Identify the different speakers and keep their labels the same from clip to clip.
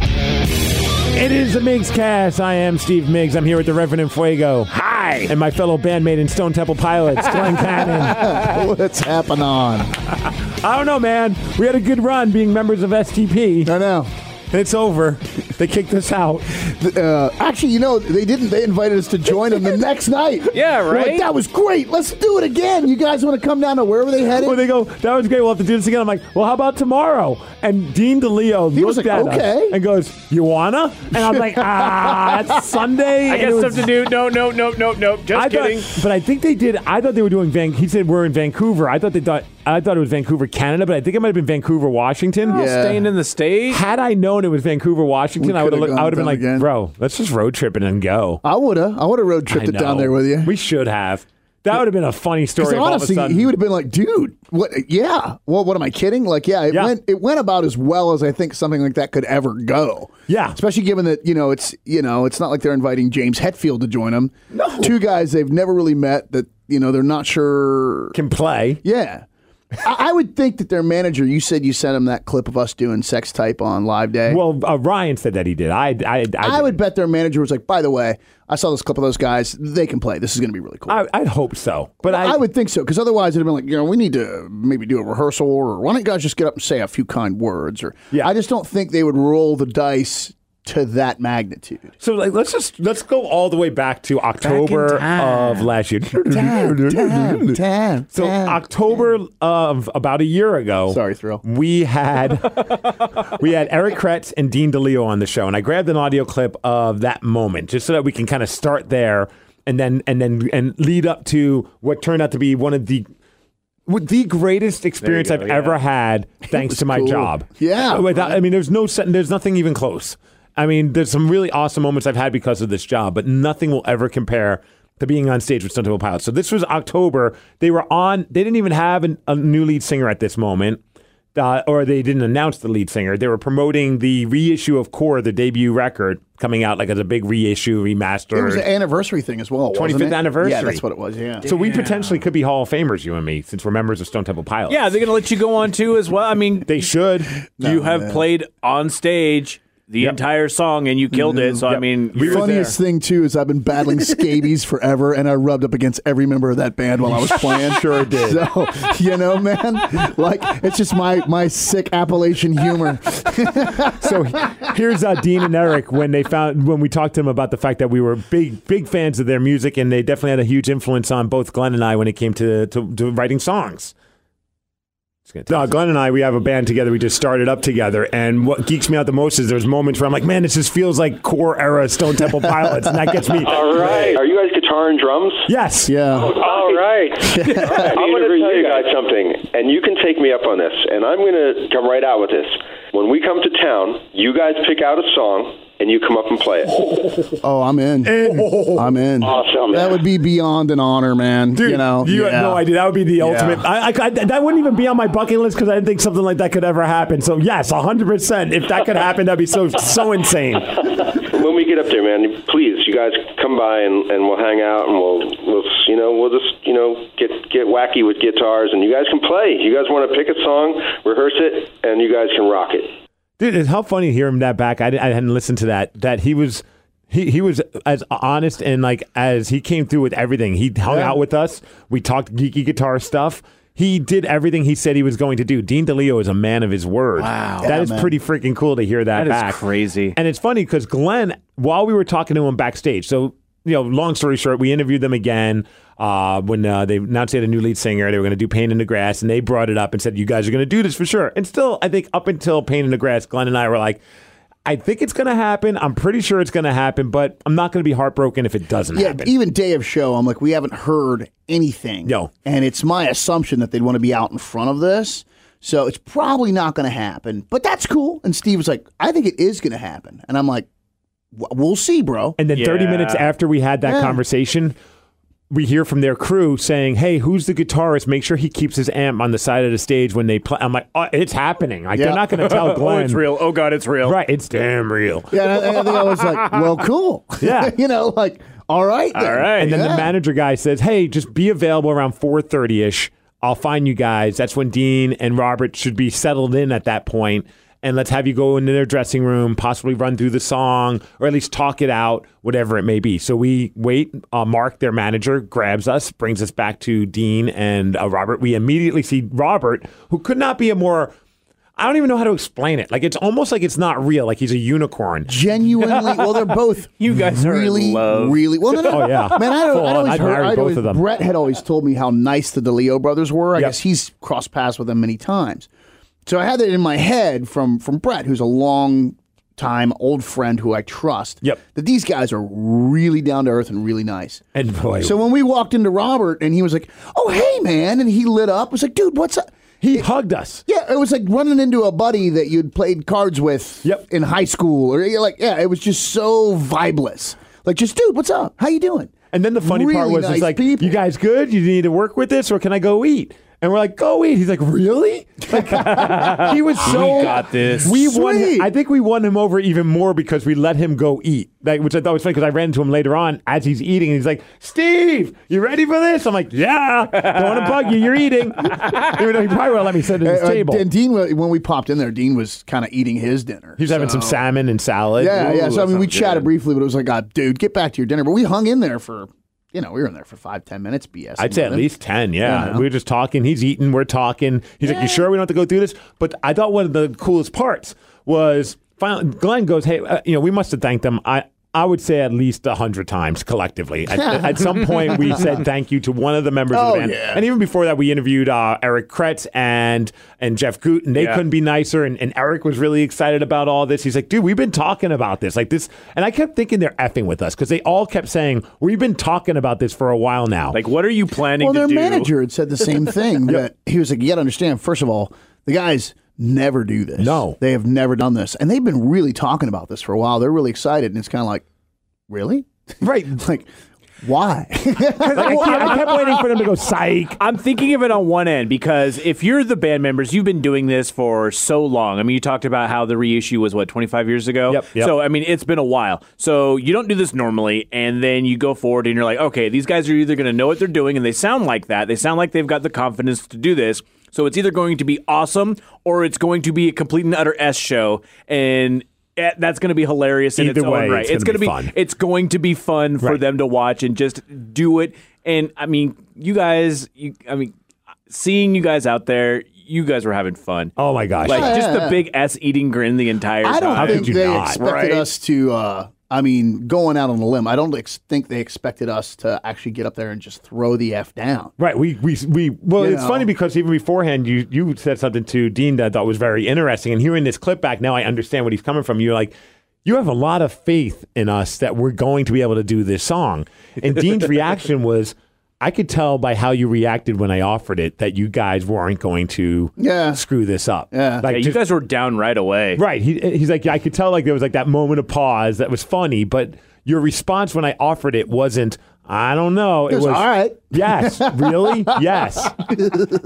Speaker 1: It is the Miggs Cast. I am Steve Miggs. I'm here with the Reverend Fuego. Hi. And my fellow bandmate in Stone Temple Pilots, Glenn Cannon.
Speaker 2: What's happening on?
Speaker 1: I don't know, man. We had a good run being members of STP.
Speaker 2: I know.
Speaker 1: It's over. They kicked us out.
Speaker 2: Uh, actually, you know, they didn't. They invited us to join them the next night.
Speaker 3: Yeah,
Speaker 2: We're like,
Speaker 3: right?
Speaker 2: that was great. Let's do it again. You guys want to come down to where were they headed?
Speaker 1: Well, they go, that was great. We'll have to do this again. I'm like, well, how about tomorrow? And Dean DeLeo
Speaker 2: He was
Speaker 1: looked
Speaker 2: like,
Speaker 1: at
Speaker 2: okay.
Speaker 1: us and goes, you wanna? And I'm like, ah, it's Sunday.
Speaker 3: I
Speaker 1: and
Speaker 3: got
Speaker 1: it was-
Speaker 3: stuff to do. No, no, no, no, no. Just
Speaker 1: I
Speaker 3: kidding.
Speaker 1: Thought, but I think they did. I thought they were doing Van. He said we're in Vancouver. I thought they thought. I thought it was Vancouver, Canada. But I think it might have been Vancouver, Washington.
Speaker 2: Yeah.
Speaker 3: Staying in the state.
Speaker 1: Had I known it was Vancouver, Washington,
Speaker 2: We
Speaker 1: I would have.
Speaker 2: could've
Speaker 1: looked- I
Speaker 2: gone
Speaker 1: would have been
Speaker 2: down
Speaker 1: like,
Speaker 2: again.
Speaker 1: bro, let's just road trip and then go.
Speaker 2: I would have. I would have road tripped
Speaker 1: I
Speaker 2: it down
Speaker 1: know.
Speaker 2: there with you.
Speaker 1: We should have. That would have been a funny
Speaker 2: Because
Speaker 1: story. if all of a
Speaker 2: honestly,
Speaker 1: sudden-
Speaker 2: he would have been like, dude, what? Yeah. Well, what am I kidding? Like, yeah, it
Speaker 1: Yeah.
Speaker 2: went. It went about as well as I think something like that could ever go.
Speaker 1: Yeah.
Speaker 2: Especially given that you know it's you know it's not like they're inviting James Hetfield to join them. No. Two guys they've never really met that you know they're not sure
Speaker 1: can play.
Speaker 2: Yeah. I, I would think that their manager, you said you sent him that clip of us doing sex type on live day.
Speaker 1: Well, uh, Ryan said that he did. I. I. I,
Speaker 2: I would bet their manager was like, by the way, I saw this clip of those guys. They can play. This is going to be really cool.
Speaker 1: I, would hope so, but
Speaker 2: I,
Speaker 1: I,
Speaker 2: would think so because otherwise it'd have been like, you know, we need to maybe do a rehearsal or why don't you guys just get up and say a few kind words? Or
Speaker 1: Yeah.
Speaker 2: I just don't think they would roll the dice to that magnitude.
Speaker 1: So like, let's just let's go all the way back to October
Speaker 3: time.
Speaker 1: of last year.
Speaker 2: time,
Speaker 1: So October of about a year ago.
Speaker 2: Sorry, Thrill.
Speaker 1: We had we had Eric Kretz and Dean DeLeo on the show, and I grabbed an audio clip of that moment just so that we can kind of start there and then and then and lead up to what turned out to be one of the with the greatest experience
Speaker 3: go,
Speaker 1: I've
Speaker 3: yeah.
Speaker 1: ever had, thanks
Speaker 2: was
Speaker 1: to my
Speaker 2: cool.
Speaker 1: job. Uh,
Speaker 2: Yeah.
Speaker 1: Without- I mean, there's no, se- there's nothing even close. I mean, there's some really awesome moments I've had because of this job, but nothing will ever compare to being on stage with Stunt Temple Pilots. So this was October. They were on. They didn't even have an, a new lead singer at this moment. Uh, or they didn't announce the lead singer. They were promoting the reissue of Core, the debut record, coming out like as a big reissue, remastered.
Speaker 2: It was an anniversary thing as well.
Speaker 1: 25th
Speaker 2: wasn't it? Yeah,
Speaker 1: anniversary.
Speaker 2: that's what it was. Yeah.
Speaker 1: so we potentially could be Hall of Famers, you and me, since we're members of Stone Temple Pilots.
Speaker 3: Yeah, they're gonna let you go on too as well. I mean,
Speaker 1: They should.
Speaker 3: you have played on stage the entire song and you killed it. So I
Speaker 1: Yep.
Speaker 3: mean,
Speaker 1: We
Speaker 3: you're
Speaker 1: were
Speaker 3: there.
Speaker 2: Funniest thing too is I've been battling scabies forever, and I rubbed up against every member of that band while I was playing. sure did. So you know, man, like it's just my my sick Appalachian humor.
Speaker 1: So here's uh, Dean and Eric when they found when we talked to them about the fact that we were big big fans of their music and they definitely had a huge influence on both Glenn and I when it came to to, to writing songs. Uh, Glenn and I, we have a band together. We just started up together, and what geeks me out the most is there's moments where I'm like, "Man, this just feels like core era Stone Temple Pilots," and that gets me.
Speaker 4: All right. Are you guys guitar and drums?
Speaker 1: Yes,
Speaker 2: Yeah.
Speaker 4: All right. I'm going to
Speaker 5: interview
Speaker 4: tell you
Speaker 5: you
Speaker 4: guys something, and you can take me up on this, and I'm going to come right out with this. When we come to town, you guys pick out a song, and you come up and play it.
Speaker 2: Oh, I'm in. I'm in.
Speaker 4: Awesome.
Speaker 2: That would be beyond an honor, man.
Speaker 1: Dude,
Speaker 2: you know, yeah.
Speaker 1: have no idea. That would be the ultimate. I, I- I- that wouldn't even be on my bucket list because I didn't think something like that could ever happen. So yes, hundred percent. If that could happen, that'd be so so insane.
Speaker 4: When we get up there, man, please, you guys come by, and, and we'll hang out, and we'll, we'll, you know, we'll just, you know, get get wacky with guitars, and you guys can play. You guys want to pick a song, rehearse it, and you guys can rock it.
Speaker 1: Dude, it's how funny to hear him that back. I, didn't- I hadn't listened to that. That he was, he, he was as honest and like as he came through with everything. He hung out with us. We talked geeky guitar stuff. He did everything he said he was going to do. Dean DeLeo is a man of his word. Wow, that is pretty freaking cool to hear that.
Speaker 3: That is
Speaker 1: back.
Speaker 3: crazy.
Speaker 1: And it's funny because Glenn, while we were talking to him backstage, so you know, long story short, we interviewed them again uh, when uh, they announced they had a new lead singer. They were going to do "Pain in the Grass," and they brought it up and said, "You guys are going to do this for sure." And still, I think up until "Pain in the Grass," Glenn and I were like. I think it's going to happen. I'm pretty sure it's going to happen, but I'm not going to be heartbroken if it doesn't
Speaker 2: Yeah,
Speaker 1: happen.
Speaker 2: even day of show, I'm like, we haven't heard anything.
Speaker 1: No.
Speaker 2: And it's my assumption that they'd want to be out in front of this. So it's probably not going to happen, but that's cool. And Steve was like, I think it is going to happen. And I'm like, "W- we'll see, bro.
Speaker 1: And then 30
Speaker 3: Yeah.
Speaker 1: minutes after we had that
Speaker 2: Yeah.
Speaker 1: conversation, we hear from their crew saying, "Hey, who's the guitarist? Make sure he keeps his amp on the side of the stage when they play." I'm like, "Oh, it's happening! Like
Speaker 2: Yeah.
Speaker 1: they're not going to tell Glenn."
Speaker 3: Oh, it's real. Oh God, it's real.
Speaker 1: Right? It's damn real.
Speaker 2: yeah, and I, I think I was like, well, cool.
Speaker 1: Yeah.
Speaker 2: you know, like, all right. Then.
Speaker 3: All right.
Speaker 1: And then
Speaker 2: Yeah.
Speaker 1: the manager guy says, "Hey, just be available around 4:30 ish. I'll find you guys. That's when Dean and Robert should be settled in at that point, and let's have you go into their dressing room, possibly run through the song, or at least talk it out, whatever it may be." So we wait. Uh, Mark, their manager, grabs us, brings us back to Dean and uh, Robert. We immediately see Robert, who could not be a more I don't even know how to explain it. Like it's almost like it's not real. Like he's a unicorn.
Speaker 2: Genuinely, well, they're both
Speaker 3: You guys are in
Speaker 2: really,
Speaker 3: love.
Speaker 2: really. Well, no, no,
Speaker 1: Oh, yeah.
Speaker 2: man. I don't.
Speaker 1: Full
Speaker 2: I'd
Speaker 1: on.
Speaker 2: always
Speaker 1: I'd
Speaker 2: heard.
Speaker 1: marry
Speaker 2: I'd
Speaker 1: both
Speaker 2: always,
Speaker 1: of them.
Speaker 2: Brett had always told me how nice the DeLeo brothers were. I
Speaker 1: Yep.
Speaker 2: guess he's crossed paths with them many times. So I had that in my head from from Brett, who's a long time old friend who I trust.
Speaker 1: Yep.
Speaker 2: That these guys are really down to earth and really nice.
Speaker 1: And boy,
Speaker 2: So when we walked into Robert and he was like, "Oh hey man," and he lit up. I was like, "Dude, what's up?"
Speaker 1: he hugged us.
Speaker 2: Yeah, it was like running into a buddy that you'd played cards with
Speaker 1: Yep.
Speaker 2: in high school, or you're like, yeah, it was just so vibeless. Like, just dude, what's up? How you doing?
Speaker 1: And then the funny part
Speaker 2: Really
Speaker 1: was,
Speaker 2: nice
Speaker 1: it's like,
Speaker 2: people.
Speaker 1: you guys good? You need to work with this, or can I go eat? And we're like, go eat. He's like, really? Like, he was so.
Speaker 3: We got this.
Speaker 1: We won.
Speaker 2: Sweet.
Speaker 1: I think we won him over even more because we let him go eat, like, which I thought was funny because I ran into him later on as he's eating, and he's like, "Steve, you ready for this?" I'm like, "Yeah, don't want to bug you. You're eating." even though he probably won't let me sit at his
Speaker 2: Uh, uh,
Speaker 1: table.
Speaker 2: and Dean, wa- when we popped in there, Dean was kind of eating his dinner.
Speaker 1: He was having some salmon and salad.
Speaker 2: yeah, yeah.
Speaker 3: Ooh,
Speaker 2: So I
Speaker 3: that
Speaker 2: mean, we
Speaker 3: sounds
Speaker 2: chatted
Speaker 3: good.
Speaker 2: briefly, but it was like, ah, dude, get back to your dinner. But we hung in there for, you know, we were in there for five, ten minutes. BS.
Speaker 1: I'd say at least 10, yeah.
Speaker 2: Yeah, no.
Speaker 1: We were just talking. He's eating. We're talking. He's like, You sure we don't have to go through this? But I thought one of the coolest parts was finally, Glenn goes, Hey, uh, you know, we must have thanked them. I, I would say at least 100 times collectively. At, at some point, we said thank you to one of the members of
Speaker 2: Oh,
Speaker 1: the band.
Speaker 2: yeah.
Speaker 1: And even before that, we interviewed uh, Eric Kretz and and Jeff Gooten. They
Speaker 3: Yeah.
Speaker 1: couldn't be nicer. And, and Eric was really excited about all this. He's like, dude, we've been talking about this. Like this. And I kept thinking they're effing with us because they all kept saying, we've been talking about this for a while now.
Speaker 3: Like, what are you planning
Speaker 2: Well,
Speaker 3: to
Speaker 2: their
Speaker 3: do?
Speaker 2: manager had said the same thing that he was like, you got to understand. First of all, the guys never do this.
Speaker 1: No.
Speaker 2: they have never done this, and they've been really talking about this for a while. They're really excited, and it's kind of like, really,
Speaker 1: right.
Speaker 2: like, why?
Speaker 1: I, kept, I kept waiting for them to go psych.
Speaker 3: I'm thinking of it on one end because if you're the band members, you've been doing this for so long. I mean, you talked about how the reissue was what 25 years ago.
Speaker 1: Yep, yep.
Speaker 3: So I mean, it's been a while. So you don't do this normally, and then you go forward and you're like, okay, these guys are either going to know what they're doing, and they sound like that. They sound like they've got the confidence to do this. So it's either going to be awesome or it's going to be a complete and utter s show, and eh, that's going to be hilarious in
Speaker 1: Either
Speaker 3: its
Speaker 1: way,
Speaker 3: own right.
Speaker 1: it's gonna
Speaker 3: gonna
Speaker 1: be fun.
Speaker 3: it's going to be fun for
Speaker 1: Right.
Speaker 3: them to watch and just do it. And I mean, you guys, you, I mean, seeing you guys out there, you guys were having fun.
Speaker 1: Oh my gosh.
Speaker 3: like just
Speaker 2: yeah.
Speaker 3: the big S eating grin the entire
Speaker 2: I
Speaker 3: time.
Speaker 2: don't
Speaker 1: How could
Speaker 2: think
Speaker 1: you
Speaker 2: they
Speaker 1: not,
Speaker 2: expected
Speaker 3: right?
Speaker 2: us to. Uh, I mean, going out on a limb, I don't ex- think they expected us to actually get up there and just throw the f down.
Speaker 1: Right, we we we. Well,
Speaker 2: You
Speaker 1: it's
Speaker 2: know.
Speaker 1: funny because even beforehand, you you said something to Dean that I thought was very interesting, and hearing this clip back now, I understand what he's coming from. You're like, you have a lot of faith in us that we're going to be able to do this song, and Dean's reaction was. I could tell by how you reacted when I offered it that you guys weren't going to
Speaker 2: Yeah.
Speaker 1: screw this up. Yeah. Like
Speaker 3: Yeah, you
Speaker 1: just-
Speaker 3: guys were down right away.
Speaker 1: Right. He, eh, he's like, I could tell like there was like that moment of pause that was funny, but your response when I offered it wasn't, I don't know. It,
Speaker 2: was, "All right."
Speaker 1: Yes. Really? yes.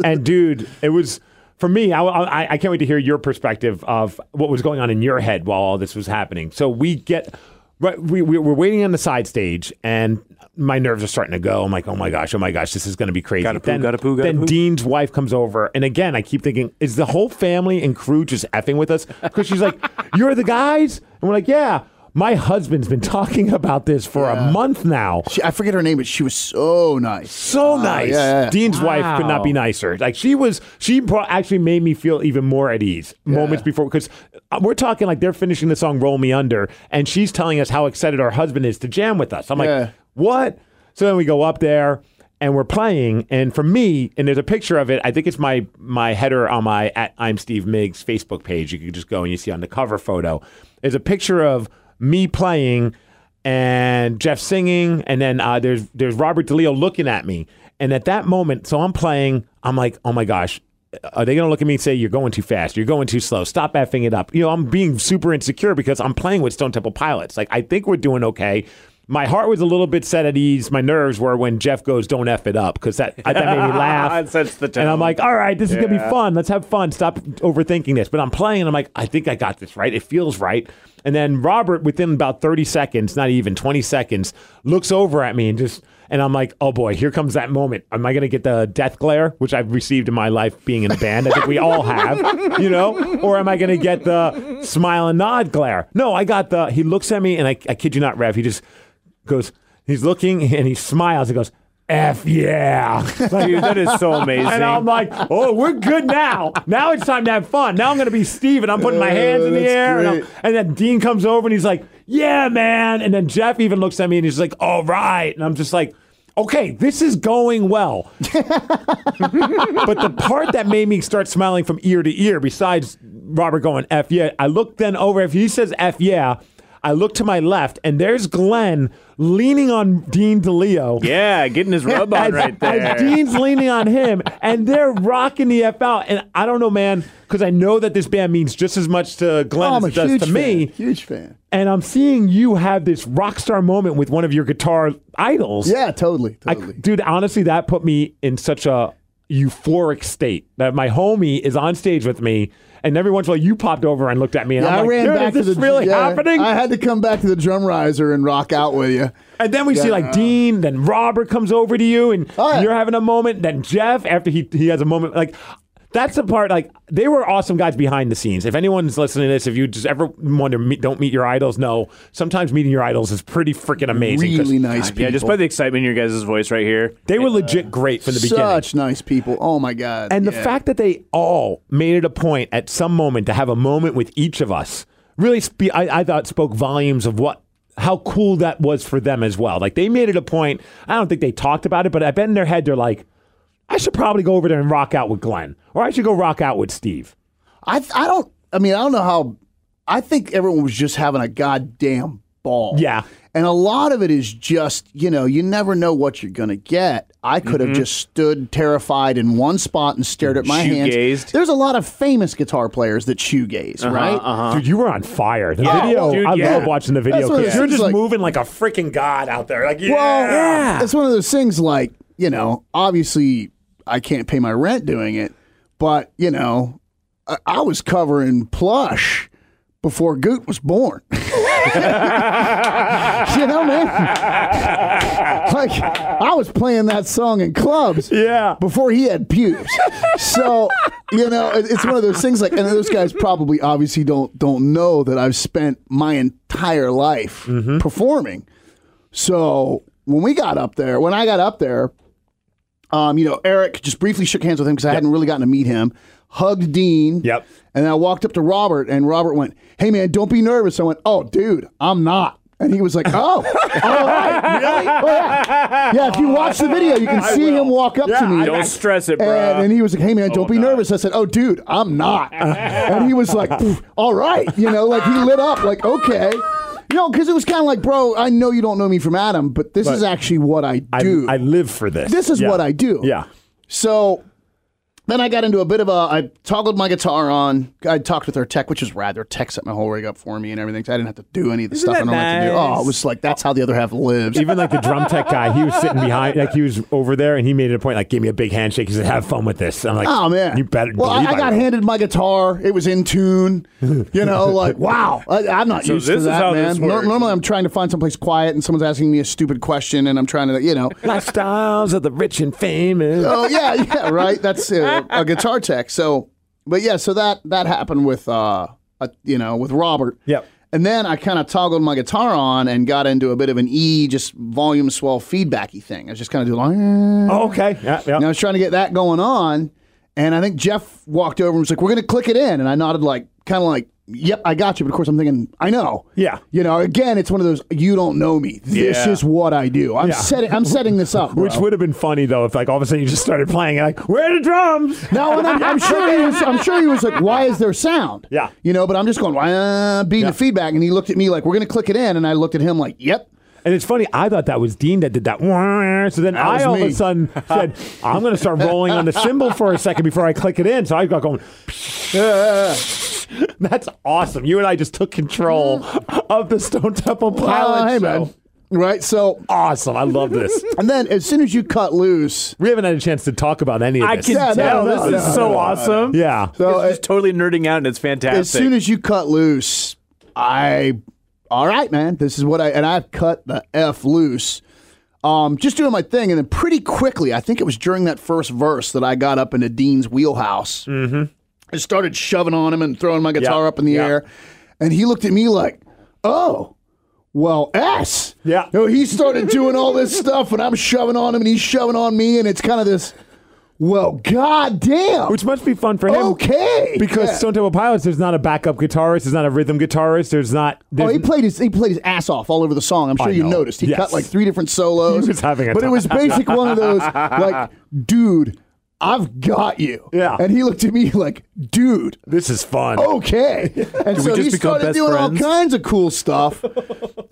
Speaker 1: And dude, it was for me. I, I, I can't wait to hear your perspective of what was going on in your head while all this was happening. So we get. Right, we, we we're waiting on the side stage, and my nerves are starting to go. I'm like, oh my gosh, oh my gosh, this is going to be crazy.
Speaker 3: Gotta poo, gotta poo, gotta
Speaker 1: then
Speaker 3: poo.
Speaker 1: Dean's wife comes over, and again, I keep thinking, is the whole family and crew just effing with us? Because she's like, "You're the guys," and we're like, "Yeah." My husband's been talking about this for a month now.
Speaker 2: She, I forget her name, but she was so nice.
Speaker 1: So nice.
Speaker 2: yeah, yeah.
Speaker 1: Dean's wife could not be
Speaker 3: Wow.
Speaker 1: nicer. Like she was, she pro- actually made me feel even more at ease moments before because we're talking like they're finishing the song "Roll Me Under" and she's telling us how excited our husband is to jam with us. I'm
Speaker 2: Yeah.
Speaker 1: like, what? So then we go up there and we're playing. And for me, and there's a picture of it. I think it's my my header on my at I'm Steve Miggs Facebook page. You can just go and you see on the cover photo. There's a picture of me playing and Jeff singing, and then uh, there's there's Robert DeLeo looking at me. And at that moment, so I'm playing. I'm like, oh my gosh, are they going to look at me and say you're going too fast you're going too slow stop effing it up you know i'm being super insecure because i'm playing with stone temple pilots like i think we're doing okay my heart was a little bit set at ease my nerves were when jeff goes don't eff it up because that, that made me laugh
Speaker 3: That sets the
Speaker 1: and i'm
Speaker 3: tone.
Speaker 1: like all right this is going to be
Speaker 3: Yeah.
Speaker 1: fun let's have fun stop overthinking this but i'm playing and i'm like i think i got this right it feels right and then robert within about 30 seconds not even 20 seconds looks over at me and just and I'm like, oh boy, here comes that moment. Am I going to get the death glare, which I've received in my life being in a band? I think we all have, you know? Or am I going to get the smile and nod glare? No, I got the, he looks at me and I, I kid you not, Rev, he just goes, he's looking and he smiles and goes, F yeah. Like,
Speaker 3: Dude, that is so amazing.
Speaker 1: and I'm like, oh, we're good now. Now it's time to have fun. Now I'm going to be Steve, and I'm putting my hands in the
Speaker 2: that's
Speaker 1: air. And, I'm-
Speaker 2: great.
Speaker 1: and then Dean comes over and he's like, yeah, man. And then Jeff even looks at me and he's like, all right. And I'm just like, okay, this is going well. but the part that made me start smiling from ear to ear, besides Robert going, F yeah, I looked then over. If he says F yeah, I look to my left, and there's Glenn leaning on Dean DeLeo.
Speaker 3: yeah, getting his rub on
Speaker 1: As,
Speaker 3: right there.
Speaker 1: as Dean's leaning on him, and they're rocking the F out. And I don't know, man, because I know that this band means just as much to Glenn
Speaker 2: Oh, I'm a
Speaker 1: as it does
Speaker 2: huge
Speaker 1: to me.
Speaker 2: fan. Huge fan.
Speaker 1: And I'm seeing you have this rock star moment with one of your guitar idols.
Speaker 2: Yeah, totally,
Speaker 1: I-
Speaker 2: totally.
Speaker 1: dude, honestly, that put me in such a euphoric state that my homie is on stage with me, and every once in a while you popped over and looked at me, and
Speaker 2: Yeah,
Speaker 1: I'm
Speaker 2: I
Speaker 1: like,
Speaker 2: ran
Speaker 1: dude,
Speaker 2: back
Speaker 1: is
Speaker 2: to
Speaker 1: this
Speaker 2: the
Speaker 1: really
Speaker 2: yeah,
Speaker 1: happening?
Speaker 2: I had to come back to the drum riser and rock out with you.
Speaker 1: And then we see like Dean, then Robert comes over to you, and
Speaker 2: Oh, yeah.
Speaker 1: you're having a moment. Then Jeff, after he he has a moment, like that's the part. Like they were awesome guys behind the scenes. If anyone's listening to this, if you just ever wonder, meet, don't meet your idols. No, sometimes meeting your idols is pretty freaking amazing. 'cause
Speaker 2: Really nice people.
Speaker 3: yeah, just by the excitement in your guys' voice right here.
Speaker 1: They were legit great from the beginning.
Speaker 2: Such nice people. Oh my god.
Speaker 1: And the
Speaker 2: yeah.
Speaker 1: fact that they all made it a point at some moment to have a moment with each of us really, spe- I, I thought, spoke volumes of what how cool that was for them as well. Like they made it a point. I don't think they talked about it, but I bet in their head they're like, I should probably go over there and rock out with Glenn, or I should go rock out with Steve.
Speaker 2: I th- I don't I mean I don't know how I think everyone was just having a goddamn ball.
Speaker 1: Yeah.
Speaker 2: And a lot of it is just, you know, you never know what you're going to get. I could
Speaker 1: Mm-hmm.
Speaker 2: have just stood terrified in one spot and stared at my hands.
Speaker 3: Shoe-gazed.
Speaker 2: There's a lot of famous guitar players that shoegaze,
Speaker 1: Uh-huh,
Speaker 2: right?
Speaker 1: Dude, you were on fire. The
Speaker 3: Uh-huh. Yeah.
Speaker 1: video,
Speaker 3: Dude,
Speaker 1: I
Speaker 3: yeah.
Speaker 1: love watching the video
Speaker 2: That's what it
Speaker 1: because you're
Speaker 2: seems
Speaker 1: just
Speaker 2: like.
Speaker 1: moving like a freaking god out there. Like, yeah.
Speaker 2: Well, it's one of those things like, you know, obviously I can't pay my rent doing it, but, you know, I, I was covering plush before Goot was born. you know, man. like, I was playing that song in clubs
Speaker 1: yeah.
Speaker 2: before he had pubes. so you know, it, it's one of those things. Like, and those guys probably obviously don't don't know that I've spent my entire life
Speaker 1: Mm-hmm.
Speaker 2: performing. So when we got up there, when I got up there, um, you know, Eric just briefly shook hands with him because I hadn't really gotten to meet him. Hugged Dean.
Speaker 1: Yep.
Speaker 2: And I walked up to Robert, and Robert went, "Hey man, don't be nervous." I went, "Oh, dude, I'm not." And he was like, "Oh, all right, really? Oh, yeah. yeah." If you watch the video, you can see him walk up to me.
Speaker 3: Don't stress it, bro.
Speaker 2: And, and he was like, "Hey man, don't be nervous." I said, "Oh, dude, I'm not." and he was like, "Pff, "All right," you know, like he lit up, like okay, you know, because it was kind of like, "Bro, I know you don't know me from Adam, but this is actually what I
Speaker 1: I,
Speaker 2: do.
Speaker 1: I live for this.
Speaker 2: this is
Speaker 1: Yeah.
Speaker 2: what I do."
Speaker 1: Yeah.
Speaker 2: So then I got into a bit of a. I toggled my guitar on. I talked with our tech, which was rad. Their tech set my whole rig up for me and everything. So I didn't have to do any of the stuff I
Speaker 1: that
Speaker 2: don't like to do.
Speaker 1: nice?
Speaker 2: Oh, it was like that's how the other half lives.
Speaker 1: Even like the drum tech guy, he was sitting behind, like he was over there, and he made it a point, like, give me a big handshake. He said, have fun with this. I'm like,
Speaker 2: Oh man!
Speaker 1: you better.
Speaker 2: Well, I,
Speaker 1: believe
Speaker 2: I got
Speaker 1: will."
Speaker 2: handed my guitar. It was in tune. You know, like wow, I, I'm not
Speaker 3: So
Speaker 2: used
Speaker 3: this
Speaker 2: to
Speaker 3: is
Speaker 2: that,
Speaker 3: how
Speaker 2: man.
Speaker 3: this
Speaker 2: Nor-
Speaker 3: works.
Speaker 2: normally, I'm trying to find someplace quiet, and someone's asking me a stupid question, and I'm trying to, you know.
Speaker 1: Lifestyles of the rich and famous.
Speaker 2: oh yeah, yeah, right. That's uh, a guitar tech. So, but yeah, so that that happened with uh, uh you know, with Robert.
Speaker 1: Yep.
Speaker 2: And then I kind of toggled my guitar on and got into a bit of an E, just volume swell feedbacky thing. I was just kind of doing. like,
Speaker 1: okay. Yeah, yeah.
Speaker 2: and I was trying to get that going on, and I think Jeff walked over and was like, "We're going to click it in," and I nodded like, kind of like, yep, I got you. But of course, I'm thinking, I know.
Speaker 1: Yeah.
Speaker 2: You know, again, it's one of those. You don't know me. This
Speaker 1: Yeah.
Speaker 2: is what I do. I'm
Speaker 1: Yeah.
Speaker 2: setting. I'm setting this up.
Speaker 1: Which
Speaker 2: bro.
Speaker 1: would have been funny though if like all of a sudden you just started playing and like where are the drums?
Speaker 2: No, and I'm, I'm sure he was. I'm sure he was like, "Why is there sound?"
Speaker 1: Yeah.
Speaker 2: you know. But I'm just going, "Why?" Uh, beating
Speaker 1: Yeah.
Speaker 2: the feedback, and he looked at me like, "We're gonna click it in," and I looked at him like, "Yep."
Speaker 1: And it's funny, I thought that was Dean that did that. So then
Speaker 2: That
Speaker 1: I
Speaker 2: was
Speaker 1: all of
Speaker 2: me.
Speaker 1: a sudden said, I'm going to start rolling on the cymbal for a second before I click it in. So I got going, that's awesome. You and I just took control of the Stone Temple Pilots.
Speaker 2: Uh, hey,
Speaker 1: show.
Speaker 2: man. Right. So,
Speaker 1: Awesome. I love this.
Speaker 2: and then as soon as you cut loose,
Speaker 1: we haven't had a chance to talk about any of
Speaker 3: I
Speaker 1: this.
Speaker 3: can
Speaker 2: Yeah, no,
Speaker 3: tell.
Speaker 2: no,
Speaker 3: this
Speaker 2: no,
Speaker 3: is
Speaker 2: no,
Speaker 3: so
Speaker 2: no, no.
Speaker 3: awesome.
Speaker 1: yeah.
Speaker 2: so
Speaker 3: It's just totally nerding out, and it's fantastic.
Speaker 2: as soon as you cut loose, I, all right, man, this is what I, and I've cut the F loose. Um, just doing my thing. And then pretty quickly, I think it was during that first verse that I got up into Dean's wheelhouse. Mm-hmm. I started shoving on him and throwing my guitar up in the
Speaker 1: yeah.
Speaker 2: air. And he looked at me like, oh, well, S.
Speaker 1: Yeah.
Speaker 2: You know, he started doing all this stuff and I'm shoving on him and he's shoving on me. And it's kind of this, well, goddamn.
Speaker 1: Which must be fun for him.
Speaker 2: Okay.
Speaker 1: Because
Speaker 2: Oh, Yeah.
Speaker 1: Stone Temple Pilots, there's not a backup guitarist, there's not a rhythm guitarist, there's not.
Speaker 2: Oh,
Speaker 1: There's,
Speaker 2: he played his he played his ass off all over the song. I'm sure
Speaker 1: I
Speaker 2: you
Speaker 1: know.
Speaker 2: noticed. He
Speaker 1: Yes.
Speaker 2: cut like three different solos.
Speaker 1: He was having a
Speaker 2: but
Speaker 1: time.
Speaker 2: it was basic one of those like, dude, I've got you.
Speaker 1: Yeah.
Speaker 2: And he looked at me like, dude,
Speaker 1: this is fun.
Speaker 2: Oh. okay. And so
Speaker 3: just
Speaker 2: he
Speaker 3: become
Speaker 2: started
Speaker 3: best
Speaker 2: doing
Speaker 3: friends?
Speaker 2: all kinds of cool stuff.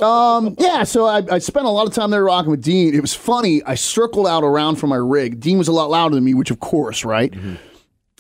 Speaker 2: um, yeah, so I, I spent a lot of time there rocking with Dean. It was funny. I circled out around from my rig. Dean was a lot louder than me, which of course, right?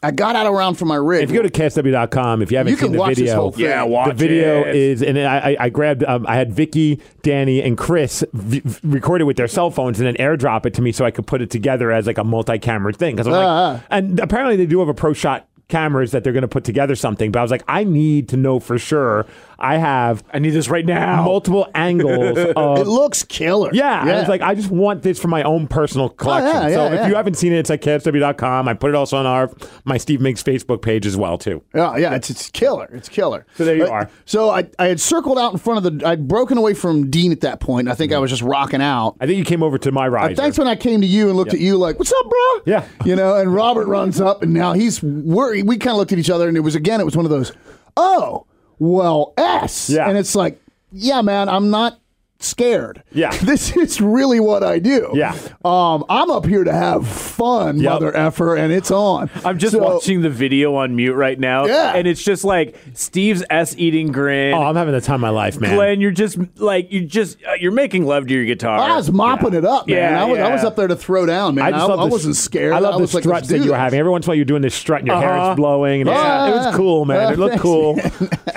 Speaker 2: I got out around from my rig.
Speaker 1: Mm-hmm. If you go to castw.com, if you haven't
Speaker 2: You
Speaker 1: seen
Speaker 2: can
Speaker 1: the
Speaker 2: watch this
Speaker 1: video,
Speaker 2: whole thing. Yeah,
Speaker 3: watch
Speaker 1: the video
Speaker 3: it.
Speaker 1: is, and I, I- I grabbed, um, I had Vicky, Danny, and Chris v- v- record it with their cell phones and then airdrop it to me so I could put it together as like a multi-camera thing. Because I'm
Speaker 2: Ah,
Speaker 1: like, and apparently they do have a pro shot cameras that they're going to put together something. But I was like, I need to know for sure. I have
Speaker 3: I need this right now.
Speaker 1: multiple angles
Speaker 2: it
Speaker 1: of.
Speaker 2: looks killer.
Speaker 1: Yeah, I was like, I just want this for my own personal collection.
Speaker 2: Oh, yeah,
Speaker 1: so
Speaker 2: yeah,
Speaker 1: if
Speaker 2: yeah.
Speaker 1: you haven't seen it, it's at KSW.com. I put it also on our my Steve Miggs Facebook page as well too.
Speaker 2: Yeah, yeah, it's it's killer. It's killer.
Speaker 1: So there you
Speaker 2: But-
Speaker 1: are.
Speaker 2: So I, I had circled out in front of the. I'd broken away from Dean at that point. and I think
Speaker 1: Mm-hmm.
Speaker 2: I was just rocking out.
Speaker 1: I think you came over to my
Speaker 2: I,
Speaker 1: ride.
Speaker 2: that's when I came to you and looked at you like, "What's up, bro?"
Speaker 1: Yeah.
Speaker 2: you know. And Robert runs up, and now he's worried. We kind of looked at each other, and it was again, it was one of those, "Oh, well, s."
Speaker 1: Yeah.
Speaker 2: And it's like, yeah, man, I'm not scared.
Speaker 1: Yeah.
Speaker 2: this is really what I do.
Speaker 1: Yeah.
Speaker 2: um, I'm up here to have fun,
Speaker 1: Yep.
Speaker 2: mother effer, and it's on.
Speaker 3: I'm just
Speaker 2: So-
Speaker 3: watching the video on mute right now,
Speaker 2: Yeah.
Speaker 3: and it's just like Steve's s eating grin.
Speaker 1: Oh, I'm having the time of my life, man.
Speaker 3: Glenn, you're just like you just uh, you're making love to your guitar.
Speaker 2: I was mopping it up, man.
Speaker 3: Yeah,
Speaker 2: I, was, I
Speaker 3: yeah.
Speaker 2: was up there to throw down, man. I, I,
Speaker 1: love the-
Speaker 2: wasn't scared.
Speaker 1: I love the
Speaker 2: was like,
Speaker 1: struts
Speaker 2: let's
Speaker 1: that
Speaker 2: do
Speaker 1: you were
Speaker 2: this.
Speaker 1: having. Every once in a while, you're doing this strut, and your hair
Speaker 3: Uh-huh.
Speaker 1: is blowing. And
Speaker 2: Yeah.
Speaker 1: it's, it was cool, man.
Speaker 2: Uh,
Speaker 1: it looked
Speaker 2: thanks.
Speaker 1: cool.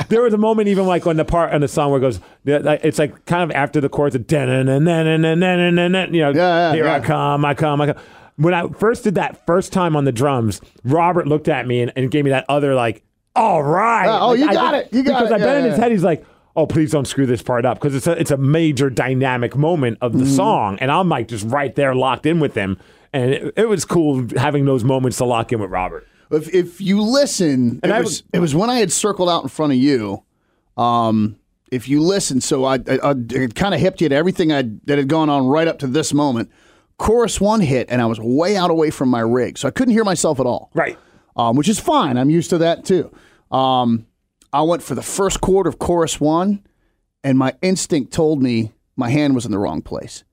Speaker 1: there was a moment, even like on the part on the song where it goes, it's like kind of after the chorus, of dun dun dun dun dun dun dun dun. You know,
Speaker 2: yeah,
Speaker 1: here I
Speaker 2: yeah.
Speaker 1: come, I come, I come. When I first did that first time on the drums, Robert looked at me and, and gave me that other like, all right.
Speaker 2: Uh, oh,
Speaker 1: Like,
Speaker 2: you
Speaker 1: I
Speaker 2: got
Speaker 1: think-
Speaker 2: it. You got
Speaker 1: because
Speaker 2: it.
Speaker 1: I bet
Speaker 2: Yeah,
Speaker 1: in his
Speaker 2: yeah.
Speaker 1: head he's like. Oh, please don't screw this part up because it's a, it's a major dynamic moment of
Speaker 2: Mm-hmm.
Speaker 1: the song, and I'm like just right there locked in with him, and it, it was cool having those moments to lock in with Robert.
Speaker 2: If, if you listen,
Speaker 1: And
Speaker 2: it,
Speaker 1: I
Speaker 2: was,
Speaker 1: would-
Speaker 2: it was when I had circled out in front of you. Um, if you listen, so I, I, I kind of hipped you to everything I that had gone on right up to this moment. Chorus one hit, and I was way out away from my rig, so I couldn't hear myself at all.
Speaker 1: Right.
Speaker 2: um, which is fine. I'm used to that too. Um, I went for the first chord of chorus one, and my instinct told me my hand was in the wrong place,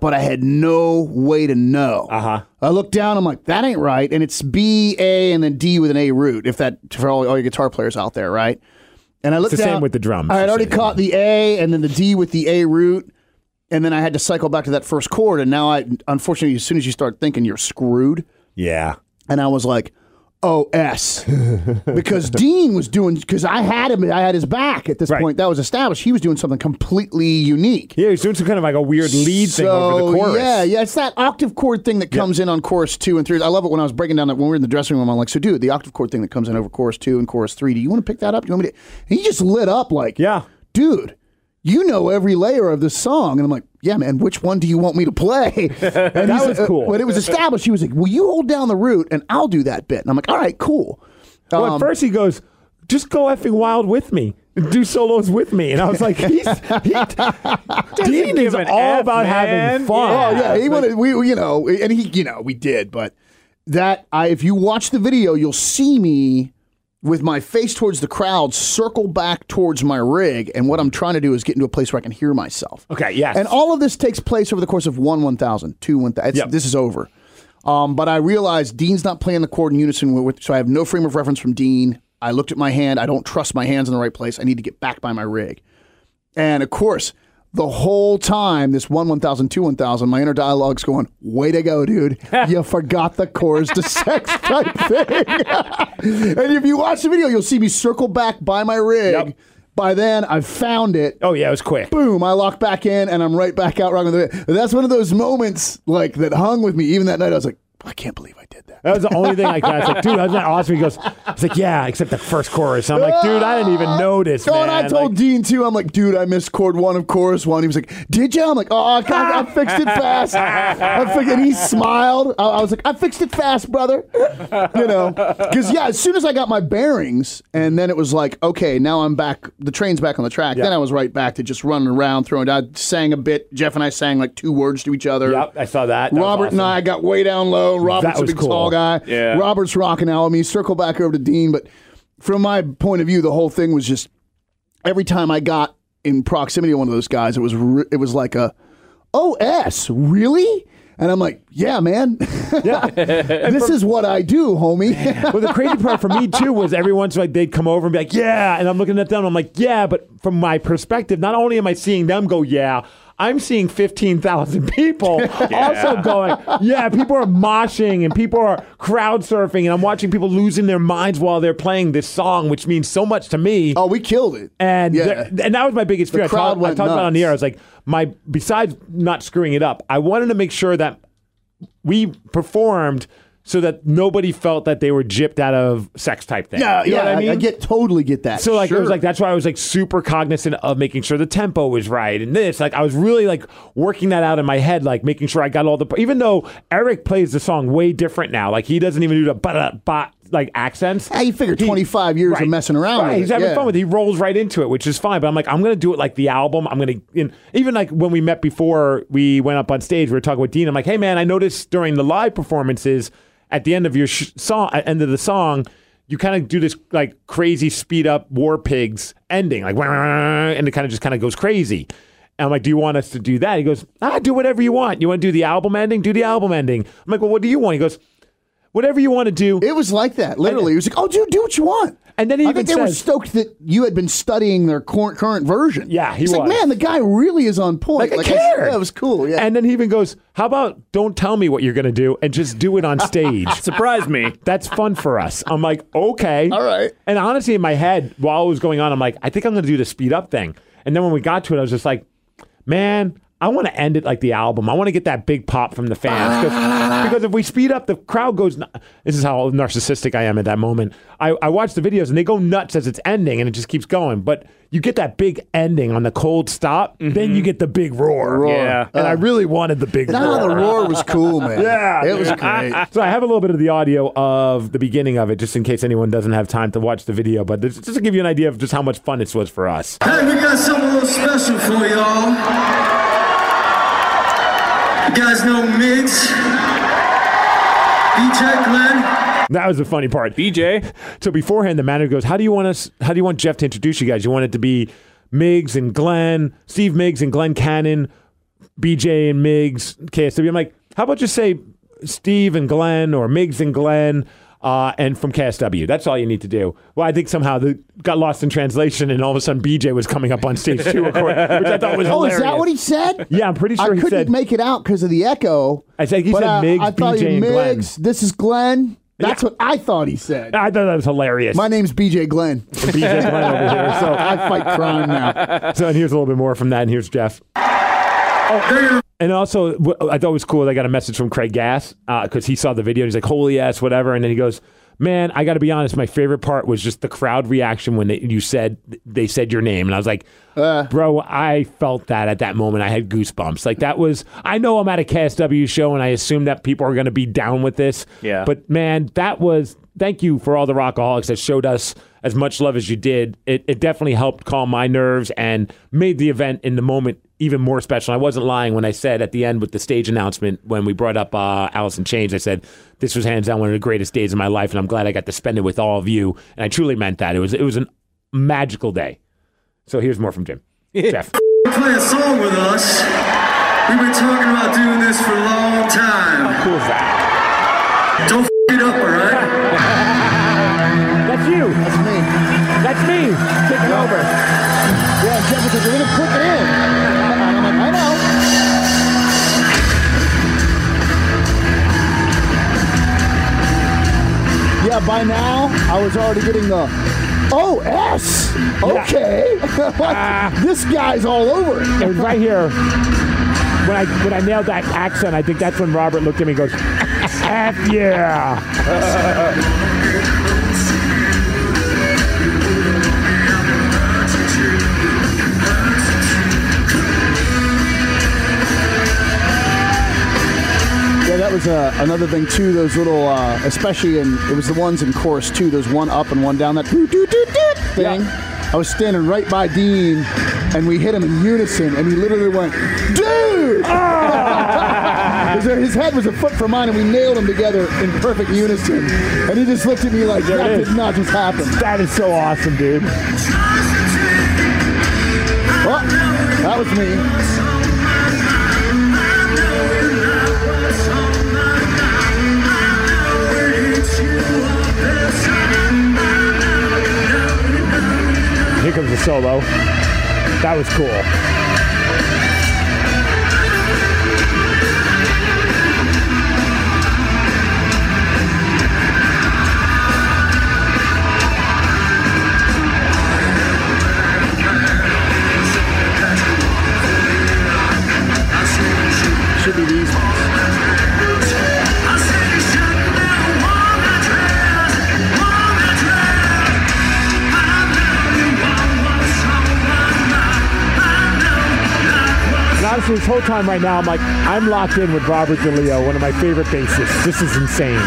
Speaker 2: but I had no way to know.
Speaker 1: Uh-huh.
Speaker 2: I looked down. I'm like, that ain't right. And it's B A and then D with an A root. If that for all, all your guitar players out there, right? And I looked
Speaker 1: the same
Speaker 2: down-
Speaker 1: with the drums,
Speaker 2: I had
Speaker 1: you
Speaker 2: already
Speaker 1: said.
Speaker 2: caught the A and then the D with the A root, and then I had to cycle back to that first chord. And now I, unfortunately, as soon as you start thinking, you're screwed
Speaker 1: Yeah.
Speaker 2: and I was like, "Oh s," because Dean was doing because I had him, I had his back at this
Speaker 1: Right.
Speaker 2: point. That was established. He was doing something completely unique.
Speaker 1: Yeah, he's doing some kind of like a weird lead thing over the chorus.
Speaker 2: Yeah, yeah, it's that octave chord thing that comes in on chorus two and three. I love it when I was breaking down that when we were in the dressing room. I'm like, so dude, the octave chord thing that comes in over chorus two and chorus three. Do you want to pick that up? Do you want me to? And he just lit up like,
Speaker 1: Yeah.
Speaker 2: dude. You know every layer of this song, and I'm like, yeah, man. Which one do you want me to play? And that
Speaker 1: was cool.
Speaker 2: when it was established, he was like, "Well, you hold down the root, and I'll do that bit." And I'm like, "All right, cool."
Speaker 1: Well, at
Speaker 2: Um,
Speaker 1: first he goes, just go effing wild with me. Do solos with me. And I was like, he's, he, Dean
Speaker 3: give
Speaker 1: is all
Speaker 3: an F,
Speaker 1: about
Speaker 3: man?
Speaker 1: having fun.
Speaker 3: Yeah.
Speaker 2: Oh yeah, he wanted we we- you know we- and he you know we did, but that I if you watch the video, you'll see me with my face towards the crowd, circle back towards my rig, and what I'm trying to do is get into a place where I can hear myself.
Speaker 1: Okay, yes.
Speaker 2: And all of this takes place over the course of one one thousand, two one thousand.
Speaker 1: Yep.
Speaker 2: This is over. Um, but I realized Dean's not playing the chord in unison with, with, so I have no frame of reference from Dean. I looked at my hand. I don't trust my hands in the right place. I need to get back by my rig. And of course, the whole time, this one one thousand, two one thousand, my inner dialogue's going, "Way to go, dude! You forgot the chords to sex type thing." and if you watch the video, you'll see me circle back by my rig.
Speaker 1: Yep.
Speaker 2: By then, I've found it
Speaker 1: Oh yeah, it was quick.
Speaker 2: boom, I lock back in and I'm right back out rocking the That's one of those moments like that hung with me even that night. I was like, I can't believe I did that.
Speaker 1: That was the only thing like that. It's like, dude, wasn't that awesome? He goes, it's like, yeah, except the first chorus. I'm like, dude, I didn't even notice.
Speaker 2: Oh,
Speaker 1: man.
Speaker 2: and I told
Speaker 1: Like,
Speaker 2: Dean too. I'm like, dude, I missed chord one of chorus one. He was like, did you? I'm like, oh, I, I, I fixed it fast. I fixed, and he smiled. I, I was like, I fixed it fast, brother. You know, because yeah, as soon as I got my bearings, and then it was like, okay, now I'm back. The train's back on the track. Then I was right back to just running around, throwing. I sang a bit. Jeff and I sang like two words to each other.
Speaker 1: Yep, I saw that. That was
Speaker 2: Robert and
Speaker 1: awesome.
Speaker 2: I got way down low. Robert's a
Speaker 1: was
Speaker 2: big
Speaker 1: cool.
Speaker 2: tall guy.
Speaker 3: Yeah.
Speaker 2: Robert's rocking out with me. Circle back over to Dean, but from my point of view, the whole thing was just every time I got in proximity to one of those guys, it was re- it was like a OS really. And I'm like, yeah, man. this is what I do, homie.
Speaker 1: Well, the crazy part for me too was every once in a while they'd come over and be like, "Yeah," and I'm looking at them. I'm like, "Yeah," but from my perspective, not only am I seeing them go, "Yeah," I'm seeing fifteen thousand people also going, "Yeah." People are moshing and people are crowd surfing, and I'm watching people losing their minds while they're playing this song, which means so much to me.
Speaker 2: oh, we killed it.
Speaker 1: And
Speaker 2: yeah.
Speaker 1: there- and that was my biggest fear. I,
Speaker 2: crowd
Speaker 1: talked- I
Speaker 2: went
Speaker 1: talked about it on the
Speaker 2: nuts.
Speaker 1: air. I was like, my besides not screwing it up, I wanted to make sure that we performed so that nobody felt that they were gypped out of sex type thing.
Speaker 2: yeah,
Speaker 1: you know
Speaker 2: yeah,
Speaker 1: what I
Speaker 2: I,
Speaker 1: mean.
Speaker 2: I get totally get that.
Speaker 1: so like it
Speaker 2: Sure.
Speaker 1: was like that's why I was like super cognizant of making sure the tempo was right and this like I was really like working that out in my head like making sure I got all the even though Eric plays the song way different now like he doesn't even do the ba ba like accents
Speaker 2: Hey, you figure 25 years of messing around
Speaker 1: Right,
Speaker 2: with
Speaker 1: he's
Speaker 2: it,
Speaker 1: having
Speaker 2: yeah.
Speaker 1: fun with it. He rolls right into it, which is fine. But I'm like, I'm gonna do it like the album. I'm gonna and even like when we met before we went up on stage, we were talking with Dean. I'm like, hey man, I noticed during the live performances at the end of your sh- song, at end of the song. You kind of do this like crazy speed up War Pigs ending, like, and it kind of just kind of goes crazy. And I'm like, do you want us to do that? He goes, ah, do whatever you want. You want to do the album ending? Do the album ending. I'm like, well, what do you want? He goes, whatever you want to do.
Speaker 2: It was like that, literally. It was like, oh, dude, do what you want.
Speaker 1: And then he
Speaker 2: I
Speaker 1: even
Speaker 2: think they were
Speaker 1: says-
Speaker 2: stoked that you had been studying their current, current version.
Speaker 1: Yeah, he
Speaker 2: He's like,
Speaker 1: was.
Speaker 2: man, the guy really is on point.
Speaker 1: Like, I cared.
Speaker 2: That was cool. Yeah.
Speaker 1: And then he even goes, How about don't tell me what you're going to do and just do it on stage?
Speaker 3: Surprise me.
Speaker 1: That's fun for us. I'm like, Okay.
Speaker 2: All right.
Speaker 1: And honestly, in my head, while it was going on, I'm like, I think I'm going to do the speed up thing. And then when we got to it, I was just like, Man, I want to end it like the album. I want to get that big pop from the fans. 'Cause- because if we speed up, the crowd goes. nu- This is how narcissistic I am at that moment. I, I watch the videos and they go nuts as it's ending and it just keeps going. But you get that big ending on the cold stop, then
Speaker 2: Mm-hmm.
Speaker 1: you get the big roar.
Speaker 3: Yeah.
Speaker 1: And
Speaker 2: Uh.
Speaker 1: I really wanted the big
Speaker 2: nah,
Speaker 1: roar.
Speaker 2: the roar was cool, man.
Speaker 1: Yeah,
Speaker 2: It was
Speaker 1: dude.
Speaker 2: great.
Speaker 1: So I have a little bit of the audio of the beginning of it, just in case anyone doesn't have time to watch the video. But this, just to give you an idea of just how much fun this was for us.
Speaker 5: Hey, we got something a little special for y'all. You guys know Migs, DJ Glenn.
Speaker 1: That was the funny part.
Speaker 3: BJ,
Speaker 1: So beforehand, the manager goes, "How do you want us? How do you want Jeff to introduce you guys? You want it to be Miggs and Glenn, Steve Miggs and Glenn Cannon, BJ and Miggs, KSW." I'm like, "How about just say Steve and Glenn or Miggs and Glenn?" Uh, and from KSW. That's all you need to do. Well, I think somehow the got lost in translation, and all of a sudden BJ was coming up on stage too, of course, which I thought was
Speaker 2: Oh,
Speaker 1: hilarious.
Speaker 2: is that what he said?
Speaker 1: Yeah, I'm pretty sure
Speaker 2: I
Speaker 1: he
Speaker 2: couldn't
Speaker 1: said.
Speaker 2: make it out because of the echo.
Speaker 1: I think he
Speaker 2: but
Speaker 1: said
Speaker 2: uh,
Speaker 1: Migs,
Speaker 2: I thought
Speaker 1: BJ,
Speaker 2: he
Speaker 1: and Glenn.
Speaker 2: Migs. This is Glenn. That's what I thought he said.
Speaker 1: I thought that was hilarious.
Speaker 2: My name's BJ Glenn.
Speaker 1: BJ Glenn over here. So,
Speaker 2: I fight crime now.
Speaker 1: so, and here's a little bit more from that, and here's Jeff. And also, wh- I thought it was cool. I got a message from Craig Gass because he saw the video. and He's like, "Holy ass, whatever!" And then he goes, "Man, I got to be honest. My favorite part was just the crowd reaction when they, you said they said your name." And I was like, "Bro, I felt that at that moment. I had goosebumps. Like that was. I know I'm at a KSW show, and I assume that people are going to be down with this.
Speaker 3: Yeah.
Speaker 1: But man, that was. Thank you for all the rockaholics that showed us as much love as you did. It, it definitely helped calm my nerves and made the event in the moment even more special. I wasn't lying when I said at the end with the stage announcement when we brought up uh, Allison Chains, I said this was hands down one of the greatest days of my life, and I'm glad I got to spend it with all of you. And I truly meant that. It was it was a magical day. So here's more from Jim. Jeff.
Speaker 5: Play a song with us. We've been talking about doing this for a long time.
Speaker 1: Cool is that?
Speaker 5: Don't f it up, alright?
Speaker 1: That's you.
Speaker 2: That's me.
Speaker 1: That's me. Taking over.
Speaker 2: Yeah, Jeff, because you're gonna click it in. And I'm like, I know. Yeah, by now I was already getting the Oh S. Okay. What? this guy's all over it.
Speaker 1: It was right here. When I when I nailed that accent, I think that's when Robert looked at me and goes, F yeah.
Speaker 2: Yeah, that was uh, another thing too. Those little, uh, especially in it was the ones in chorus too. Those one up and one down. That doo doo doo doo thing. I was standing right by Dean, and we hit him in unison, and he literally went, "Dude!" His- His head was a foot from mine, and we nailed him together in perfect unison. And he just looked at me like,
Speaker 1: it
Speaker 2: "That
Speaker 1: is.
Speaker 2: did not just happen."
Speaker 1: That is so awesome, dude.
Speaker 2: Oh, that was me.
Speaker 1: Here comes the solo. That was cool.
Speaker 2: Should be these.
Speaker 1: And honestly, this whole time right now, I'm like, I'm locked in with Robert DeLeo, one of my favorite bassists. This is insane.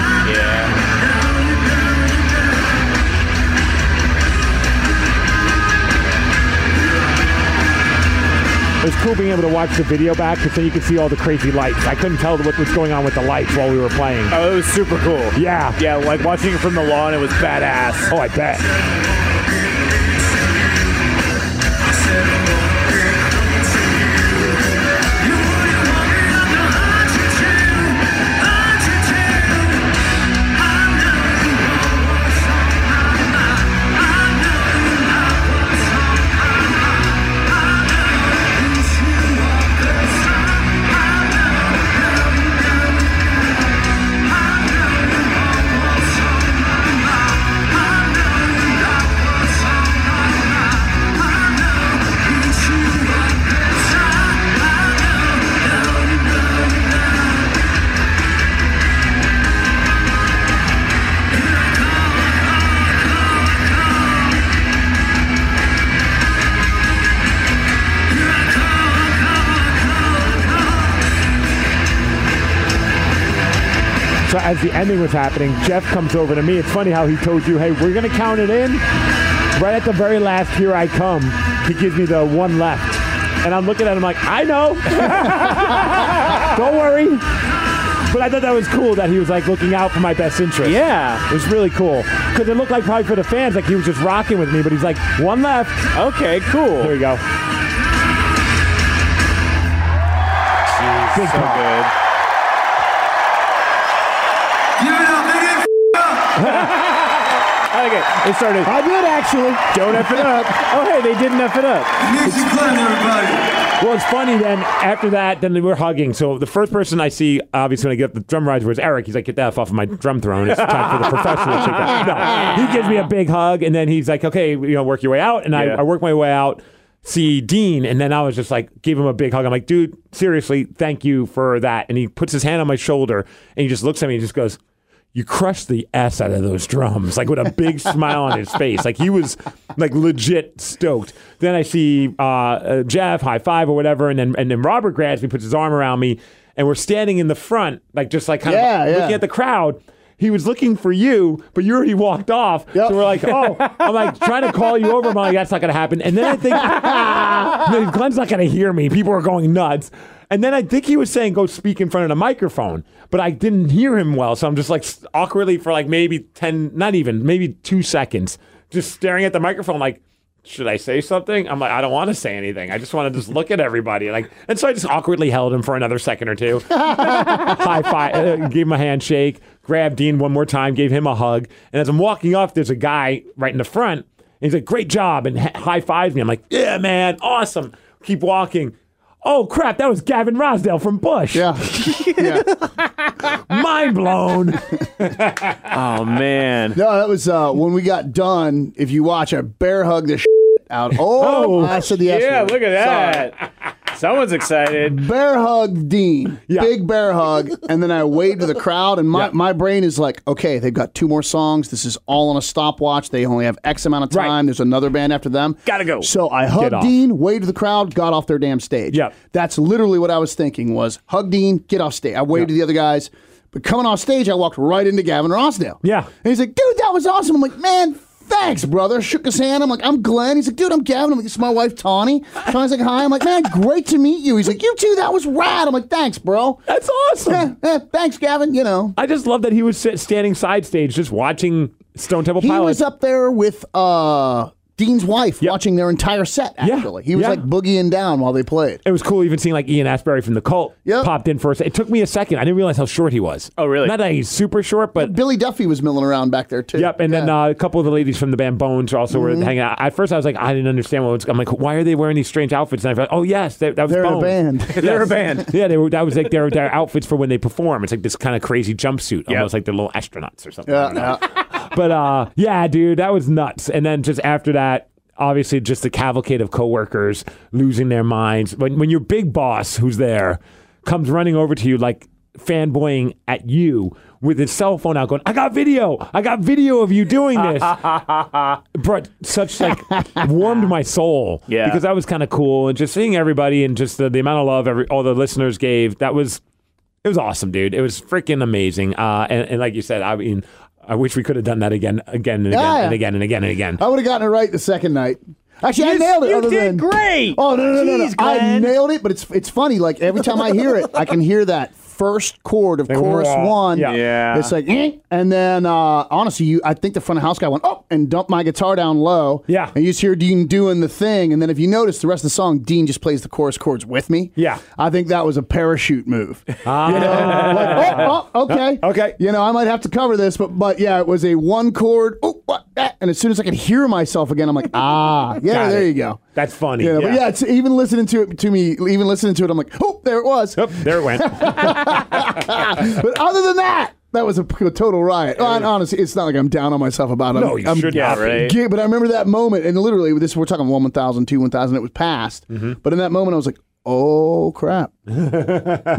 Speaker 1: It was cool being able to watch the video back because then you could see all the crazy lights. I couldn't tell what was going on with the lights while we were playing.
Speaker 3: Oh, it was super cool.
Speaker 1: Yeah.
Speaker 3: Yeah, like watching it from the lawn, it was badass.
Speaker 1: Oh, I bet. So as the ending was happening, Jeff comes over to me. It's funny how he told you, "Hey, we're gonna count it in." Right at the very last, here I come. He gives me the one left, and I'm looking at him like, "I know." Don't worry. But I thought that was cool that he was like looking out for my best interest.
Speaker 3: Yeah.
Speaker 1: It was really cool because it looked like probably for the fans like he was just rocking with me, but he's like one left.
Speaker 3: Okay,
Speaker 1: There
Speaker 3: cool.
Speaker 1: we go. Big
Speaker 3: so
Speaker 1: pop.
Speaker 3: good.
Speaker 5: Give it up, make it f- up.
Speaker 3: Okay, it started.
Speaker 1: I did actually.
Speaker 3: Don't F it up. Oh, hey, they didn't F it up.
Speaker 5: Nixie Clinton, everybody.
Speaker 1: Well, it's funny then. After that, then we were hugging. So the first person I see, obviously, when I get up the drum rides, was Eric. He's like, "Get the f off of my drum throne. It's time for the professional." Chicken. No, he gives me a big hug, and then he's like, "Okay, you know, work your way out." And I,
Speaker 3: Yeah.
Speaker 1: I work my way out, see Dean, and then I was just like, give him a big hug. I'm like, "Dude, seriously, thank you for that." And he puts his hand on my shoulder, and he just looks at me and just goes. You crushed the ass out of those drums, like with a big smile on his face. Like he was like legit stoked. Then I see uh, uh, Jeff high five or whatever, and then and then Robert grabs me, puts his arm around me, and we're standing in the front, like just like kind
Speaker 2: Yeah,
Speaker 1: of
Speaker 2: yeah.
Speaker 1: looking at the crowd. he was looking for you, but you already walked off.
Speaker 2: Yep.
Speaker 1: So we're like, oh, I'm like trying to call you over. I'm like, that's not going to happen. And then I think, "No, Glenn's not going to hear me. People are going nuts. And then I think he was saying, go speak in front of the microphone, but I didn't hear him well. So I'm just like awkwardly for like maybe 10, not even, maybe two seconds, just staring at the microphone like, should I say something? I'm like, I don't want to say anything. I just want to just look at everybody. Like, and so I just awkwardly held him for another second or two. High five, uh, gave him a handshake, grabbed Dean one more time, gave him a hug. And as I'm walking off, there's a guy right in the front. And he's like, great job. And high fives me. I'm like, yeah, man, awesome. Keep walking. Oh, crap, that was Gavin Rosdale from Bush.
Speaker 2: Yeah. yeah.
Speaker 1: Mind blown.
Speaker 3: Oh man.
Speaker 2: No, that was uh, when we got done. If you watch, I bear hugged the shit out. Oh, I said the F
Speaker 3: Yeah,
Speaker 2: word.
Speaker 3: look at
Speaker 2: Sorry.
Speaker 3: that. Someone's excited.
Speaker 2: Bear hug Dean.
Speaker 1: Yeah.
Speaker 2: Big bear hug. And then I wave to the crowd, and my,
Speaker 1: Yeah.
Speaker 2: my brain is like, okay, they've got two more songs. This is all on a stopwatch. They only have X amount of
Speaker 1: Right.
Speaker 2: time. There's another band after them.
Speaker 3: Gotta go.
Speaker 2: So I
Speaker 1: Get
Speaker 2: hugged
Speaker 1: off.
Speaker 2: Dean, waved to the crowd, got off their damn stage.
Speaker 1: Yeah.
Speaker 2: That's literally what I was thinking was hug Dean, get off stage. I waved to the other guys. But coming off stage, I walked right into Gavin Rossdale.
Speaker 1: Yeah.
Speaker 2: And he's like, dude, that was awesome. I'm like, man, thanks, brother. Shook his hand. I'm like, I'm Glenn. He's like, dude, I'm Gavin. I'm like, this is my wife, Tawny. Tawny's like, hi. I'm like, man, great to meet you. He's like, you too. That was rad. I'm like, thanks, bro.
Speaker 1: That's awesome.
Speaker 2: Eh, thanks, Gavin. You know,
Speaker 1: I just love that he was sit- standing side stage just watching Stone Temple
Speaker 2: he
Speaker 1: Pilots.
Speaker 2: was up there with uh, Dean's wife
Speaker 1: Yep.
Speaker 2: watching their entire set,
Speaker 1: Yeah.
Speaker 2: actually. He was
Speaker 1: Yeah.
Speaker 2: like boogieing down while they played.
Speaker 1: It was cool even seeing like Ian Asbury from the Cult
Speaker 2: Yep.
Speaker 1: popped in first. It took me a second. I didn't realize how short he was.
Speaker 3: Oh, really?
Speaker 1: Not that he's super short, but
Speaker 2: Billy Duffy was milling around back there, too.
Speaker 1: yep. And then uh, a couple of the ladies from the band Bones also
Speaker 2: Mm-hmm.
Speaker 1: were hanging out. At first, I was like, I didn't understand what was. I'm like, why are they wearing these strange outfits? And I thought, oh yes, that, that was
Speaker 2: They're in a
Speaker 1: Bones.
Speaker 2: band.
Speaker 3: They're a band.
Speaker 1: yeah, they were. That was like their their outfits for when they perform. It's like this kind of crazy jumpsuit,
Speaker 3: Yep.
Speaker 1: almost like they're little astronauts or something. I
Speaker 2: Yeah,
Speaker 1: don't know.
Speaker 2: yeah.
Speaker 1: but uh, yeah, dude, that was nuts. And then just after that, obviously, just the cavalcade of coworkers losing their minds. When when your big boss, who's there, comes running over to you like fanboying at you with his cell phone out, going, "I got video! I got video of you doing this." brought such like warmed my soul.
Speaker 3: Yeah.
Speaker 1: because that was kind of cool, and just seeing everybody and just the, the amount of love every all the listeners gave. That was it was awesome, dude. It was freaking amazing. Uh, and, and like you said, I mean, I wish we could have done that again, again and again
Speaker 2: Yeah. Oh,
Speaker 1: and again and again and again.
Speaker 2: I would have gotten it right the second night. Actually, I
Speaker 3: You-
Speaker 2: nailed it.
Speaker 3: you
Speaker 2: other
Speaker 3: did
Speaker 2: than-
Speaker 3: great.
Speaker 2: Oh no no no no! no.
Speaker 3: Jeez,
Speaker 2: I
Speaker 3: Glenn.
Speaker 2: nailed it, but it's it's funny. Like every time I hear it, I can hear that first chord of chorus
Speaker 1: wah.
Speaker 2: one.
Speaker 1: Yeah.
Speaker 3: Yeah.
Speaker 2: It's like, eh. and then uh, honestly, you I think the front of house guy went oh and dumped my guitar down low.
Speaker 1: Yeah.
Speaker 2: And you just hear Dean doing the thing, and then if you notice the rest of the song, Dean just plays the chorus chords with me.
Speaker 1: Yeah.
Speaker 2: I think that was a parachute move.
Speaker 1: Ah.
Speaker 2: You know, like, oh, oh, okay,
Speaker 1: Uh, okay.
Speaker 2: You know, I might have to cover this, but but yeah, it was a one chord. Oh, what? ah, and as soon as I could hear myself again, I'm like, ah, yeah,
Speaker 1: Got
Speaker 2: there
Speaker 1: it.
Speaker 2: you go.
Speaker 1: That's funny.
Speaker 2: Yeah, but yeah, it's, even listening to it to me, even listening to it, I'm like, oh, there it was.
Speaker 1: Oop, there it went.
Speaker 2: But other than that, that was a, p- a total riot. Oh, and honestly, it's not like I'm down on myself about it.
Speaker 1: No,
Speaker 2: I'm,
Speaker 1: you
Speaker 2: I'm
Speaker 1: should
Speaker 3: Yeah,
Speaker 1: not. be.
Speaker 3: right.
Speaker 2: gay, but I remember that moment, and literally, this we're talking one one thousand, two one thousand. It was past,
Speaker 1: Mm-hmm.
Speaker 2: but in that moment, I was like, "Oh crap,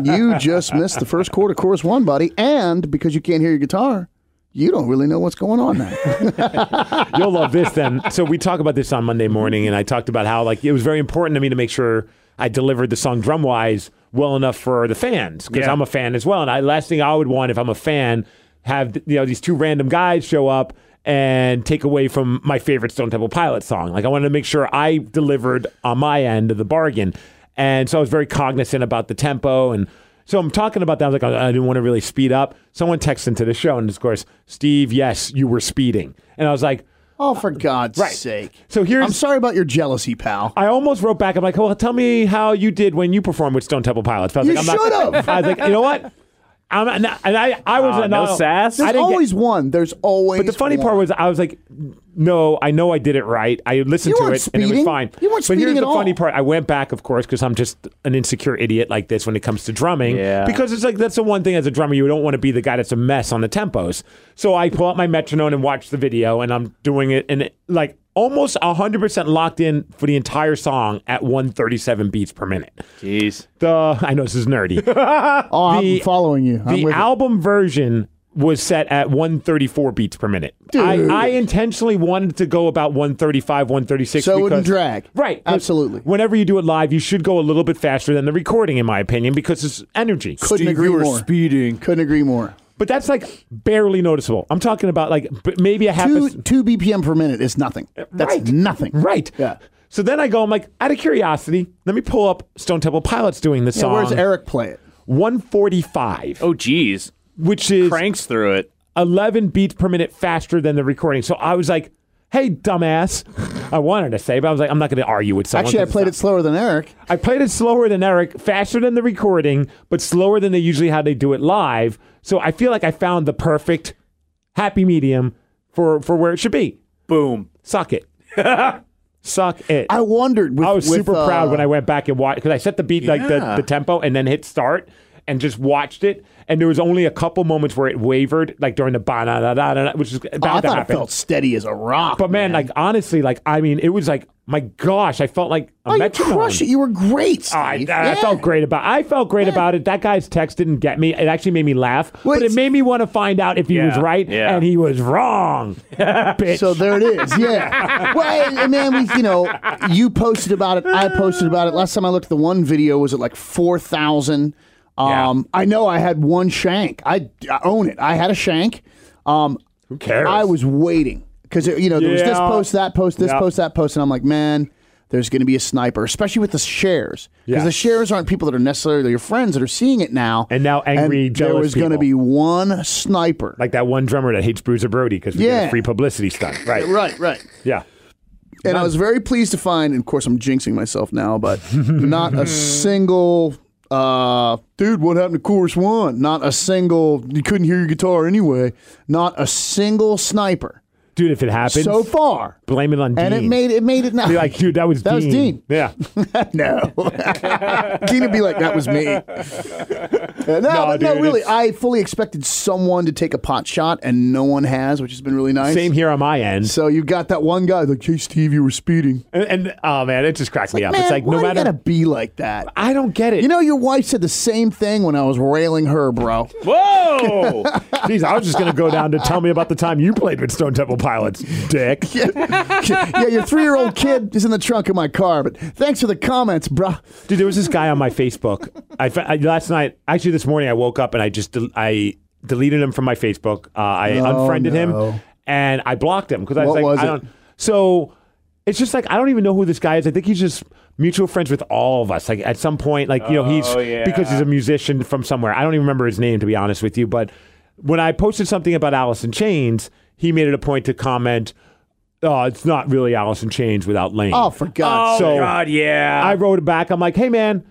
Speaker 2: you just missed the first chord of chorus one, buddy." And because you can't hear your guitar, you don't really know what's going on now.
Speaker 1: You'll love this then. So we talk about this on Monday morning, and I talked about how like it was very important to me to make sure I delivered the song drum wise well enough for the fans because
Speaker 3: Yeah.
Speaker 1: I'm a fan as well. And I last thing I would want if I'm a fan have you know these two random guys show up and take away from my favorite Stone Temple Pilot song. Like I wanted to make sure I delivered on my end of the bargain, and so I was very cognizant about the tempo and. So I'm talking about that. I was like, I I didn't want to really speed up. Someone texted into the show, and of course, Steve, yes, you were speeding. And I was like,
Speaker 2: oh, for God's
Speaker 1: Right.
Speaker 2: sake!
Speaker 1: So here's-
Speaker 2: I'm sorry about your jealousy, pal.
Speaker 1: I almost wrote back. I'm like, well, tell me how you did when you performed with Stone Temple Pilots. But I was
Speaker 2: You
Speaker 1: like, I'm not-
Speaker 2: should've.
Speaker 1: I was like, you know what? I'm not, and I, I was
Speaker 3: Aw,
Speaker 1: not,
Speaker 3: no sass?
Speaker 1: I
Speaker 2: There's
Speaker 1: didn't get-
Speaker 2: always one. There's always.
Speaker 1: but the funny
Speaker 2: one.
Speaker 1: part was, I was like, no, I know I did it right. I listened
Speaker 2: You
Speaker 1: to
Speaker 2: weren't
Speaker 1: it and it was
Speaker 2: speeding.
Speaker 1: fine.
Speaker 2: You weren't
Speaker 1: but here's
Speaker 2: speeding at
Speaker 1: the funny
Speaker 2: all.
Speaker 1: part. I went back, of course, because I'm just an insecure idiot like this when it comes to drumming.
Speaker 3: Yeah.
Speaker 1: Because it's like that's the one thing as a drummer you don't want to be the guy that's a mess on the tempos. So I pull out my metronome and watch the video, and I'm doing it and it, like almost 100% locked in for the entire song at 137 beats per minute.
Speaker 3: Jeez.
Speaker 1: The I know this is nerdy.
Speaker 2: Oh,
Speaker 1: the-
Speaker 2: I'm following you. I'm
Speaker 1: the
Speaker 2: with you.
Speaker 1: album version was set at 134 beats per minute. I,
Speaker 2: Dude.
Speaker 1: I intentionally wanted to go about 135, 136.
Speaker 2: So it wouldn't
Speaker 1: because-
Speaker 2: drag.
Speaker 1: Right. 'cause
Speaker 2: Absolutely.
Speaker 1: Whenever you do it live, you should go a little bit faster than the recording, in my opinion, because it's energy.
Speaker 2: Couldn't agree more.
Speaker 3: speeding.
Speaker 2: Couldn't agree more.
Speaker 1: But that's like barely noticeable. I'm talking about like b- maybe a half.
Speaker 2: Two,
Speaker 1: a,
Speaker 2: two BPM per minute is nothing. That's
Speaker 1: Uh, Right.
Speaker 2: nothing.
Speaker 1: Right.
Speaker 2: Yeah.
Speaker 1: So then I go, I'm like, out of curiosity, let me pull up Stone Temple Pilots doing this
Speaker 2: Yeah,
Speaker 1: song.
Speaker 2: where does Eric play it?
Speaker 1: 145,
Speaker 3: Oh, geez.
Speaker 1: which is
Speaker 3: Cranks through it.
Speaker 1: 11 beats per minute faster than the recording. So I was like, hey, dumbass. I wanted to say, but I was like, I'm not going to argue with someone.
Speaker 2: Actually, I
Speaker 1: 'cause
Speaker 2: played it
Speaker 1: it's
Speaker 2: slower than Eric.
Speaker 1: not- I played it slower than Eric, faster than the recording, but slower than they usually how they do it live. So I feel like I found the perfect happy medium for, for where it should be.
Speaker 3: Boom.
Speaker 1: Suck it. Suck it.
Speaker 2: I wondered. With,
Speaker 1: I was
Speaker 2: with,
Speaker 1: super
Speaker 2: uh,
Speaker 1: proud when I went back and watched because I set the beat like the,
Speaker 3: Yeah.
Speaker 1: the tempo and then hit start and just watched it. And there was only a couple moments where it wavered, like during the ba da da da da, which is
Speaker 2: Oh, I
Speaker 1: about to
Speaker 2: thought it
Speaker 1: happen.
Speaker 2: felt steady as a rock.
Speaker 1: But man, like honestly, like I mean, it was like my gosh, I felt like a
Speaker 2: oh, you
Speaker 1: metronome.
Speaker 2: crushed it. You were great.
Speaker 1: Oh, I,
Speaker 2: Steve.
Speaker 1: I
Speaker 2: Yeah.
Speaker 1: felt great about. I felt great about it. That guy's text didn't get me. It actually made me laugh,
Speaker 2: Well,
Speaker 1: but it
Speaker 2: it's-
Speaker 1: made me want to find out if he was
Speaker 3: Yeah,
Speaker 1: right
Speaker 3: yeah.
Speaker 1: and he was wrong. Bitch.
Speaker 2: So there it is. Yeah. well, and man, we, you know, you posted about it. I posted about it. Last time I looked at the one video, was it like 4,000? Um, I know I had one shank. I, I own it. I had a shank. Um,
Speaker 1: Who cares?
Speaker 2: I was waiting because, you know, there was this
Speaker 1: Yeah.
Speaker 2: post, that post, this
Speaker 1: Yeah.
Speaker 2: post, that post. And I'm like, man, there's going to be a sniper, especially with the shares. Because
Speaker 1: Yeah.
Speaker 2: the shares aren't people that are necessarily your friends that are seeing it now.
Speaker 1: And now angry,
Speaker 2: There
Speaker 1: jealous
Speaker 2: was going to
Speaker 1: people.
Speaker 2: be one sniper.
Speaker 1: like that one drummer that hates Bruiser Brody because we did
Speaker 2: Yeah.
Speaker 1: a free publicity stunt. Right.
Speaker 2: right, right.
Speaker 1: Yeah.
Speaker 2: And I was very pleased to find, and of course, I'm jinxing myself now, but not a single, uh, dude, what happened to Chorus One? Not a single, you couldn't hear your guitar anyway. Not a single sniper
Speaker 1: Dude, if it happens,
Speaker 2: so far.
Speaker 1: blame it on Dean.
Speaker 2: And it made it made it now.
Speaker 1: Be like, dude, that was
Speaker 2: That was
Speaker 1: Dean.
Speaker 2: Dean.
Speaker 1: Yeah.
Speaker 2: no. Dean would be like, that was me. Uh, no, but no,
Speaker 1: dude,
Speaker 2: really,
Speaker 1: it's-
Speaker 2: I fully expected someone to take a pot shot, and no one has, which has been really nice.
Speaker 1: Same here on my end.
Speaker 2: So you got that one guy like, hey, Steve, you were speeding.
Speaker 1: and, and- oh man, it just cracks me up.
Speaker 2: Man,
Speaker 1: it's like
Speaker 2: why
Speaker 1: no
Speaker 2: you
Speaker 1: matter.
Speaker 2: gotta be like that.
Speaker 1: I don't get it.
Speaker 2: You know, your wife said the same thing when I was railing her, bro.
Speaker 3: Whoa.
Speaker 1: Jeez, I was just gonna go down to tell me about the time you played with Stone Temple Pilots, Dick.
Speaker 2: yeah, your three year old kid is in the trunk of my car, but thanks for the comments, bro.
Speaker 1: Dude, there was this guy on my Facebook. I, fa- I- last night, actually this morning, I woke up and I just del- I deleted him from my Facebook. Uh, I unfriended
Speaker 2: no.
Speaker 1: him and I blocked him because I was
Speaker 2: What
Speaker 1: like,
Speaker 2: was
Speaker 1: I
Speaker 2: it?
Speaker 1: don't. So it's just like I don't even know who this guy is. I think he's just mutual friends with all of us. Like at some point, like you know, he's
Speaker 3: Oh, yeah.
Speaker 1: because he's a musician from somewhere. I don't even remember his name to be honest with you. But when I posted something about Alice in Chains, he made it a point to comment. Oh, it's not really Alice in Chains without Lane.
Speaker 2: Oh, for God's
Speaker 3: oh,
Speaker 1: So-
Speaker 3: God, yeah.
Speaker 1: I wrote it back. I'm like, hey man,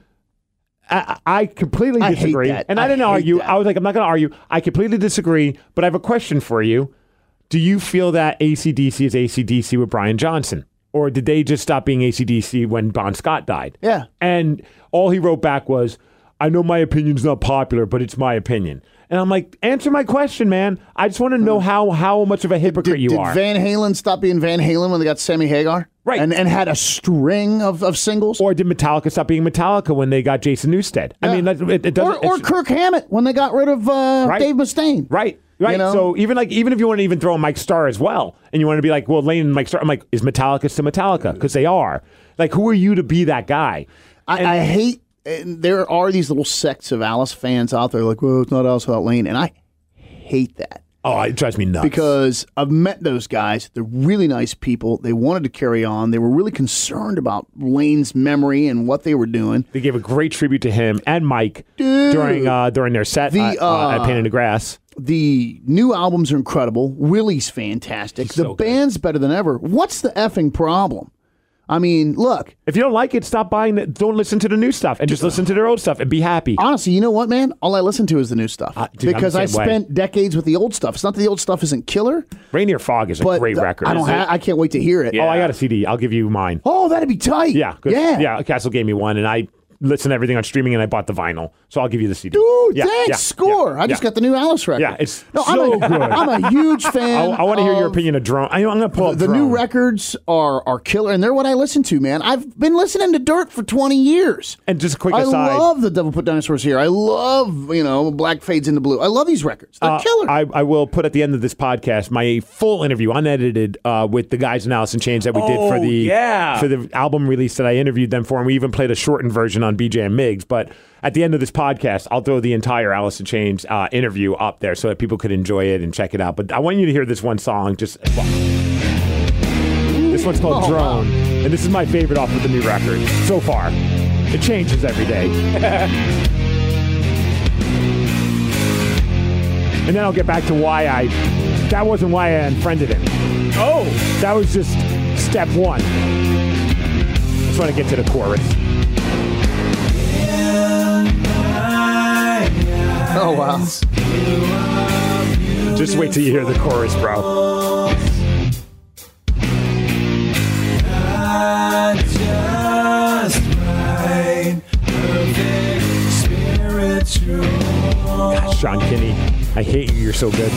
Speaker 1: I, I completely
Speaker 2: I hate
Speaker 1: disagree,
Speaker 2: that.
Speaker 1: and I,
Speaker 2: I
Speaker 1: didn't
Speaker 2: hate
Speaker 1: argue.
Speaker 2: that.
Speaker 1: I was like, I'm not going to argue. I completely disagree, but I have a question for you. Do you feel that ACDC is ACDC with Brian Johnson, or did they just stop being ACDC when Bon Scott died?
Speaker 2: Yeah.
Speaker 1: And all he wrote back was, I know my opinion's not popular, but it's my opinion. And I'm like, answer my question, man. I just want to know how how much of a hypocrite
Speaker 2: Did,
Speaker 1: you
Speaker 2: did
Speaker 1: are.
Speaker 2: Van Halen stop being Van Halen when they got Sammy Hagar?
Speaker 1: Right.
Speaker 2: And, and had a string of, of singles?
Speaker 1: or did Metallica stop being Metallica when they got Jason Newsted? I
Speaker 2: Yeah.
Speaker 1: mean, that, it, it
Speaker 2: or,
Speaker 1: doesn't.
Speaker 2: or
Speaker 1: it's-
Speaker 2: Kirk Hammett when they got rid of uh,
Speaker 1: Right.
Speaker 2: Dave Mustaine.
Speaker 1: Right. Right.
Speaker 2: You know?
Speaker 1: So even like even if you want to even throw in Mike Starr as well, and you want to be like, well, Lane and Mike Starr, I'm like, is Metallica still Metallica? Because they are. Like, who are you to be that guy?
Speaker 2: I, I hate, and there are these little sects of Alice fans out there like, well, it's not Alice without Lane. And I hate that.
Speaker 1: Oh, it drives me nuts.
Speaker 2: because I've met those guys. They're really nice people. They wanted to carry on. They were really concerned about Lane's memory and what they were doing.
Speaker 1: they gave a great tribute to him and Mike during uh, during their set
Speaker 2: The,
Speaker 1: uh, uh, at
Speaker 2: uh,
Speaker 1: Pain in the Grass.
Speaker 2: The new albums are incredible. Willie's fantastic. the
Speaker 1: so good.
Speaker 2: band's better than ever. What's the effing problem? I mean, look,
Speaker 1: If you don't like it, stop buying it. Don't listen to the new stuff and just listen to their old stuff and be happy.
Speaker 2: honestly, you know what, man? All I listen to is the new stuff
Speaker 1: Uh, dude, I'm the
Speaker 2: because I
Speaker 1: same way.
Speaker 2: spent decades with the old stuff. It's not that the old stuff isn't killer,
Speaker 1: Rainier Fog is a
Speaker 2: but
Speaker 1: great
Speaker 2: the-
Speaker 1: record.
Speaker 2: I don't. Ha- I can't wait to hear it.
Speaker 1: oh, I got a CD. I'll give you mine.
Speaker 2: Oh, that'd be tight.
Speaker 1: Yeah, 'cause-
Speaker 2: yeah,
Speaker 1: yeah. Castle gave me one, and I listened to everything on streaming, and I bought the vinyl. So I'll give you the CD.
Speaker 2: Dude,
Speaker 1: Yeah,
Speaker 2: thanks.
Speaker 1: yeah,
Speaker 2: score.
Speaker 1: yeah,
Speaker 2: I just
Speaker 1: yeah.
Speaker 2: got the new Alice record.
Speaker 1: Yeah, it's
Speaker 2: I'm
Speaker 1: so
Speaker 2: a,
Speaker 1: good.
Speaker 2: I'm a huge fan.
Speaker 1: I, want to hear your
Speaker 2: of-
Speaker 1: opinion of drone. I, am going to pull up
Speaker 2: The new
Speaker 1: Drone.
Speaker 2: records are are killer, and they're what I listen to, man. I've been listening to Dirt for 20 years.
Speaker 1: And just a quick
Speaker 2: I
Speaker 1: aside,
Speaker 2: love the Devil Put Dinosaurs here. I love, you know, Black Fades into Blue. I love these records. They're
Speaker 1: uh,
Speaker 2: killer.
Speaker 1: I, I will put at the end of this podcast my full interview, unedited, uh, with the guys in Alice in Chains that we did for
Speaker 3: Oh,
Speaker 1: the
Speaker 3: yeah.
Speaker 1: for the album release that I interviewed them for, and we even played a shortened version on on BJ and Miggs. But at the end of this podcast, I'll throw the entire Alice in Chains uh, interview up there so that people could enjoy it and check it out. But I want you to hear this one song. Just this one's called
Speaker 2: Oh, wow.
Speaker 1: Drone, and this is my favorite off of the new record so far. It changes every day. and then I'll get back to why I. That wasn't why I unfriended him. Oh, that was just step one. Just want to get to the chorus.
Speaker 2: Oh wow.
Speaker 1: Just wait till you hear the chorus, bro. God, Sean Kinney, I hate you. You're so good.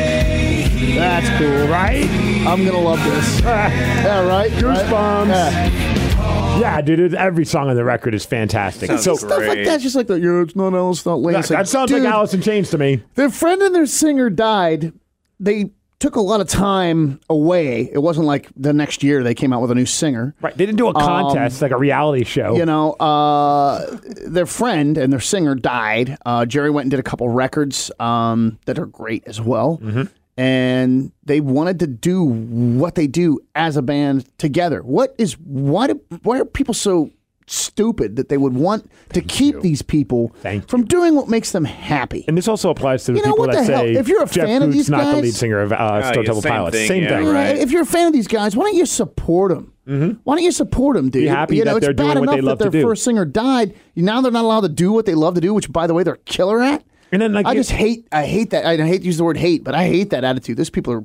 Speaker 2: That's cool, right? I'm gonna love this. yeah, right. Right?
Speaker 1: Goosebumps.
Speaker 2: Yeah.
Speaker 1: Yeah, dude, it- every song on the record is fantastic.
Speaker 3: Sounds
Speaker 1: so
Speaker 3: great.
Speaker 2: Stuff like that, just like the you're not Alice, not Lane.
Speaker 1: that,
Speaker 2: It's like,
Speaker 1: that sounds
Speaker 2: dude,
Speaker 1: like Alice in Chains to me.
Speaker 2: Their friend and their singer died. They took a lot of time away. It wasn't like the next year they came out with a new singer.
Speaker 1: Right? They didn't do a contest like a reality show.
Speaker 2: Um, You know, uh, their friend and their singer died. Uh, Jerry went and did a couple records um, that are great as well.
Speaker 1: Mm-hmm.
Speaker 2: And they wanted to do what they do as a band together. What is why do why are people so stupid that they would want to keep these people
Speaker 1: Thank
Speaker 2: from doing what makes them happy?
Speaker 1: And this also applies to the
Speaker 2: You know
Speaker 1: people
Speaker 2: what
Speaker 1: that
Speaker 2: the hell?
Speaker 1: say
Speaker 2: If you're a
Speaker 1: Jeff
Speaker 2: fan of
Speaker 1: Booth's
Speaker 2: these
Speaker 1: not the
Speaker 2: guys-
Speaker 1: lead singer of uh, Stone
Speaker 3: yeah,
Speaker 1: Temple
Speaker 3: same
Speaker 1: Pilots.
Speaker 3: thing,
Speaker 1: Same
Speaker 3: yeah,
Speaker 1: thing.
Speaker 2: Yeah,
Speaker 3: right.
Speaker 2: If you're a fan of these guys, why don't you support them? Why don't you support them, dude?
Speaker 1: Mm-hmm. Be happy
Speaker 2: you
Speaker 1: that
Speaker 2: know, it's
Speaker 1: they're doing
Speaker 2: bad
Speaker 1: what
Speaker 2: enough
Speaker 1: they love
Speaker 2: that
Speaker 1: to
Speaker 2: their
Speaker 1: do.
Speaker 2: first singer died. Now they're not allowed to do what they love to do, which, by the way, they're killer at.
Speaker 1: And then, like,
Speaker 2: I
Speaker 1: you-
Speaker 2: just hate. I hate that. I hate to use the word hate, but I hate that attitude. Those people are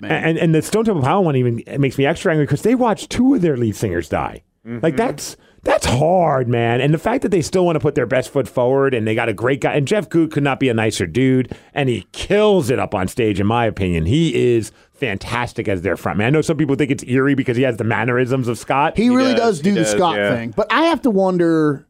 Speaker 2: man.
Speaker 1: And and the Stone Temple Pilot one even it makes me extra angry because they watched two of their lead singers die.
Speaker 3: Mm-hmm.
Speaker 1: Like that's that's hard, man. And the fact that they still want to put their best foot forward and they got a great guy and Jeff Goot could not be a nicer dude and he kills it up on stage in my opinion. He is fantastic as their frontman. I know some people think it's eerie because he has the mannerisms of Scott.
Speaker 2: he, really
Speaker 3: does,
Speaker 2: does, do
Speaker 3: he
Speaker 2: the
Speaker 3: does,
Speaker 2: Scott
Speaker 3: yeah.
Speaker 2: thing, but I have to wonder.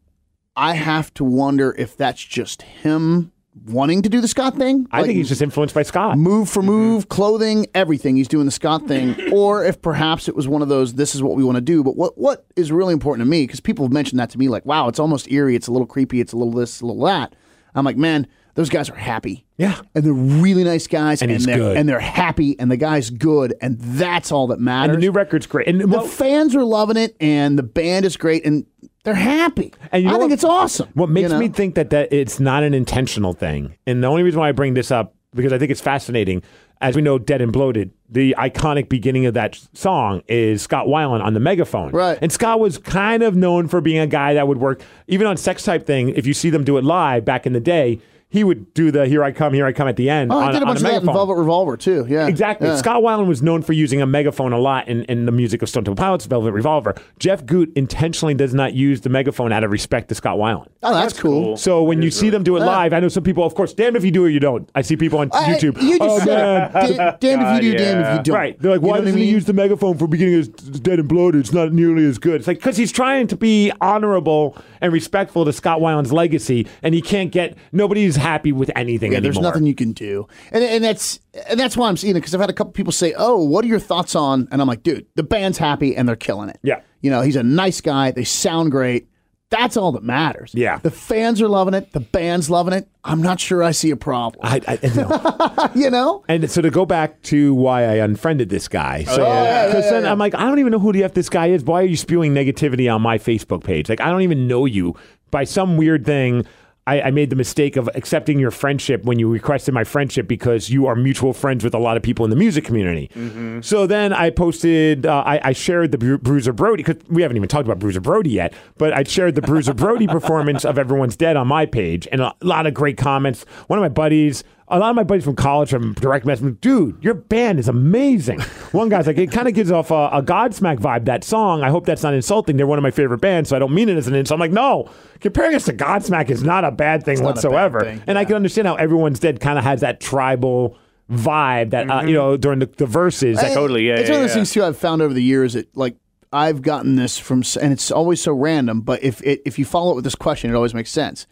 Speaker 2: I have to wonder if that's just him wanting to do the Scott thing.
Speaker 1: I think
Speaker 2: Like,
Speaker 1: he's just influenced by Scott.
Speaker 2: move for
Speaker 1: Mm-hmm.
Speaker 2: move, clothing, everything. He's doing the Scott thing, or if perhaps it was one of those. This is what we want to do. But what what is really important to me because people have mentioned that to me, like, wow, it's almost eerie. It's a little creepy. It's a little this, a little that. I'm like, man, those guys are happy.
Speaker 1: Yeah.
Speaker 2: and they're really nice guys,
Speaker 1: And he's
Speaker 2: they're
Speaker 1: good.
Speaker 2: and they're happy, and the guy's good, and that's all that
Speaker 1: And
Speaker 2: matters.
Speaker 1: the new record's great. And
Speaker 2: the
Speaker 1: well,
Speaker 2: fans are loving it, and the band is great, and they're happy.
Speaker 1: And you
Speaker 2: I
Speaker 1: know
Speaker 2: think
Speaker 1: what-
Speaker 2: it's awesome.
Speaker 1: What
Speaker 2: you
Speaker 1: makes
Speaker 2: know?
Speaker 1: me think that, that it's not an intentional thing, and the only reason why I bring this up because I think it's fascinating. As we know, "Dead and Bloated," the iconic beginning of that song is Scott Weiland on the megaphone,
Speaker 2: Right.
Speaker 1: And Scott was kind of known for being a guy that would work even on Sex Type Thing. If you see them do it live back in the day, he would do the "Here I Come, Here I Come" at the end.
Speaker 2: Oh,
Speaker 1: on,
Speaker 2: I did a
Speaker 1: on
Speaker 2: bunch of
Speaker 1: the
Speaker 2: that in
Speaker 1: megaphone.
Speaker 2: Velvet Revolver too. Yeah,
Speaker 1: Exactly.
Speaker 2: Yeah.
Speaker 1: Scott Weiland was known for using a megaphone a lot in, in the music of Stone Temple Pilots' Velvet Revolver. Jeff Goot intentionally does not use the megaphone out of respect to Scott Weiland.
Speaker 2: Oh, that's, cool.
Speaker 1: So when you see them do it live, I know some people, of course, damn if you do or you don't. I see people on
Speaker 2: I-
Speaker 1: YouTube.
Speaker 2: You
Speaker 1: oh,
Speaker 2: just said
Speaker 1: man.
Speaker 2: it. Da- damned if you do,
Speaker 3: God,
Speaker 2: damned if
Speaker 3: yeah.
Speaker 2: you don't.
Speaker 1: Right. They're like,
Speaker 2: You
Speaker 1: why
Speaker 2: know what
Speaker 1: doesn't
Speaker 2: I
Speaker 1: he
Speaker 2: mean?
Speaker 1: use the megaphone for beginning as dead and bloated? It's not nearly as good. It's like, because he's trying to be honorable and respectful to Scott Weiland's legacy, and he can't get, nobody's happy with anything
Speaker 2: Yeah,
Speaker 1: anymore.
Speaker 2: there's nothing you can do, and and that's and that's why I'm seeing it because I've had a couple people say, "Oh, what are your thoughts on?" And I'm like, "Dude, the band's happy and they're killing it."
Speaker 1: Yeah.
Speaker 2: you know, he's a nice guy. They sound great. That's all that matters.
Speaker 1: Yeah.
Speaker 2: the fans are loving it. The band's loving it. I'm not sure I see a problem.
Speaker 1: I, I, no.
Speaker 2: you know,
Speaker 1: And so to go back to why I unfriended this guy, so
Speaker 2: Oh, yeah.
Speaker 1: 'cause then I'm like, I don't even know who the f this guy is. Why are you spewing negativity on my Facebook page? Like, I don't even know you. By some weird thing, I I, I made the mistake of accepting your friendship when you requested my friendship because you are mutual friends with a lot of people in the music community.
Speaker 2: Mm-hmm.
Speaker 1: So then I posted, uh, I, I shared the Bru- Bruiser Brody because we haven't even talked about Bruiser Brody yet, but I shared the Bruiser Brody performance of Everyone's Dead on my page, and a lot of great comments. One of my buddies. A lot of my buddies from college from direct message, dude, your band is amazing. One guy's like, it kind of gives off a, a Godsmack vibe, that song. I hope that's not insulting. They're one of my favorite bands, so I don't mean it as an insult. I'm like, no, comparing us to Godsmack is not a bad thing
Speaker 2: not a bad
Speaker 1: whatsoever.
Speaker 2: thing,
Speaker 1: And I can understand how Everyone's Dead kind of has that tribal vibe that,
Speaker 2: Mm-hmm.
Speaker 1: uh, you know, during the, the verses. that
Speaker 2: I-
Speaker 1: go-
Speaker 3: Totally, yeah,
Speaker 2: It's
Speaker 3: yeah,
Speaker 2: one of those
Speaker 3: yeah.
Speaker 2: things too. I've found over the years that like I've gotten this from, s- and it's always so random. But if it, if you follow it with this question, it always makes sense.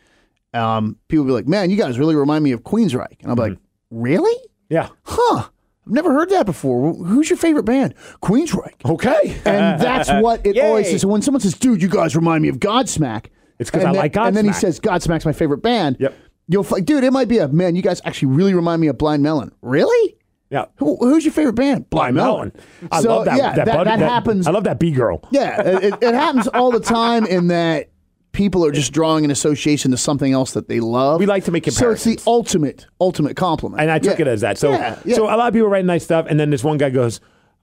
Speaker 2: Um, people be like, "Man, you guys really remind me of Queensryche," and I'm
Speaker 3: Mm-hmm.
Speaker 2: like, "Really?
Speaker 1: yeah.
Speaker 2: Huh? I've never heard that before. Wh- Who's your favorite band? Queensryche."
Speaker 1: Okay.
Speaker 2: And that's what it always is. So when someone says, "Dude, you guys remind me of Godsmack,"
Speaker 1: It's 'cause
Speaker 2: and
Speaker 1: I
Speaker 2: then-
Speaker 1: like
Speaker 2: And then he
Speaker 1: Godsmack.
Speaker 2: says, "Godsmack's my favorite band."
Speaker 1: Yep.
Speaker 2: You'll, fi- dude, it might be a man. You guys actually really remind me of Blind Melon. Really?
Speaker 1: yeah.
Speaker 2: Who, who's your favorite band? Blind
Speaker 1: Melon. I
Speaker 2: So,
Speaker 1: love that.
Speaker 2: Yeah, that,
Speaker 1: bud-
Speaker 2: that happens.
Speaker 1: I love that B girl.
Speaker 2: yeah, it, it- it happens all the time in that people are just drawing an association to something else that they love.
Speaker 1: We like to make
Speaker 2: So it's the
Speaker 1: comparisons.
Speaker 2: ultimate, ultimate compliment.
Speaker 1: And I took
Speaker 2: Yeah.
Speaker 1: it as that. So,
Speaker 2: Yeah, yeah.
Speaker 1: so a lot of people write nice stuff, and then this one guy goes,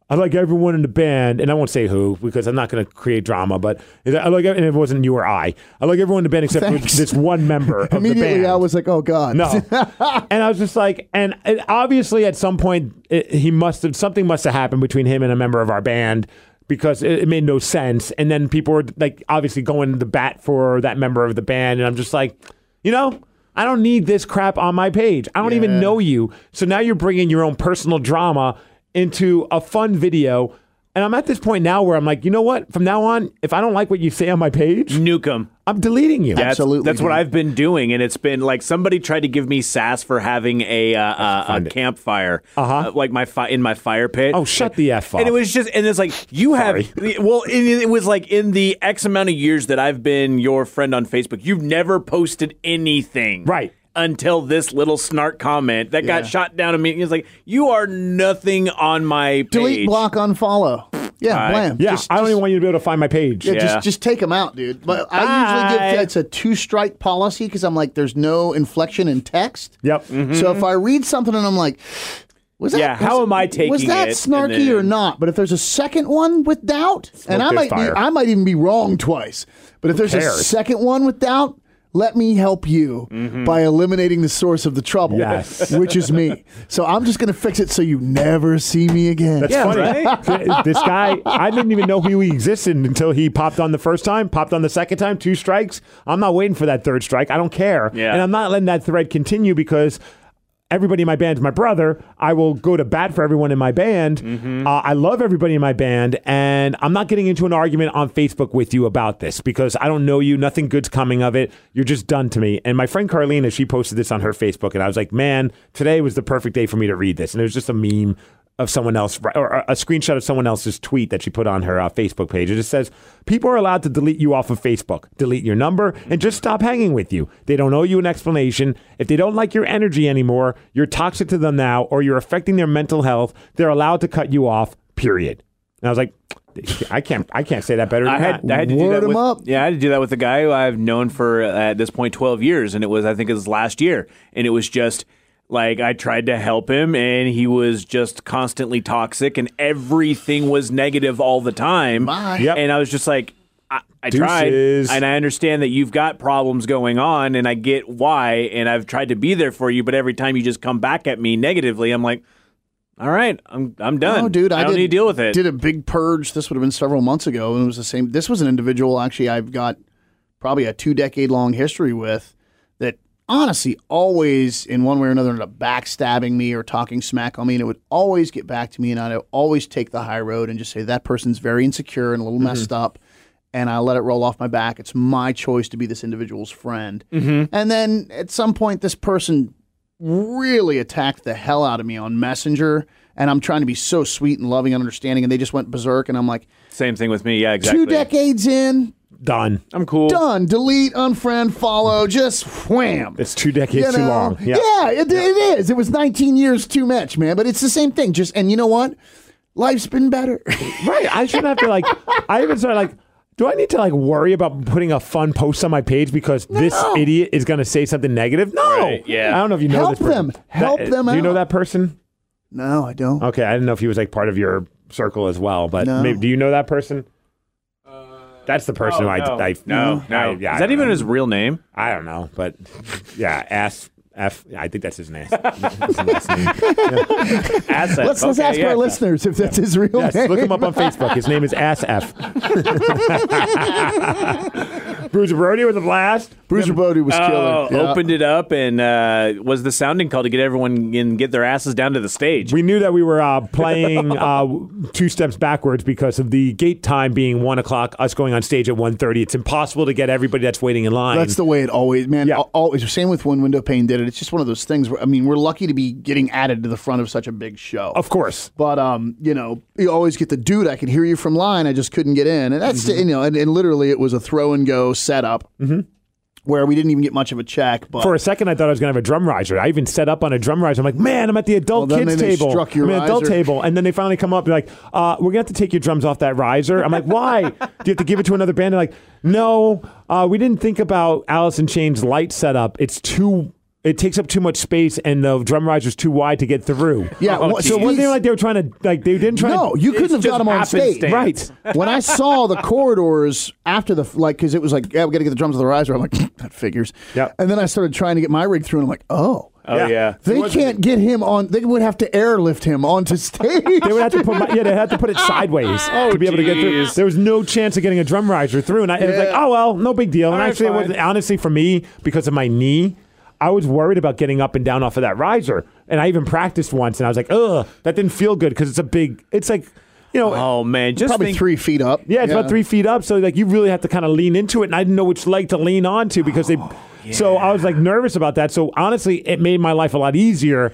Speaker 1: "I like everyone in the band," and I won't say who because I'm not going to create drama. But I like, and it wasn't you or I. I like everyone in the band except for
Speaker 2: Thanks.
Speaker 1: this one member of the
Speaker 2: Immediately,
Speaker 1: band.
Speaker 2: I was like, "Oh God,
Speaker 1: No. and I was just like, and it, obviously at some point it, he must have something must have happened between him and a member of our band because it, it made no sense. And then people were like, obviously going to the bat for that member of the band, and I'm just like, you know. I don't need this crap on my page. I don't even know you. So now you're bringing your own personal drama into a fun video. And I'm at this point now where I'm like, you know what? From now on, if I don't like what you say on my page,
Speaker 3: Nuke 'em.
Speaker 1: I'm deleting you.
Speaker 3: Mm. That's-
Speaker 2: Absolutely,
Speaker 3: That's, what
Speaker 2: dude.
Speaker 3: I've been doing, and it's been like somebody tried to give me sass for having a uh, uh, a campfire,
Speaker 1: Uh-huh.
Speaker 3: uh, like my fi- in my fire pit.
Speaker 1: Oh, shut
Speaker 3: Like-
Speaker 1: the F up.
Speaker 3: And it was just, and it's like you have, well, and it was like in the X amount of years that I've been your friend on Facebook, you've never posted anything,
Speaker 1: Right.
Speaker 3: Until this little snark comment that got shot down immediately. It's like you are nothing on my page.
Speaker 2: delete, block, unfollow." Yeah,
Speaker 3: All right.
Speaker 2: blam.
Speaker 1: Yeah,
Speaker 2: Just-
Speaker 1: I don't
Speaker 2: just-
Speaker 1: even want you to be able to find my page.
Speaker 2: Yeah,
Speaker 3: Yeah.
Speaker 2: just just take them out, dude. But I usually
Speaker 3: Bye.
Speaker 2: give it's a two strike policy because I'm like, there's no inflection in text.
Speaker 1: Yep.
Speaker 2: So if I read something and I'm like, was that?
Speaker 3: Mm-hmm. Yeah, how
Speaker 2: was-
Speaker 3: am I
Speaker 2: Was
Speaker 3: taking
Speaker 2: that
Speaker 3: it?
Speaker 2: snarky
Speaker 3: And then-
Speaker 2: or not? But if there's a second one with doubt, and I
Speaker 1: this
Speaker 2: might be,
Speaker 1: fire.
Speaker 2: I might even be wrong twice. But if there's a
Speaker 1: cares?
Speaker 2: second one with doubt. Let me help you
Speaker 3: Mm-hmm.
Speaker 2: by eliminating the source of the trouble,
Speaker 1: Yes.
Speaker 2: which is me. So I'm just going to fix it so you never see me again.
Speaker 1: That's funny. this guy, I didn't even know who he existed until he popped on the first time, popped on the second time, two strikes. I'm not waiting for that third strike. I don't care.
Speaker 3: Yeah.
Speaker 1: And I'm not letting that thread continue because everybody in my band's my brother. I will go to bat for everyone in my band. Uh, I love everybody in my band. And I'm not getting into an argument on Facebook with you about this because I don't know you. Nothing good's coming of it. You're just done to me. And my friend Carlina, she posted this on her Facebook. And I was like, man, today was the perfect day for me to read this. And it was just a meme of someone else or a screenshot of someone else's tweet that she put on her uh, Facebook page. It just says, People are allowed to delete you off of Facebook, delete your number, and just stop hanging with you. They don't owe you an explanation. If they don't like your energy anymore, you're toxic to them now, or you're affecting their mental health, they're allowed to cut you off, period. And I was like, I can't, I can't say that better. Than
Speaker 3: I had,
Speaker 1: that.
Speaker 3: I had to do
Speaker 2: Word
Speaker 3: that
Speaker 2: him
Speaker 3: with,
Speaker 2: up.
Speaker 3: Yeah, I had to do that with a guy who I've known for uh, at this point twelve years, and it was I think it was last year, and it was just like I tried to help him, and he was just constantly toxic, and everything was negative all the time.
Speaker 2: Bye.
Speaker 1: Yep.
Speaker 3: And I was just like. I, I tried,
Speaker 1: Deuces.
Speaker 3: and I understand that you've got problems going on, and I get why, and I've tried to be there for you. But every time you just come back at me negatively, I'm like, "All right, I'm I'm done,
Speaker 2: No, dude, I,
Speaker 3: don't
Speaker 2: did,
Speaker 3: need to deal with it."
Speaker 2: Did a big purge. This would have been several months ago, and it was the same. This was an individual actually I've got probably a two decade long history with that honestly always in one way or another ended up backstabbing me or talking smack on me, and it would always get back to me, and I'd always take the high road and just say that person's very insecure and a little messed
Speaker 3: Mm-hmm.
Speaker 2: up. And I let it roll off my back. It's my choice to be this individual's friend.
Speaker 3: Mm-hmm.
Speaker 2: And then at some point, this person really attacked the hell out of me on Messenger. And I'm trying to be so sweet and loving and understanding. And they just went berserk. And I'm like,
Speaker 3: Same thing with me. Yeah, exactly.
Speaker 2: two decades in,
Speaker 1: Done.
Speaker 3: I'm cool.
Speaker 2: done. Delete, unfriend, follow, just wham.
Speaker 1: It's two decades too
Speaker 2: know?
Speaker 1: long. Yeah.
Speaker 2: it, it is. It was 19 years too much, man. But it's the same thing. Just, and you know what? Life's been better.
Speaker 1: Right. I shouldn't have to like. I even started like. Do I need to like worry about putting a fun post on my page because this idiot is going to say something negative? No.
Speaker 3: Right, yeah.
Speaker 1: I don't know if you know
Speaker 2: Help
Speaker 1: this person.
Speaker 2: them. Help
Speaker 1: That-
Speaker 2: them
Speaker 1: Do you know
Speaker 2: out.
Speaker 1: that person?
Speaker 2: No, I don't.
Speaker 1: Okay, I didn't know if he was like part of your circle as well, but
Speaker 2: No.
Speaker 1: maybe do you know that person? That's the person who I, I
Speaker 3: Uh, Oh, no, no.
Speaker 1: I- yeah,
Speaker 3: is
Speaker 1: I
Speaker 3: that
Speaker 1: don't
Speaker 3: even
Speaker 1: know.
Speaker 3: his real name?
Speaker 1: I don't know, but yeah, ass. F, I think that's his name. That's his last name.
Speaker 3: Asset.
Speaker 2: Let's, let's
Speaker 3: Okay,
Speaker 2: ask
Speaker 3: yeah.
Speaker 2: our listeners if that's his real
Speaker 1: Yes,
Speaker 2: name.
Speaker 1: look him up on Facebook. His name is Ass F. Bruiser Brody with a blast.
Speaker 2: Bruiser Brody was
Speaker 3: Oh,
Speaker 2: killer. Yeah.
Speaker 3: opened it up and uh, was the sounding call to get everyone and get their asses down to the stage.
Speaker 1: We knew that we were uh, playing uh, two steps backwards because of the gate time being one o'clock. Us going on stage at one thirty. It's impossible to get everybody that's waiting in line.
Speaker 2: That's the way it always, man.
Speaker 1: Yeah.
Speaker 2: al- Always. Same with when Window Pane did it. It's just one of those things where, I mean, we're lucky to be getting added to the front of such a big show.
Speaker 1: of course.
Speaker 2: But um, you know, you always get the dude. I can hear you from line. I just couldn't get in, and that's
Speaker 1: Mm-hmm.
Speaker 2: you know, and, and literally it was a throw and go setup where we didn't even get much of a check. But
Speaker 1: For a second, I thought I was going to have a drum riser. I even set up on a drum riser. I'm like, man, I'm at the adult
Speaker 2: Well, then
Speaker 1: kids
Speaker 2: they
Speaker 1: table.
Speaker 2: struck your
Speaker 1: I'm at the adult
Speaker 2: riser.
Speaker 1: table, and then they finally come up. They're like, uh, we're going to have to take your drums off that riser. I'm like, why? Do you have to give it to another band? They're like, no, uh, we didn't think about Alice in Chains light setup. It's too. It takes up too much space, and the drum riser's too wide to get through.
Speaker 2: Yeah,
Speaker 3: Oh,
Speaker 2: well,
Speaker 1: So it
Speaker 2: geez.
Speaker 1: wasn't even like they were trying to like they didn't try.
Speaker 2: no, you couldn't have
Speaker 3: just
Speaker 2: got him on stage,
Speaker 3: happenstance.
Speaker 1: Right.
Speaker 2: when I saw the corridors after the like, because it was like, yeah, we got to get the drums of the riser. I'm like, that figures.
Speaker 1: Yep.
Speaker 2: And then I started trying to get my rig through, and I'm like, oh,
Speaker 3: Oh
Speaker 1: Yeah.
Speaker 3: yeah.
Speaker 2: they can't get him on. They would have to airlift him onto stage.
Speaker 1: They would have to put my, yeah, they had to put it sideways
Speaker 3: Oh,
Speaker 1: to be able to get through.
Speaker 3: geez.
Speaker 1: There was no chance of getting a drum riser through, and I it was like, oh well, no big deal. And
Speaker 3: right,
Speaker 1: actually, it
Speaker 3: fine.
Speaker 1: wasn't, honestly, for me, because of my knee, I was worried about getting up and down off of that riser, and I even practiced once, and I was like, ugh, that didn't feel good because it's a big, it's like, you know.
Speaker 3: Oh man, just
Speaker 2: Probably
Speaker 3: think,
Speaker 2: three feet up.
Speaker 1: Yeah, it's about three feet up, so like you really have to kind of lean into it, and I didn't know which leg to lean onto because they. So I was like nervous about that. So honestly, it made my life a lot easier.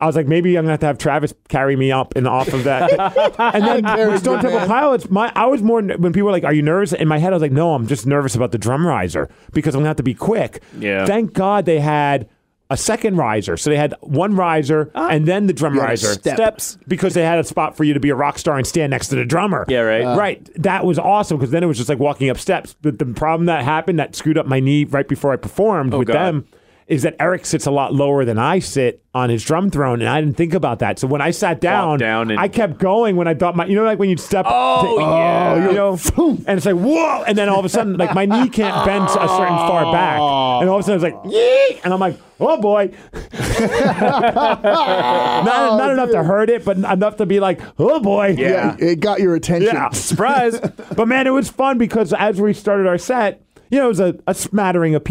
Speaker 1: I was like, maybe I'm gonna have to have Travis carry me up and off of that. and then with Stone
Speaker 2: good
Speaker 1: Temple
Speaker 2: man.
Speaker 1: Pilots, my I was more when people were like, "Are you nervous?" In my head, I was like, "No, I'm just nervous about the drum riser because I'm gonna have to be quick."
Speaker 3: Yeah.
Speaker 1: Thank God they had. A second riser, so they had one riser
Speaker 3: Ah.
Speaker 1: and then the drum
Speaker 2: had a
Speaker 1: riser
Speaker 2: step.
Speaker 1: steps because they had a spot for you to be a rock star and stand next to the drummer.
Speaker 3: Yeah, right. Uh,
Speaker 1: Right. That was awesome because then it was just like walking up steps. But the problem that happened that screwed up my knee right before I performed with
Speaker 3: Oh, God.
Speaker 1: them is that Eric sits a lot lower than I sit on his drum throne, and I didn't think about that. So when I sat down,
Speaker 3: down and-
Speaker 1: I kept going when I thought my, you know, like when you step,
Speaker 3: Oh, yeah.
Speaker 1: you know, and it's like whoa, and then all of a sudden, like my knee can't bend a certain far back, and all of a sudden it's like, Yee! and I'm like, oh boy, not,
Speaker 2: Oh,
Speaker 1: not enough to hurt it, but enough to be like, oh boy,
Speaker 2: Yeah, it got your attention.
Speaker 1: yeah, surprise. but man, it was fun because as we started our set, you know, it was a, a smattering of people.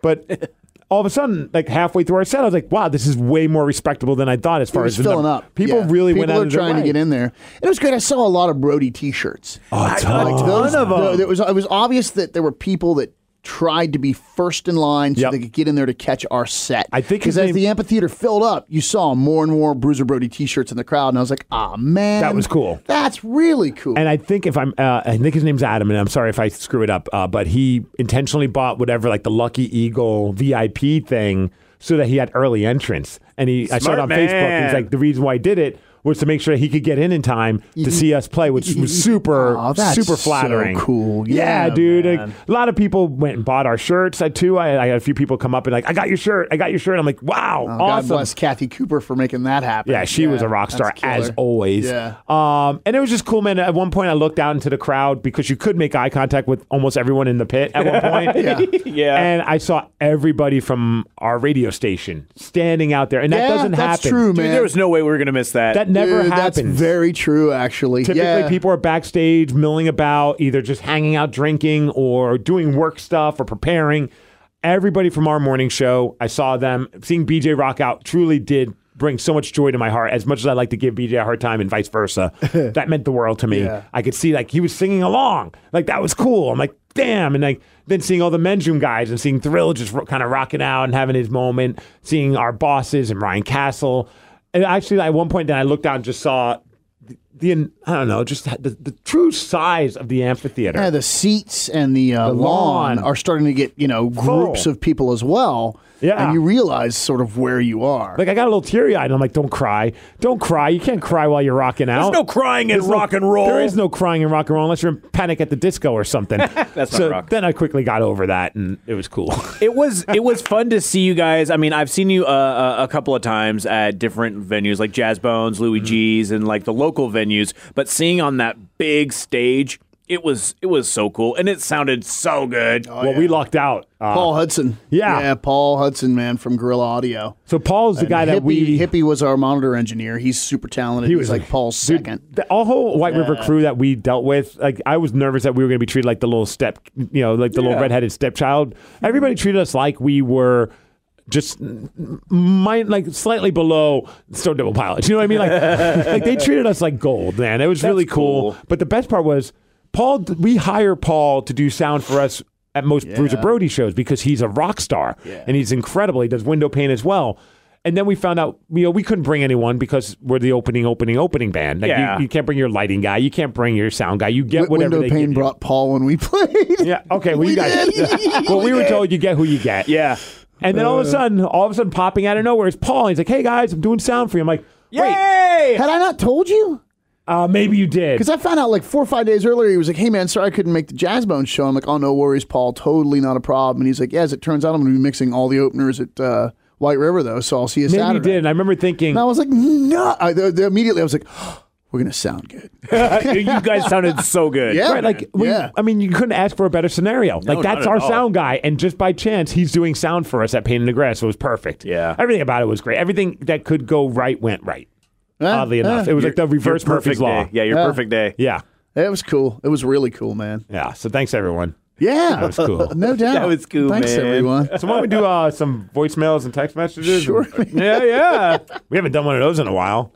Speaker 1: But all of a sudden, like halfway through our set, I was like, wow, this is way more respectable than I thought as
Speaker 2: It
Speaker 1: far
Speaker 2: was
Speaker 1: as the
Speaker 2: filling
Speaker 1: number-
Speaker 2: up.
Speaker 1: People
Speaker 2: Yeah.
Speaker 1: really
Speaker 2: People
Speaker 1: went out
Speaker 2: are
Speaker 1: of their
Speaker 2: trying
Speaker 1: way.
Speaker 2: to get in there. It was great. I saw a lot of Brody T-shirts.
Speaker 1: Oh, a ton.
Speaker 2: Like those, th- It was it was obvious that there were people that tried to be first in line so
Speaker 1: Yep.
Speaker 2: they could get in there to catch our set.
Speaker 1: I think his
Speaker 2: because as
Speaker 1: name-
Speaker 2: the amphitheater filled up, you saw more and more Bruiser Brody T-shirts in the crowd, and I was like, ah man,
Speaker 1: That was cool.
Speaker 2: That's really cool.
Speaker 1: And I think if I'm, uh, I think his name's Adam, and I'm sorry if I screw it up, uh, but he intentionally bought whatever like the Lucky Eagle VIP thing so that he had early entrance. And he, I saw it
Speaker 3: Smart
Speaker 1: on Facebook. And
Speaker 3: man.
Speaker 1: he's like, the reason why he did it was to make sure he could get in in time to see us play, which was super,
Speaker 2: Aw, Mm-hmm. Oh, that's
Speaker 1: super
Speaker 2: so
Speaker 1: flattering.
Speaker 2: cool.
Speaker 1: yeah,
Speaker 2: Yeah,
Speaker 1: dude. Like, a lot of people went and bought our shirts. I too, I, I had a few people come up and like, I got your shirt, I got your shirt. I'm like, wow,
Speaker 2: Oh,
Speaker 1: awesome.
Speaker 2: God bless Kathy Cooper for making that happen.
Speaker 1: Yeah, she was a rock star
Speaker 2: that's killer.
Speaker 1: as always.
Speaker 2: Yeah.
Speaker 1: Um, and it was just cool, man. At one point, I looked out into the crowd because you could make eye contact with almost everyone in the pit at one point.
Speaker 2: Yeah.
Speaker 3: Yeah.
Speaker 1: And I saw everybody from our radio station standing out there, and that
Speaker 2: Yeah,
Speaker 1: doesn't
Speaker 2: that's
Speaker 1: happen.
Speaker 2: true,
Speaker 3: Dude,
Speaker 2: man.
Speaker 3: there was no way we were gonna miss that.
Speaker 1: That never
Speaker 2: Dude,
Speaker 1: happens.
Speaker 2: That's very true, actually.
Speaker 1: Typically,
Speaker 2: yeah.
Speaker 1: people are backstage milling about, either just hanging out, drinking, or doing work stuff or preparing. Everybody from our morning show, I saw them. Seeing BJ rock out truly did bring so much joy to my heart. As much as I like to give BJ a hard time and vice versa, that meant the world to me. I could see like he was singing along, like that was cool. I'm like, damn, and like then seeing all the men's room guys and seeing Thrill just ro- kind of rocking out and having his moment. Seeing our bosses and Ryan Castle. And actually, at one point, then I looked down and just saw the I don't know, just the, the true size of the amphitheater.
Speaker 2: Yeah, the seats and the, uh,
Speaker 1: The
Speaker 2: lawn,
Speaker 1: lawn.
Speaker 2: are starting to get you know groups
Speaker 1: Full.
Speaker 2: of people as well.
Speaker 1: Yeah.
Speaker 2: and you realize sort of where you are.
Speaker 1: Like I got a little teary eyed, and I'm like, "Don't cry, don't cry. You can't cry while you're rocking out.
Speaker 3: no crying in
Speaker 1: There's no-
Speaker 3: rock and roll.
Speaker 1: There is no crying in rock and roll unless you're in Panic at the Disco or something.
Speaker 3: That's
Speaker 1: so
Speaker 3: not rock. Oh,
Speaker 1: Then I quickly got over that, and it was cool.
Speaker 3: It was it was fun to see you guys. I mean, I've seen you uh, uh, a couple of times at different venues like Jazz Bones, Louis
Speaker 1: Mm-hmm.
Speaker 3: G's, and like the local venues. But seeing on that big stage, it was it was so cool, and it sounded so good.
Speaker 1: well, we lucked out. Uh,
Speaker 2: Paul Hudson,
Speaker 1: yeah.
Speaker 2: yeah, Paul Hudson, man, from Gorilla Audio.
Speaker 1: so Paul's the guy
Speaker 2: hippie,
Speaker 1: that we
Speaker 2: hippie was our monitor engineer. He's super talented. He was like Paul's
Speaker 1: dude,
Speaker 2: second.
Speaker 1: The all whole White River crew that we dealt with, like I was nervous that we were going to be treated like the little step, you know, like the little redheaded stepchild. Everybody treated us like we were just m- mi- like slightly below Stone Double Pilots. You know what I mean? Like, like they treated us like gold, man. It was really cool.
Speaker 3: cool.
Speaker 1: But the best part was Paul. We hire Paul to do sound for us. At most Bruiser Brody shows because he's a rock star and he's incredible. He does window pane as well. And then we found out, you know, we couldn't bring anyone because we're the opening, opening, opening band. Like
Speaker 3: Yeah.
Speaker 1: you, you can't bring your lighting guy. You can't bring your sound guy. You get
Speaker 2: Wi-
Speaker 1: whatever
Speaker 2: Window
Speaker 1: they
Speaker 2: pane
Speaker 1: give you.
Speaker 2: brought Paul when we played.
Speaker 1: Yeah. Okay. Well, you guys. well, we were told you get who you get.
Speaker 3: Yeah,
Speaker 1: And then all
Speaker 2: Uh.
Speaker 1: of a sudden, all of a sudden, popping out of nowhere is Paul. He's like, "Hey guys, I'm doing sound for you." I'm like, "Wait,
Speaker 3: yay!
Speaker 2: Had I not told you?
Speaker 1: uh, maybe you did."
Speaker 2: Because I found out like four or five days earlier, he was like, "Hey man, sorry I couldn't make the Jazz Bones show." I'm like, "Oh no worries, Paul. Totally not a problem." And he's like, "Yeah, as it turns out, I'm going to be mixing all the openers at uh, White River though, so I'll see you
Speaker 1: maybe
Speaker 2: Saturday."
Speaker 1: you did. And I remember thinking,
Speaker 2: And I was like, "No!" I, th- th- immediately, I was like, "We're going to sound good."
Speaker 3: you guys sounded so good.
Speaker 2: Yeah,
Speaker 1: right? Like, we,
Speaker 2: yeah.
Speaker 1: I mean, you couldn't ask for a better scenario. like, that's
Speaker 3: not at
Speaker 1: our
Speaker 3: all.
Speaker 1: sound guy, and just by chance, he's doing sound for us at Pain in the Grass. So it was perfect.
Speaker 3: Yeah.
Speaker 1: everything about it was great. Everything that could go right went right. Oddly enough, it was like the
Speaker 3: Your
Speaker 1: reverse Murphy's
Speaker 3: perfect
Speaker 1: law.
Speaker 3: day. Yeah, your
Speaker 2: Yeah.
Speaker 3: perfect day.
Speaker 1: yeah,
Speaker 2: It was cool. It was really cool, man.
Speaker 1: yeah. So thanks everyone.
Speaker 2: Yeah, that
Speaker 1: was cool.
Speaker 2: no doubt.
Speaker 3: That was cool,
Speaker 2: Thanks,
Speaker 3: man.
Speaker 2: everyone.
Speaker 1: So why don't we do uh, some voicemails and text messages?
Speaker 2: Sure.
Speaker 1: yeah, yeah. We haven't done one of those in a while.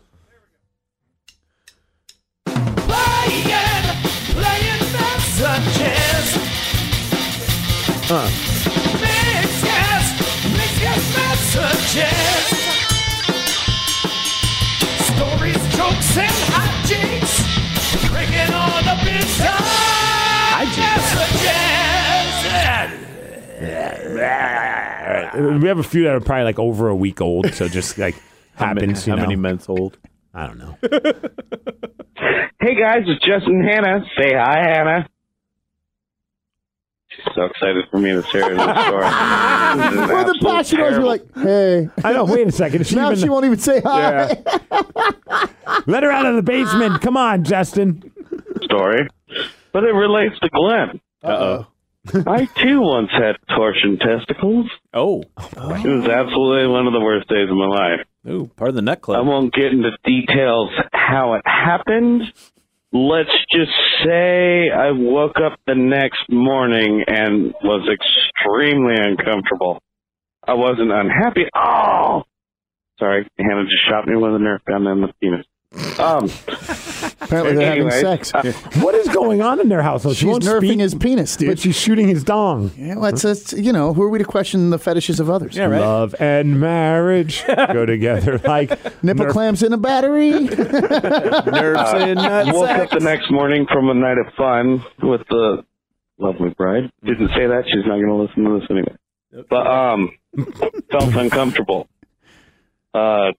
Speaker 1: We have a few that are probably like over a week old, so just like happens.
Speaker 3: How
Speaker 1: you know.
Speaker 3: many months old?
Speaker 1: I don't know.
Speaker 6: Hey guys, it's Justin Hannah. Say hi, Hannah. She's so excited for me to share this story.
Speaker 2: Well, the boss, you know, we're like, "Hey."
Speaker 1: I know. Wait a second. Is she
Speaker 2: Now
Speaker 1: even-
Speaker 2: she won't even say hi.
Speaker 1: Let her out of the basement. Come on, Justin.
Speaker 6: story, but it relates to Glenn.
Speaker 3: Uh
Speaker 6: I too once had torsion testicles.
Speaker 3: oh.
Speaker 6: It was absolutely one of the worst days of my life.
Speaker 3: Oh, ooh, part of the nut
Speaker 6: I
Speaker 3: club.
Speaker 6: won't get into details how it happened. Let's just say I woke up the next morning and was extremely uncomfortable. I wasn't unhappy. Oh, sorry, Hannah just shot me with a Nerf gun in the penis. Um,
Speaker 2: Apparently, they're
Speaker 6: Anyway,
Speaker 2: having sex.
Speaker 1: What is going on in their household? She
Speaker 2: She's
Speaker 1: won't
Speaker 2: nerfing
Speaker 1: speak,
Speaker 2: his penis, dude.
Speaker 1: but she's shooting his dong.
Speaker 2: Yeah, well, it's, it's, you know, who are we to question the fetishes of others?
Speaker 3: right.
Speaker 1: Love and marriage go together like
Speaker 2: Nipple
Speaker 1: nerf-
Speaker 2: clamps in a battery.
Speaker 3: Nerves and nuts.
Speaker 6: woke up the next morning from a night of fun with the lovely bride. Didn't say that. She's not going to listen to this anyway. But um, felt uncomfortable. Uh,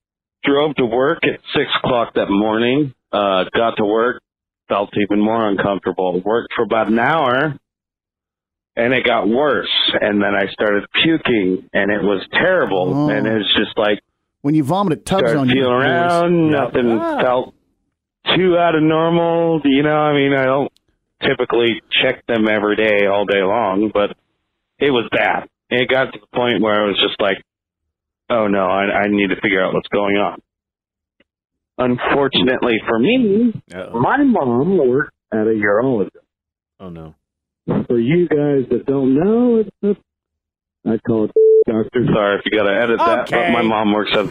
Speaker 6: drove to work at six o'clock that morning. Uh, got to work, felt even more uncomfortable. Worked for about an hour, and it got worse. And then I started puking, and it was terrible.
Speaker 2: Oh.
Speaker 6: And it was just like
Speaker 2: when you vomit, it tubs
Speaker 6: started
Speaker 2: on you.
Speaker 6: feeling around. Nothing
Speaker 2: Ah.
Speaker 3: Ah.
Speaker 6: felt too out of normal. You know, I mean, I don't typically check them every day, all day long, but it was bad. It got to the point where I was just like, oh no, I, I need to figure out what's going on. Unfortunately for me,
Speaker 3: Uh-oh.
Speaker 6: my mom worked at a urologist.
Speaker 3: Oh, no.
Speaker 6: For you guys that don't know, it's a, I call it doctor. Sorry if you got to edit that,
Speaker 3: Okay.
Speaker 6: but my mom works at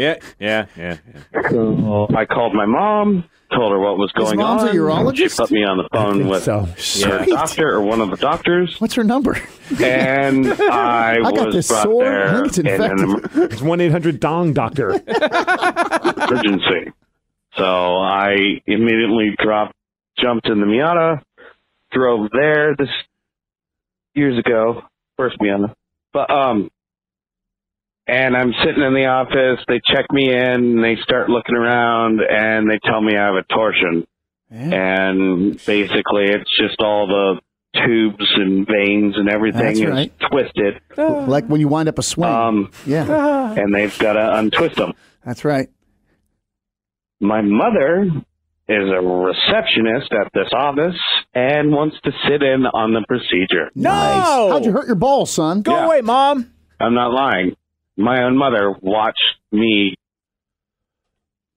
Speaker 3: Yeah, yeah, yeah. yeah.
Speaker 6: So
Speaker 1: Oh.
Speaker 6: I called my mom, told her what was going
Speaker 2: mom's a
Speaker 6: on.
Speaker 2: urologist?
Speaker 6: She put me on the phone
Speaker 1: think
Speaker 6: with
Speaker 1: so.
Speaker 6: yeah, a
Speaker 2: Sweet.
Speaker 6: doctor or one of the doctors,
Speaker 2: What's her number?
Speaker 6: and I,
Speaker 2: I
Speaker 6: was
Speaker 2: got this
Speaker 6: brought
Speaker 2: sore. I
Speaker 6: there
Speaker 2: think it's
Speaker 6: in an
Speaker 2: infected.
Speaker 1: It's 1 800 Dong Doctor.
Speaker 6: emergency. So I immediately dropped, jumped in the Miata, drove there this years ago, first Miata. But um, and I'm sitting in the office. They check me in, and they start looking around, and they tell me I have a torsion. And basically, it's just all the tubes and veins and everything
Speaker 2: That's
Speaker 6: is
Speaker 2: right.
Speaker 6: twisted,
Speaker 3: Ah.
Speaker 2: like when you wind up a swing.
Speaker 6: Um,
Speaker 2: yeah,
Speaker 6: and they've got to untwist them.
Speaker 2: that's right.
Speaker 6: my mother is a receptionist at this office and wants to sit in on the procedure.
Speaker 3: No!
Speaker 2: Nice. How'd you hurt your ball, son?
Speaker 3: Go away, mom.
Speaker 6: I'm not lying. My own mother watched me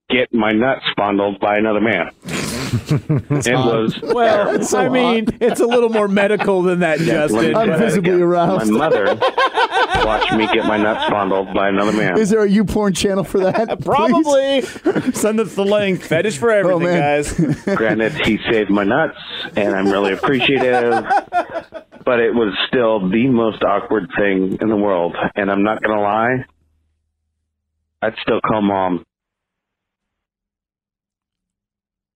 Speaker 6: get my nuts fondled by another man. it was
Speaker 3: Well, I mean, it's a little more medical than that, Justin.
Speaker 6: Let me
Speaker 2: I'm
Speaker 6: try that
Speaker 2: visibly
Speaker 6: again.
Speaker 2: aroused.
Speaker 6: My mother watched me get my nuts fondled by another man.
Speaker 2: Is there a U porn channel for that? Please?
Speaker 3: Probably. Send us the link. Fetish for everything,
Speaker 2: man.
Speaker 3: guys.
Speaker 6: Granted, he saved my nuts, and I'm really appreciative. but it was still the most awkward thing in the world, and I'm not gonna lie. I'd still call mom.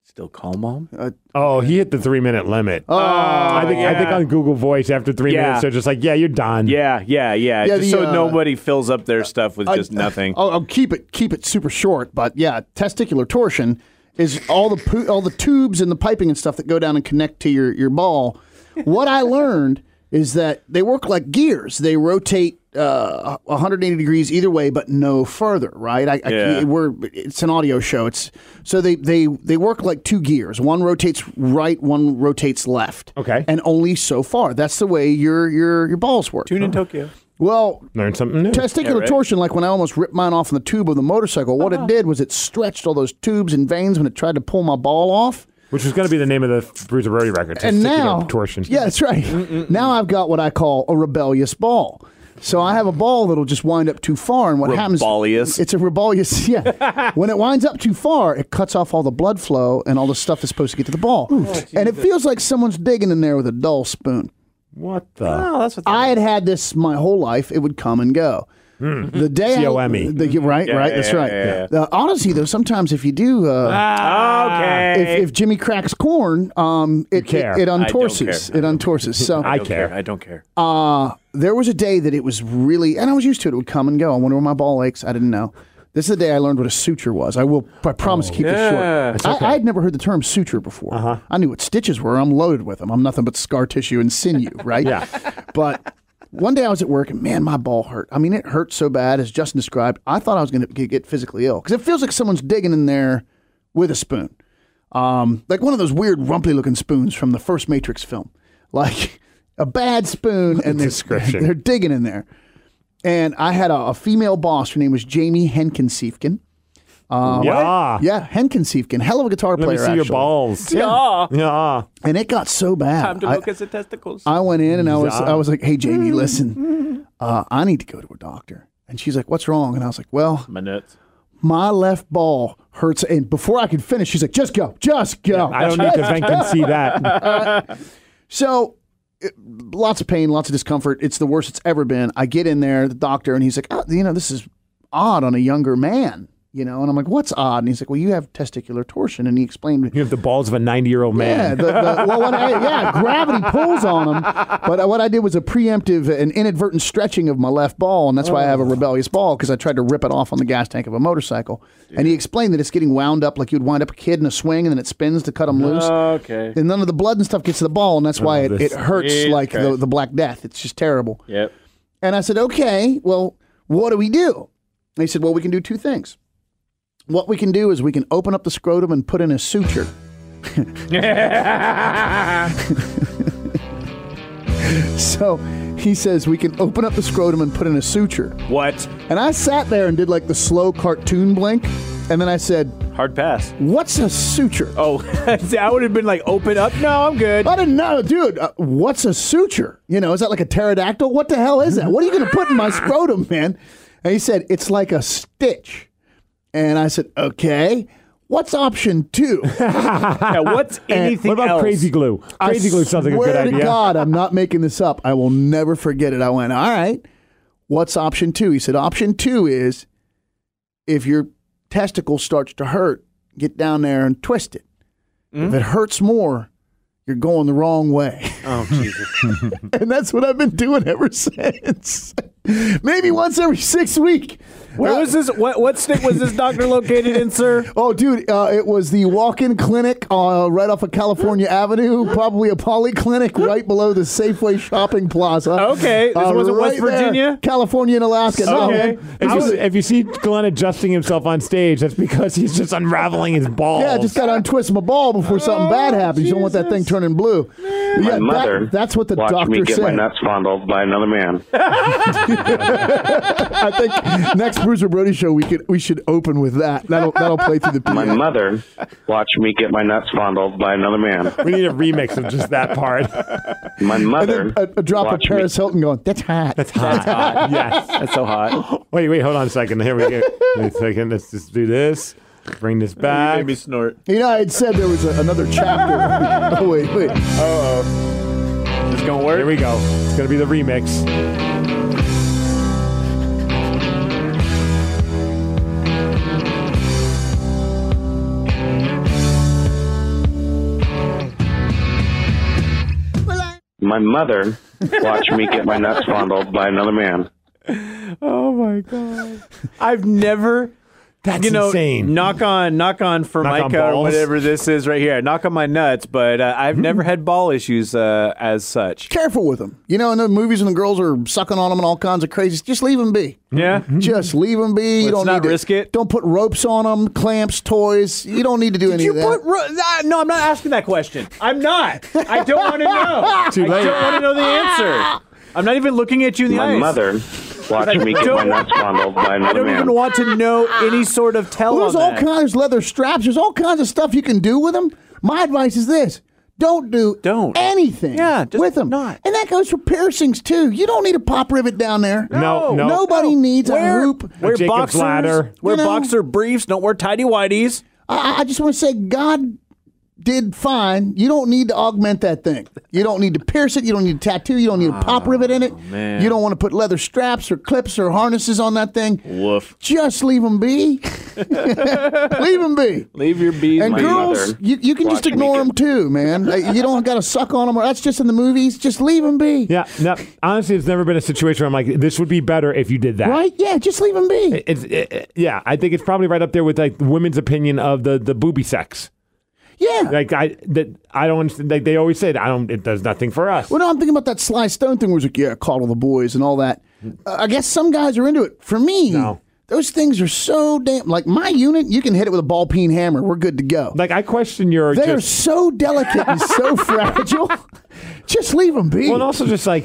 Speaker 3: Still call mom.
Speaker 1: Oh, he hit the three minute limit.
Speaker 2: Uh, Oh,
Speaker 6: Uh,
Speaker 1: I think I think
Speaker 3: yeah.
Speaker 1: on Google Voice after three
Speaker 3: Yeah.
Speaker 1: minutes they're just like, yeah, you're done.
Speaker 3: Yeah, yeah, yeah.
Speaker 2: Yeah,
Speaker 3: just
Speaker 2: the,
Speaker 3: so
Speaker 2: uh,
Speaker 3: nobody fills up their stuff with
Speaker 2: I-
Speaker 3: just nothing.
Speaker 2: Uh, I'll, I'll keep it keep it super short, but yeah, testicular torsion is all the po- all the tubes and the piping and stuff that go down and connect to your your ball. What I learned is that they work like gears; they rotate uh, 180 degrees either way, but no further. Right? I, I,
Speaker 3: Yeah.
Speaker 2: We're it's an audio show. It's so they they they work like two gears. One rotates right, one rotates left.
Speaker 1: Okay.
Speaker 2: and only so far. That's the way your your your balls work.
Speaker 3: Tune in Tokyo.
Speaker 2: Well,
Speaker 1: Learn something new.
Speaker 2: Testicular
Speaker 3: right. Uh-huh.
Speaker 2: torsion, like when I almost ripped mine off in the tube of the motorcycle, what it did was it stretched all those tubes and veins when it tried to pull my ball off.
Speaker 1: Which was going to be the name of the Bruiser Brody record.
Speaker 2: And
Speaker 1: testicular
Speaker 2: now,
Speaker 1: torsion.
Speaker 2: yeah, that's right. Now I've got what I call a rebellious ball. So I have a ball that'll just wind up too far, and what
Speaker 3: Rebellious.
Speaker 2: happens? It's a rebellious. Yeah, when it winds up too far, it cuts off all the blood flow and all the stuff that's supposed to get to the ball, and it feels like someone's digging in there with a dull spoon.
Speaker 1: What the?
Speaker 3: Oh, that's what
Speaker 2: I had had this my whole life. It would come and go.
Speaker 1: Hmm.
Speaker 2: The day I-
Speaker 1: C-O-M-E.
Speaker 2: the, yeah, right, right, that's right. Uh, honestly, though, sometimes if you do, uh,
Speaker 3: Ah, okay.
Speaker 2: if, if Jimmy cracks corn, um, it,
Speaker 1: care.
Speaker 2: it it
Speaker 3: I don't
Speaker 2: untorses,
Speaker 3: care.
Speaker 2: it untorses. So
Speaker 1: I
Speaker 3: don't
Speaker 1: care.
Speaker 3: I don't care.
Speaker 2: there was a day that it was really, and I was used to it. It would come and go. I wonder where my ball aches. I didn't know. This is the day I learned what a suture was. I will, I promise, to keep this short. I, I had never heard the term suture before. Uh-huh. I knew what stitches were. I'm loaded with them. I'm nothing but scar tissue and sinew, right? yeah. But one day I was at work and man, my ball hurt. I mean, it hurt so bad, as Justin described. I thought I was going to get physically ill because it feels like someone's digging in there with a spoon, um, like one of those weird rumply looking spoons from the first Matrix film, like a bad spoon, and they're,
Speaker 1: Description.
Speaker 2: they're digging in there. And I had a, a female boss. Her name was Jamie Henkin-Siefkin.
Speaker 1: yeah.
Speaker 2: Yeah, Henkin-Siefkin, hell of a guitar
Speaker 1: Let
Speaker 2: player.
Speaker 1: me see your
Speaker 2: actually.
Speaker 1: balls.
Speaker 3: Oh,
Speaker 1: Yeah.
Speaker 2: And it got so bad. I-
Speaker 3: at the testicles.
Speaker 2: I went in and I was I was like, "Hey Jamie, listen, uh, I need to go to a doctor." And she's like, "What's wrong?" And I was like, "Well,
Speaker 3: My nuts.
Speaker 2: my left ball hurts." And before I could finish, she's like, "Just go, just go."
Speaker 1: I don't need to think and see that.
Speaker 2: So, it- lots of pain, lots of discomfort. It's the worst it's ever been. I get in there, the doctor, and he's like, oh, you know, this is odd on a younger man, you know. And I'm like, what's odd? And he's like, well, you have testicular torsion. And he explained,
Speaker 1: You have the balls of a 90 year old man.
Speaker 2: yeah, the, the, well, what I, yeah, gravity pulls on them. But uh, what I did was a preemptive and inadvertent stretching of my left ball, and that's why I have a rebellious ball because I tried to rip it off on the gas tank of a motorcycle. And he explained that it's getting wound up like you'd wind up a kid in a swing, and then it spins to cut them loose.
Speaker 3: Okay.
Speaker 2: And none of the blood and stuff gets to the ball, and that's why it, it
Speaker 1: this-
Speaker 2: hurts
Speaker 3: Jesus
Speaker 2: like the,
Speaker 3: Christ.
Speaker 2: the Black Death. It's just terrible.
Speaker 3: Yep.
Speaker 2: And I said, okay, well, what do we do? And he said, well, we can do two things. What we can do is we can open up the scrotum and put in a suture. so he says, we can open up the scrotum and put in a suture.
Speaker 3: What?
Speaker 2: And I sat there and did like the slow cartoon blink. And then I said,
Speaker 3: Hard pass.
Speaker 2: what's a suture?
Speaker 3: Oh, see, I would have been like, open up. No, I'm good.
Speaker 2: I didn't know, dude. Uh, what's a suture? You know, is that like a pterodactyl? What the hell is that? What are you going to put in my scrotum, man? And he said, it's like a stitch. And I said, okay. What's option two?
Speaker 3: Yeah, what's anything
Speaker 1: What about
Speaker 3: else?
Speaker 1: crazy glue? Crazy glue sounds like a
Speaker 2: swear
Speaker 1: good idea.
Speaker 2: to God, I'm not making this up. I will never forget it. I went, all right. What's option two? He said, option two is if your testicle starts to hurt, get down there and twist it. If
Speaker 3: Hmm?
Speaker 2: it hurts more, you're going the wrong way.
Speaker 3: Oh Jesus!
Speaker 2: and that's what I've been doing ever since. Maybe once every six week.
Speaker 3: Where
Speaker 2: Uh,
Speaker 3: was this? What what stick was this doctor located in, sir?
Speaker 2: Oh, dude, uh, it was the walk-in clinic uh, right off of California Avenue, probably a poly clinic right below the Safeway shopping plaza. Uh,
Speaker 3: Okay, this wasn't West
Speaker 2: there,
Speaker 3: Virginia?
Speaker 2: California and Alaska. No,
Speaker 3: Okay.
Speaker 1: If
Speaker 2: I
Speaker 1: you,
Speaker 2: was-
Speaker 1: if you see Glenn adjusting himself on stage, that's because he's just unraveling his balls.
Speaker 2: yeah, I just got to untwist my ball before
Speaker 3: Oh,
Speaker 2: something bad happens. You don't want that thing turning blue. Yeah,
Speaker 6: My
Speaker 2: that-
Speaker 6: mother
Speaker 2: that's what the
Speaker 6: watched
Speaker 2: doctor
Speaker 6: me get
Speaker 2: said.
Speaker 6: my nuts fondled by another man.
Speaker 2: I think next Bruiser Brody show we could we should open with that. That'll that'll play through the
Speaker 6: My
Speaker 2: PA.
Speaker 6: mother watched me get my nuts fondled by another man.
Speaker 1: We need a remix of just that part.
Speaker 6: My
Speaker 2: And
Speaker 6: mother
Speaker 2: then a, a drop of
Speaker 6: watched me-
Speaker 2: Paris Hilton going. That's hot. That's hot.
Speaker 1: yes.
Speaker 3: That's so hot.
Speaker 1: Wait, wait, hold on a second. Here we go. Wait a second. Let's just do this. Bring this back.
Speaker 3: Made me snort.
Speaker 2: You know, I had said there was a, another chapter. oh wait, wait.
Speaker 3: It's gonna work.
Speaker 1: Here we go. It's gonna be the remix.
Speaker 6: My mother watched me get my nuts fondled by another man.
Speaker 1: Oh my god.
Speaker 3: I've never
Speaker 1: That's
Speaker 3: you know,
Speaker 1: insane.
Speaker 3: knock on, knock on for
Speaker 1: Knock on
Speaker 3: Micah or
Speaker 1: balls.
Speaker 3: whatever this is right here. Knock on my nuts, but uh, I've never had ball issues uh, as such.
Speaker 2: Careful with them. You know, in the movies when the girls are sucking on them and all kinds of crazy. Just leave them be.
Speaker 3: Yeah,
Speaker 2: Just leave them be. you
Speaker 3: Mm-hmm. Let's
Speaker 2: don't
Speaker 3: not
Speaker 2: need to-
Speaker 3: risk it.
Speaker 2: Don't put ropes on them, clamps, toys. You don't need to do any
Speaker 3: you
Speaker 2: of that.
Speaker 3: put ro- ah, no. I'm not asking that question. I'm not. I don't want to know.
Speaker 1: Too
Speaker 3: I
Speaker 1: late.
Speaker 3: don't want to know the answer. I'm not even looking at you in the
Speaker 6: My
Speaker 3: eyes.
Speaker 6: mother watched me get my
Speaker 3: don't-
Speaker 6: nuts fondled by
Speaker 3: I
Speaker 6: another
Speaker 3: don't even
Speaker 6: man.
Speaker 3: want to know any sort of tell
Speaker 2: Well, there's
Speaker 3: on
Speaker 2: all
Speaker 3: that.
Speaker 2: kinds. There's leather straps. There's all kinds of stuff you can do with them. My advice is this: don't do
Speaker 3: Don't.
Speaker 2: anything.
Speaker 3: Yeah, just
Speaker 2: with them.
Speaker 3: not.
Speaker 2: And that goes for piercings too. You don't need a pop rivet down there.
Speaker 1: No, no.
Speaker 2: Nobody needs
Speaker 3: wear,
Speaker 2: a hoop.
Speaker 3: Wear
Speaker 1: Jacob's
Speaker 3: boxers.
Speaker 1: ladder.
Speaker 3: Wear
Speaker 2: You know.
Speaker 3: boxer briefs. Don't wear tidy whities.
Speaker 2: I, I just want to say God did fine. You don't need to augment that thing. You don't need to pierce it. You don't need to tattoo. You don't need a pop rivet in it.
Speaker 3: man.
Speaker 2: You don't want to put leather straps or clips or harnesses on that thing.
Speaker 3: Woof.
Speaker 2: Just leave them be. leave them be.
Speaker 3: Leave your bees.
Speaker 2: And
Speaker 6: My
Speaker 2: girls,
Speaker 6: mother
Speaker 2: you, you can just
Speaker 6: watched me
Speaker 2: ignore
Speaker 6: get-
Speaker 2: them too, man. Uh, you don't got to suck on them, or that's just in the movies. Just leave them be.
Speaker 1: Yeah, no. Honestly, it's never been a situation where I'm like, this would be better if you did that.
Speaker 2: Right? Yeah, just leave them be.
Speaker 1: It's, it, it- yeah, I think it's probably right up there with like women's opinion of the the booby sex.
Speaker 2: Yeah.
Speaker 1: Like I that I don't understand- like they always say that I don't it does nothing for us.
Speaker 2: Well, no, I'm thinking about that Sly Stone thing where he's like, yeah, coddle the boys and all that. Uh, I guess some guys are into it. For me,
Speaker 1: No.
Speaker 2: those things are so damn. Like my unit, you can hit it with a ball peen hammer. We're good to go.
Speaker 1: Like I question your
Speaker 2: they are
Speaker 1: just,
Speaker 2: so delicate and so fragile. Just leave them be.
Speaker 1: well, and also just like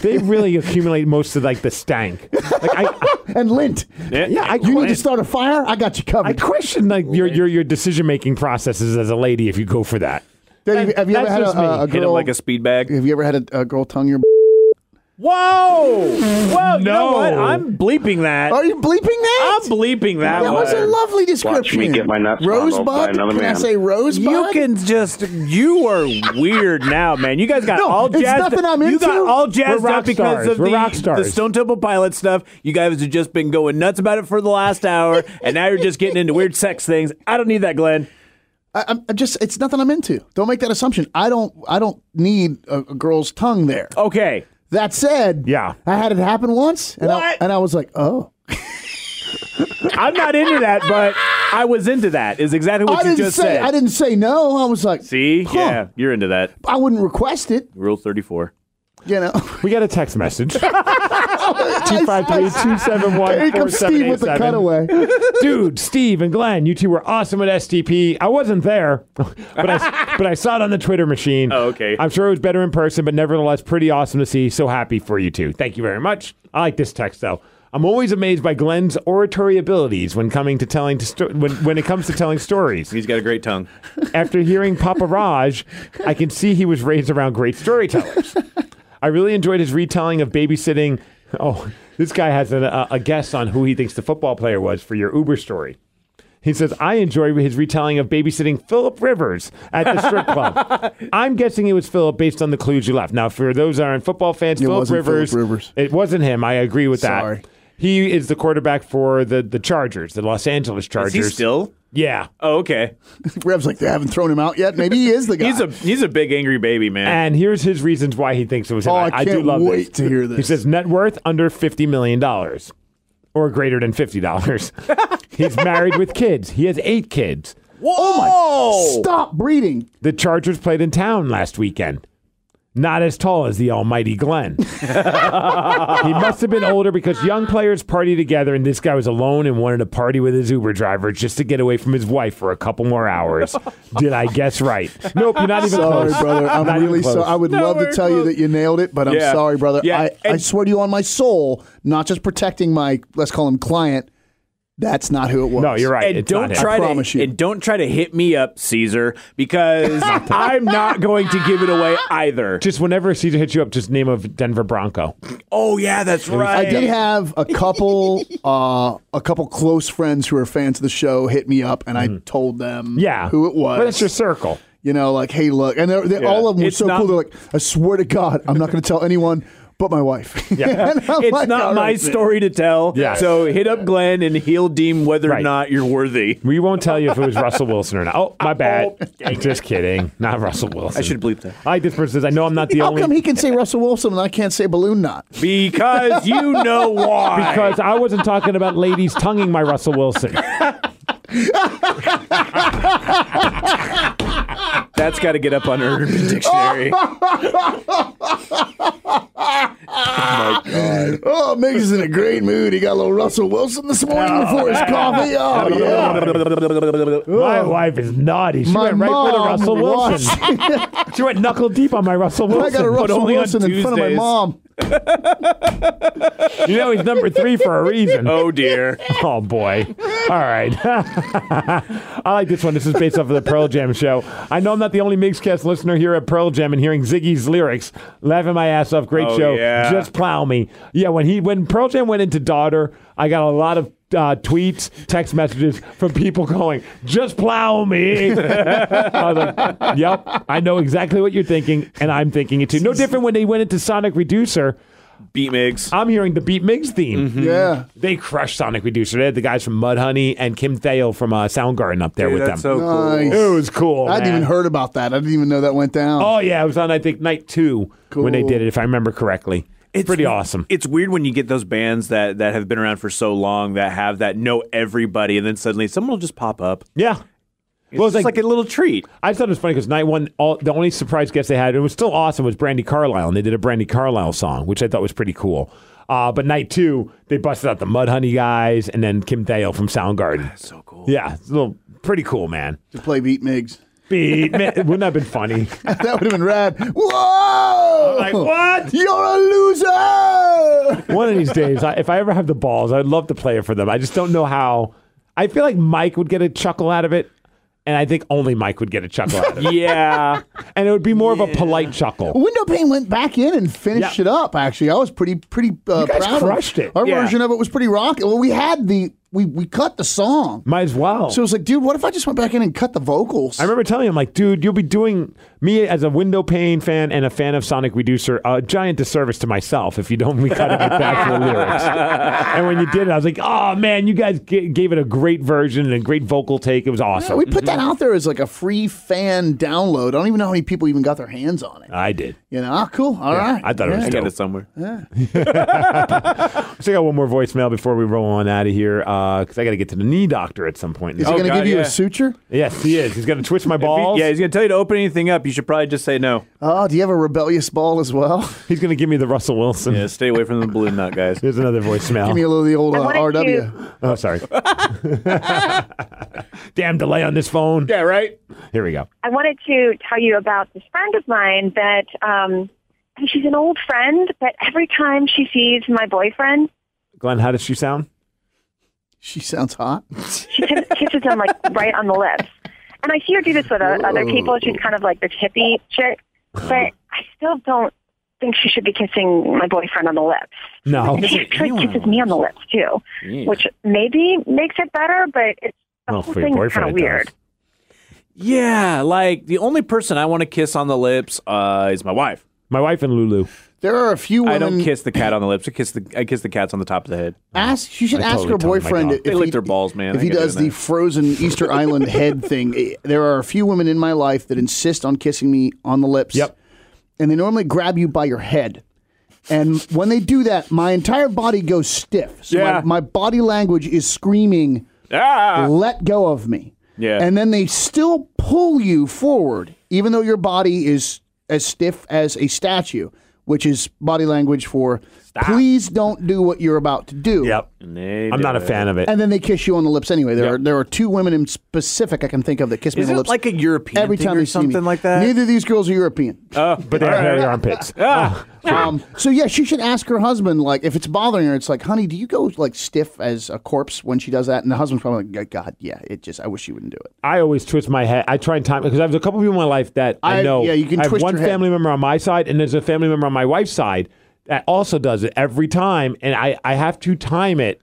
Speaker 1: they really accumulate most of like the stank. Like I,
Speaker 2: and lint.
Speaker 1: yeah, I,
Speaker 2: You need to start a fire? I got you
Speaker 1: I
Speaker 2: covered.
Speaker 1: question like your your your decision making processes as a lady if you go for that.
Speaker 2: Dave, have you ever
Speaker 1: that's
Speaker 2: had
Speaker 1: just
Speaker 2: a,
Speaker 1: me.
Speaker 2: a, a
Speaker 1: Hit
Speaker 3: Hit him
Speaker 2: girl?
Speaker 3: like a speed bag.
Speaker 2: have you ever had a, a girl tongue your? b-
Speaker 3: Whoa! Whoa! You know
Speaker 1: No.
Speaker 3: what? I'm bleeping that.
Speaker 2: Are you bleeping that?
Speaker 3: I'm bleeping that.
Speaker 2: that was a
Speaker 3: one.
Speaker 2: lovely description.
Speaker 6: get my nuts fondled
Speaker 2: Rosebud.
Speaker 6: by another
Speaker 2: Can I
Speaker 6: man.
Speaker 2: say rosebud?
Speaker 3: You can just. You are weird now, man. You guys got
Speaker 2: No,
Speaker 3: all
Speaker 2: it's
Speaker 3: jazzed.
Speaker 2: nothing I'm
Speaker 3: You got
Speaker 2: into.
Speaker 3: all jazzed
Speaker 1: We're rock
Speaker 3: up because
Speaker 1: stars.
Speaker 3: of
Speaker 1: We're
Speaker 3: the,
Speaker 1: rock stars.
Speaker 3: the Stone Temple Pilot stuff. You guys have just been going nuts about it for the last hour, and now you're just getting into weird sex things. I don't need that, Glenn.
Speaker 2: I, I'm I'm just it's nothing I'm into. Don't make that assumption. I don't I don't need a, a girl's tongue there.
Speaker 3: Okay.
Speaker 2: That said,
Speaker 1: Yeah.
Speaker 2: I had it happen once, and I,
Speaker 3: What?
Speaker 2: and I was like, oh,
Speaker 3: I'm not into that, but I was into that. Is exactly what
Speaker 2: I didn't
Speaker 3: you just
Speaker 2: say
Speaker 3: said.
Speaker 2: I didn't say no. I was like,
Speaker 3: See?
Speaker 2: huh,
Speaker 3: Yeah, you're into that.
Speaker 2: I wouldn't request it.
Speaker 3: Rule 34.
Speaker 2: You know,
Speaker 1: We got a text message. 253-271-4787.
Speaker 2: here comes Steve with the cutaway.
Speaker 1: Dude, Steve and Glenn, you two were awesome at STP. I wasn't there, but I, but I saw it on the Twitter machine.
Speaker 3: Oh, okay.
Speaker 1: I'm sure it was better in person, but nevertheless, pretty awesome to see. So happy for you two. Thank you very much. I like this text though. I'm always amazed by Glenn's oratory abilities when coming to telling to sto- when when it comes to telling stories.
Speaker 3: He's got a great tongue.
Speaker 1: After hearing Papa Raj, I can see he was raised around great storytellers. I really enjoyed his retelling of babysitting. Oh, this guy has an, a, a guess on who he thinks the football player was for your Uber story. He says, I enjoyed his retelling of babysitting Philip Rivers at the strip club. I'm guessing it was Philip based on the clues you left. Now, for those that aren't football fans, Philip
Speaker 2: wasn't
Speaker 1: Rivers,
Speaker 2: Phillip Rivers.
Speaker 1: It wasn't him. I agree with
Speaker 2: Sorry.
Speaker 1: that. He is the quarterback for the, the Chargers, the Los Angeles Chargers.
Speaker 3: Is he still?
Speaker 1: Yeah.
Speaker 3: Oh, okay.
Speaker 2: Rev's like, they haven't thrown him out yet. Maybe he is the guy.
Speaker 3: He's a he's a big angry baby man.
Speaker 1: And here's his reasons why he thinks it was him.
Speaker 2: Oh,
Speaker 1: I,
Speaker 2: I
Speaker 1: I do
Speaker 2: can't
Speaker 1: love
Speaker 2: wait
Speaker 1: this.
Speaker 2: to hear this.
Speaker 1: He says net worth under fifty million dollars, or greater than fifty dollars. He's married with kids. He has eight kids.
Speaker 3: Whoa!
Speaker 2: Stop breeding.
Speaker 1: The Chargers played in town last weekend. Not as tall as the almighty Glenn. he must have been older because young players party together, and this guy was alone and wanted to party with his Uber driver just to get away from his wife for a couple more hours. Did I guess right? Nope, you're not even
Speaker 2: Sorry,
Speaker 1: close.
Speaker 2: brother. I'm
Speaker 1: Not even
Speaker 2: really
Speaker 1: close.
Speaker 2: sorry. I would
Speaker 3: No,
Speaker 2: love to
Speaker 3: we're
Speaker 2: tell you
Speaker 3: close.
Speaker 2: that you nailed it, but I'm
Speaker 3: Yeah.
Speaker 2: sorry, brother.
Speaker 3: Yeah,
Speaker 2: I, I
Speaker 3: and-
Speaker 2: swear to you on my soul, not just protecting my, let's call him client, that's not who it was.
Speaker 1: No, you're right.
Speaker 3: And
Speaker 1: It's
Speaker 3: don't
Speaker 1: not him.
Speaker 3: try
Speaker 2: I promise
Speaker 3: to
Speaker 2: you.
Speaker 3: and don't try to hit me up, Caesar, because I'm not going to give it away either.
Speaker 1: Just whenever Caesar hits you up, just name of Denver Bronco.
Speaker 3: Oh yeah, that's right.
Speaker 2: I did have a couple, uh, a couple close friends who are fans of the show hit me up, and I told them,
Speaker 1: Mm-hmm. Yeah,
Speaker 2: who it was.
Speaker 1: But it's your circle.
Speaker 2: you know, like, hey, look, and they're, they
Speaker 3: Yeah.
Speaker 2: all of them were
Speaker 3: It's
Speaker 2: so
Speaker 3: not-
Speaker 2: cool. They're like, I swear to God, I'm not going to tell anyone but my wife.
Speaker 1: Yeah.
Speaker 2: And I'm
Speaker 3: It's
Speaker 2: like,
Speaker 3: not
Speaker 2: all
Speaker 3: my
Speaker 2: right, man.
Speaker 3: story to tell.
Speaker 1: Yeah.
Speaker 3: So hit up Glenn and he'll deem whether
Speaker 1: Right.
Speaker 3: or not you're worthy.
Speaker 1: We won't tell you if it was Russell Wilson or not. Oh, my bad. just kidding. Not Russell Wilson.
Speaker 3: I should bleep that.
Speaker 1: I like this person. Says, I know I'm not the
Speaker 2: How
Speaker 1: only.
Speaker 2: come he can say Russell Wilson and I can't say balloon knot?
Speaker 3: Because you know why.
Speaker 1: because I wasn't talking about ladies tonguing my Russell Wilson.
Speaker 3: that's got to get up on Urban Dictionary.
Speaker 2: Oh, Migs is in a great mood. He got a little Russell Wilson this morning before his coffee. Oh, yeah.
Speaker 1: My wife is naughty. She
Speaker 2: Oh. My
Speaker 1: went right for the
Speaker 2: mom
Speaker 1: Russell Wilson.
Speaker 2: watched-
Speaker 1: she went knuckle deep on my Russell
Speaker 2: I
Speaker 1: Wilson.
Speaker 2: got a
Speaker 1: but
Speaker 2: Russell
Speaker 1: only on
Speaker 2: Wilson in front of my
Speaker 1: Tuesdays.
Speaker 2: mom.
Speaker 1: You know he's number three for a reason.
Speaker 3: oh dear.
Speaker 1: Oh boy! All right, I like this one. This is based off of the Pearl Jam show. I know I'm not the only Mixcast listener here at Pearl Jam, and hearing Ziggy's lyrics, laughing my ass off. Great
Speaker 3: Oh,
Speaker 1: show.
Speaker 3: yeah.
Speaker 1: Just plow me. Yeah, when he when Pearl Jam went into daughter, I got a lot of uh, tweets, text messages from people going, "Just plow me." I was like, "Yep, I know exactly what you're thinking, and I'm thinking it too." No different when they went into Sonic Reducer.
Speaker 3: Beat Migs.
Speaker 1: I'm hearing the Beat Migs theme.
Speaker 2: Yeah.
Speaker 1: They crushed Sonic Reducer. They had the guys from Mudhoney and Kim Thayil from uh, Soundgarden up there
Speaker 3: Dude,
Speaker 1: with them.
Speaker 3: that's so cool.
Speaker 2: Nice.
Speaker 1: it was cool.
Speaker 2: I hadn't
Speaker 1: Oh, man.
Speaker 2: even heard about that. I didn't even know that went down.
Speaker 1: Oh yeah, it was on I think night two when they did it, if I remember correctly. It's pretty awesome.
Speaker 3: It's weird when you get those bands that, that have been around for so long that have that know everybody, and then suddenly someone will just pop up.
Speaker 1: yeah.
Speaker 3: It's
Speaker 1: Well,
Speaker 3: just like, a little treat.
Speaker 1: I just thought it was funny because night one, all, the only surprise guest they had, it was still awesome, was Brandy Carlisle, and they did a Brandy Carlisle song, which I thought was pretty cool. Uh, but night two, they busted out the Mudhoney guys and then Kim Thayil from Soundgarden.
Speaker 3: So cool.
Speaker 1: Yeah, it's a little pretty cool, man.
Speaker 2: To play Beat Migs.
Speaker 1: Beat, man, wouldn't that have been funny?
Speaker 2: That would have been rad. Whoa!
Speaker 1: Like, what?
Speaker 2: You're a loser!
Speaker 1: One of these days, I, if I ever have the balls, I'd love to play it for them. I just don't know how. I feel like Mike would get a chuckle out of it, and I think only Mike would get a chuckle out of it.
Speaker 3: Yeah.
Speaker 1: And it would be more of a polite chuckle.
Speaker 2: Window pane went back in and finished
Speaker 1: Yeah.
Speaker 2: it up. Actually, I was pretty pretty uh,
Speaker 1: guys
Speaker 2: proud. of-
Speaker 1: crushed it.
Speaker 2: Our
Speaker 3: Yeah.
Speaker 2: version of it was pretty rocky. Well, we had the we we cut the song,
Speaker 1: Might as well.
Speaker 2: so it was like, dude, what if I just went back in and cut the vocals?
Speaker 1: I remember telling him, like, dude, you'll be doing me as a window pane fan and a fan of Sonic Reducer a giant disservice to myself if you don't recut it with the actual lyrics. And when you did it, I was like, oh, man, you guys g- gave it a great version and a great vocal take. It was
Speaker 2: Yeah,
Speaker 1: awesome.
Speaker 2: we put that out there as like a free fan download. I don't even know how many people even got their hands on it.
Speaker 1: I did.
Speaker 2: You know, ah, cool, all right.
Speaker 1: I thought it was
Speaker 3: I
Speaker 1: dope.
Speaker 3: got it somewhere.
Speaker 1: So I got one more voicemail before we roll on out of here because I got to get to the knee doctor at some point.
Speaker 2: Is he
Speaker 3: Oh,
Speaker 2: going to
Speaker 3: God,
Speaker 2: give you
Speaker 3: yeah.
Speaker 2: a suture?
Speaker 1: yes, he is. He's going to twitch my balls.
Speaker 3: yeah, he's going to tell you to open anything up. You should probably just say no.
Speaker 2: Oh, do you have a rebellious ball as well?
Speaker 1: he's going to give me the Russell Wilson.
Speaker 3: Yeah, stay away from the balloon nut, guys.
Speaker 1: Here's another voicemail.
Speaker 2: Give me a little of the old uh, RW.
Speaker 1: oh, sorry. Damn delay on this phone.
Speaker 3: Yeah, right?
Speaker 1: Here we go.
Speaker 7: I wanted to tell you about this friend of mine that um, she's an old friend, but every time she sees my boyfriend,
Speaker 1: Glenn, how does she sound?
Speaker 2: She sounds hot.
Speaker 7: she kiss- kisses him like right on the lips. And I see her do this with o- other people. She's kind of like this hippie chick, but I still don't think she should be kissing my boyfriend on the lips.
Speaker 1: No.
Speaker 7: She actually kisses me on the lips too, which maybe makes it better, but it's the
Speaker 1: Oh,
Speaker 7: whole
Speaker 1: for your
Speaker 7: thing's kind
Speaker 1: boyfriend,
Speaker 7: of
Speaker 1: it does.
Speaker 7: weird.
Speaker 3: Yeah, like the only person I want to kiss on the lips uh, is my wife.
Speaker 1: My wife and Lulu.
Speaker 2: There are a few women.
Speaker 3: I don't kiss the cat on the lips. I kiss the I kiss the cats on the top of the head.
Speaker 2: Ask you should
Speaker 1: I
Speaker 2: ask
Speaker 1: totally
Speaker 2: her
Speaker 1: told my
Speaker 2: boyfriend
Speaker 1: dog.
Speaker 2: if
Speaker 3: They
Speaker 2: he,
Speaker 3: lick their balls, man.
Speaker 2: If
Speaker 3: I
Speaker 2: he
Speaker 3: get
Speaker 2: does
Speaker 3: doing
Speaker 2: the
Speaker 3: that.
Speaker 2: frozen Easter Island head thing, eh, there are a few women in my life that insist on kissing me on the lips.
Speaker 1: Yep.
Speaker 2: And they normally grab you by your head. And when they do that, my entire body goes stiff. So
Speaker 1: Yeah.
Speaker 2: my, my body language is screaming,
Speaker 3: Ah!
Speaker 2: let go of me.
Speaker 3: Yeah.
Speaker 2: And then they still pull you forward, even though your body is as stiff as a statue, which is body language for please don't do what you're about to do.
Speaker 3: They
Speaker 1: I'm
Speaker 3: do
Speaker 1: not a
Speaker 3: it.
Speaker 1: fan of it.
Speaker 2: And then they kiss you on the lips anyway. There
Speaker 1: Yep.
Speaker 2: are there are two women in specific I can think of that kiss me
Speaker 3: Is
Speaker 2: on the
Speaker 3: it
Speaker 2: lips
Speaker 3: like a European
Speaker 2: every
Speaker 3: thing
Speaker 2: time
Speaker 3: or
Speaker 2: they see me.
Speaker 3: something like that? Uh,
Speaker 2: Neither of these girls are European.
Speaker 1: but they have hairy armpits. Oh.
Speaker 2: Um, so yeah, she should ask her husband like if it's bothering her. It's like, honey, do you go like stiff as a corpse when she does that? And the husband's probably like, God, yeah, it just I wish you wouldn't do it.
Speaker 1: I always twist my head. I try and time because I have a couple people in my life that I,
Speaker 2: I-
Speaker 1: know.
Speaker 2: yeah, you can
Speaker 1: I have
Speaker 2: twist
Speaker 1: one
Speaker 2: your head.
Speaker 1: family member on my side, and there's a family member on my wife's side that also does it every time, and I I have to time it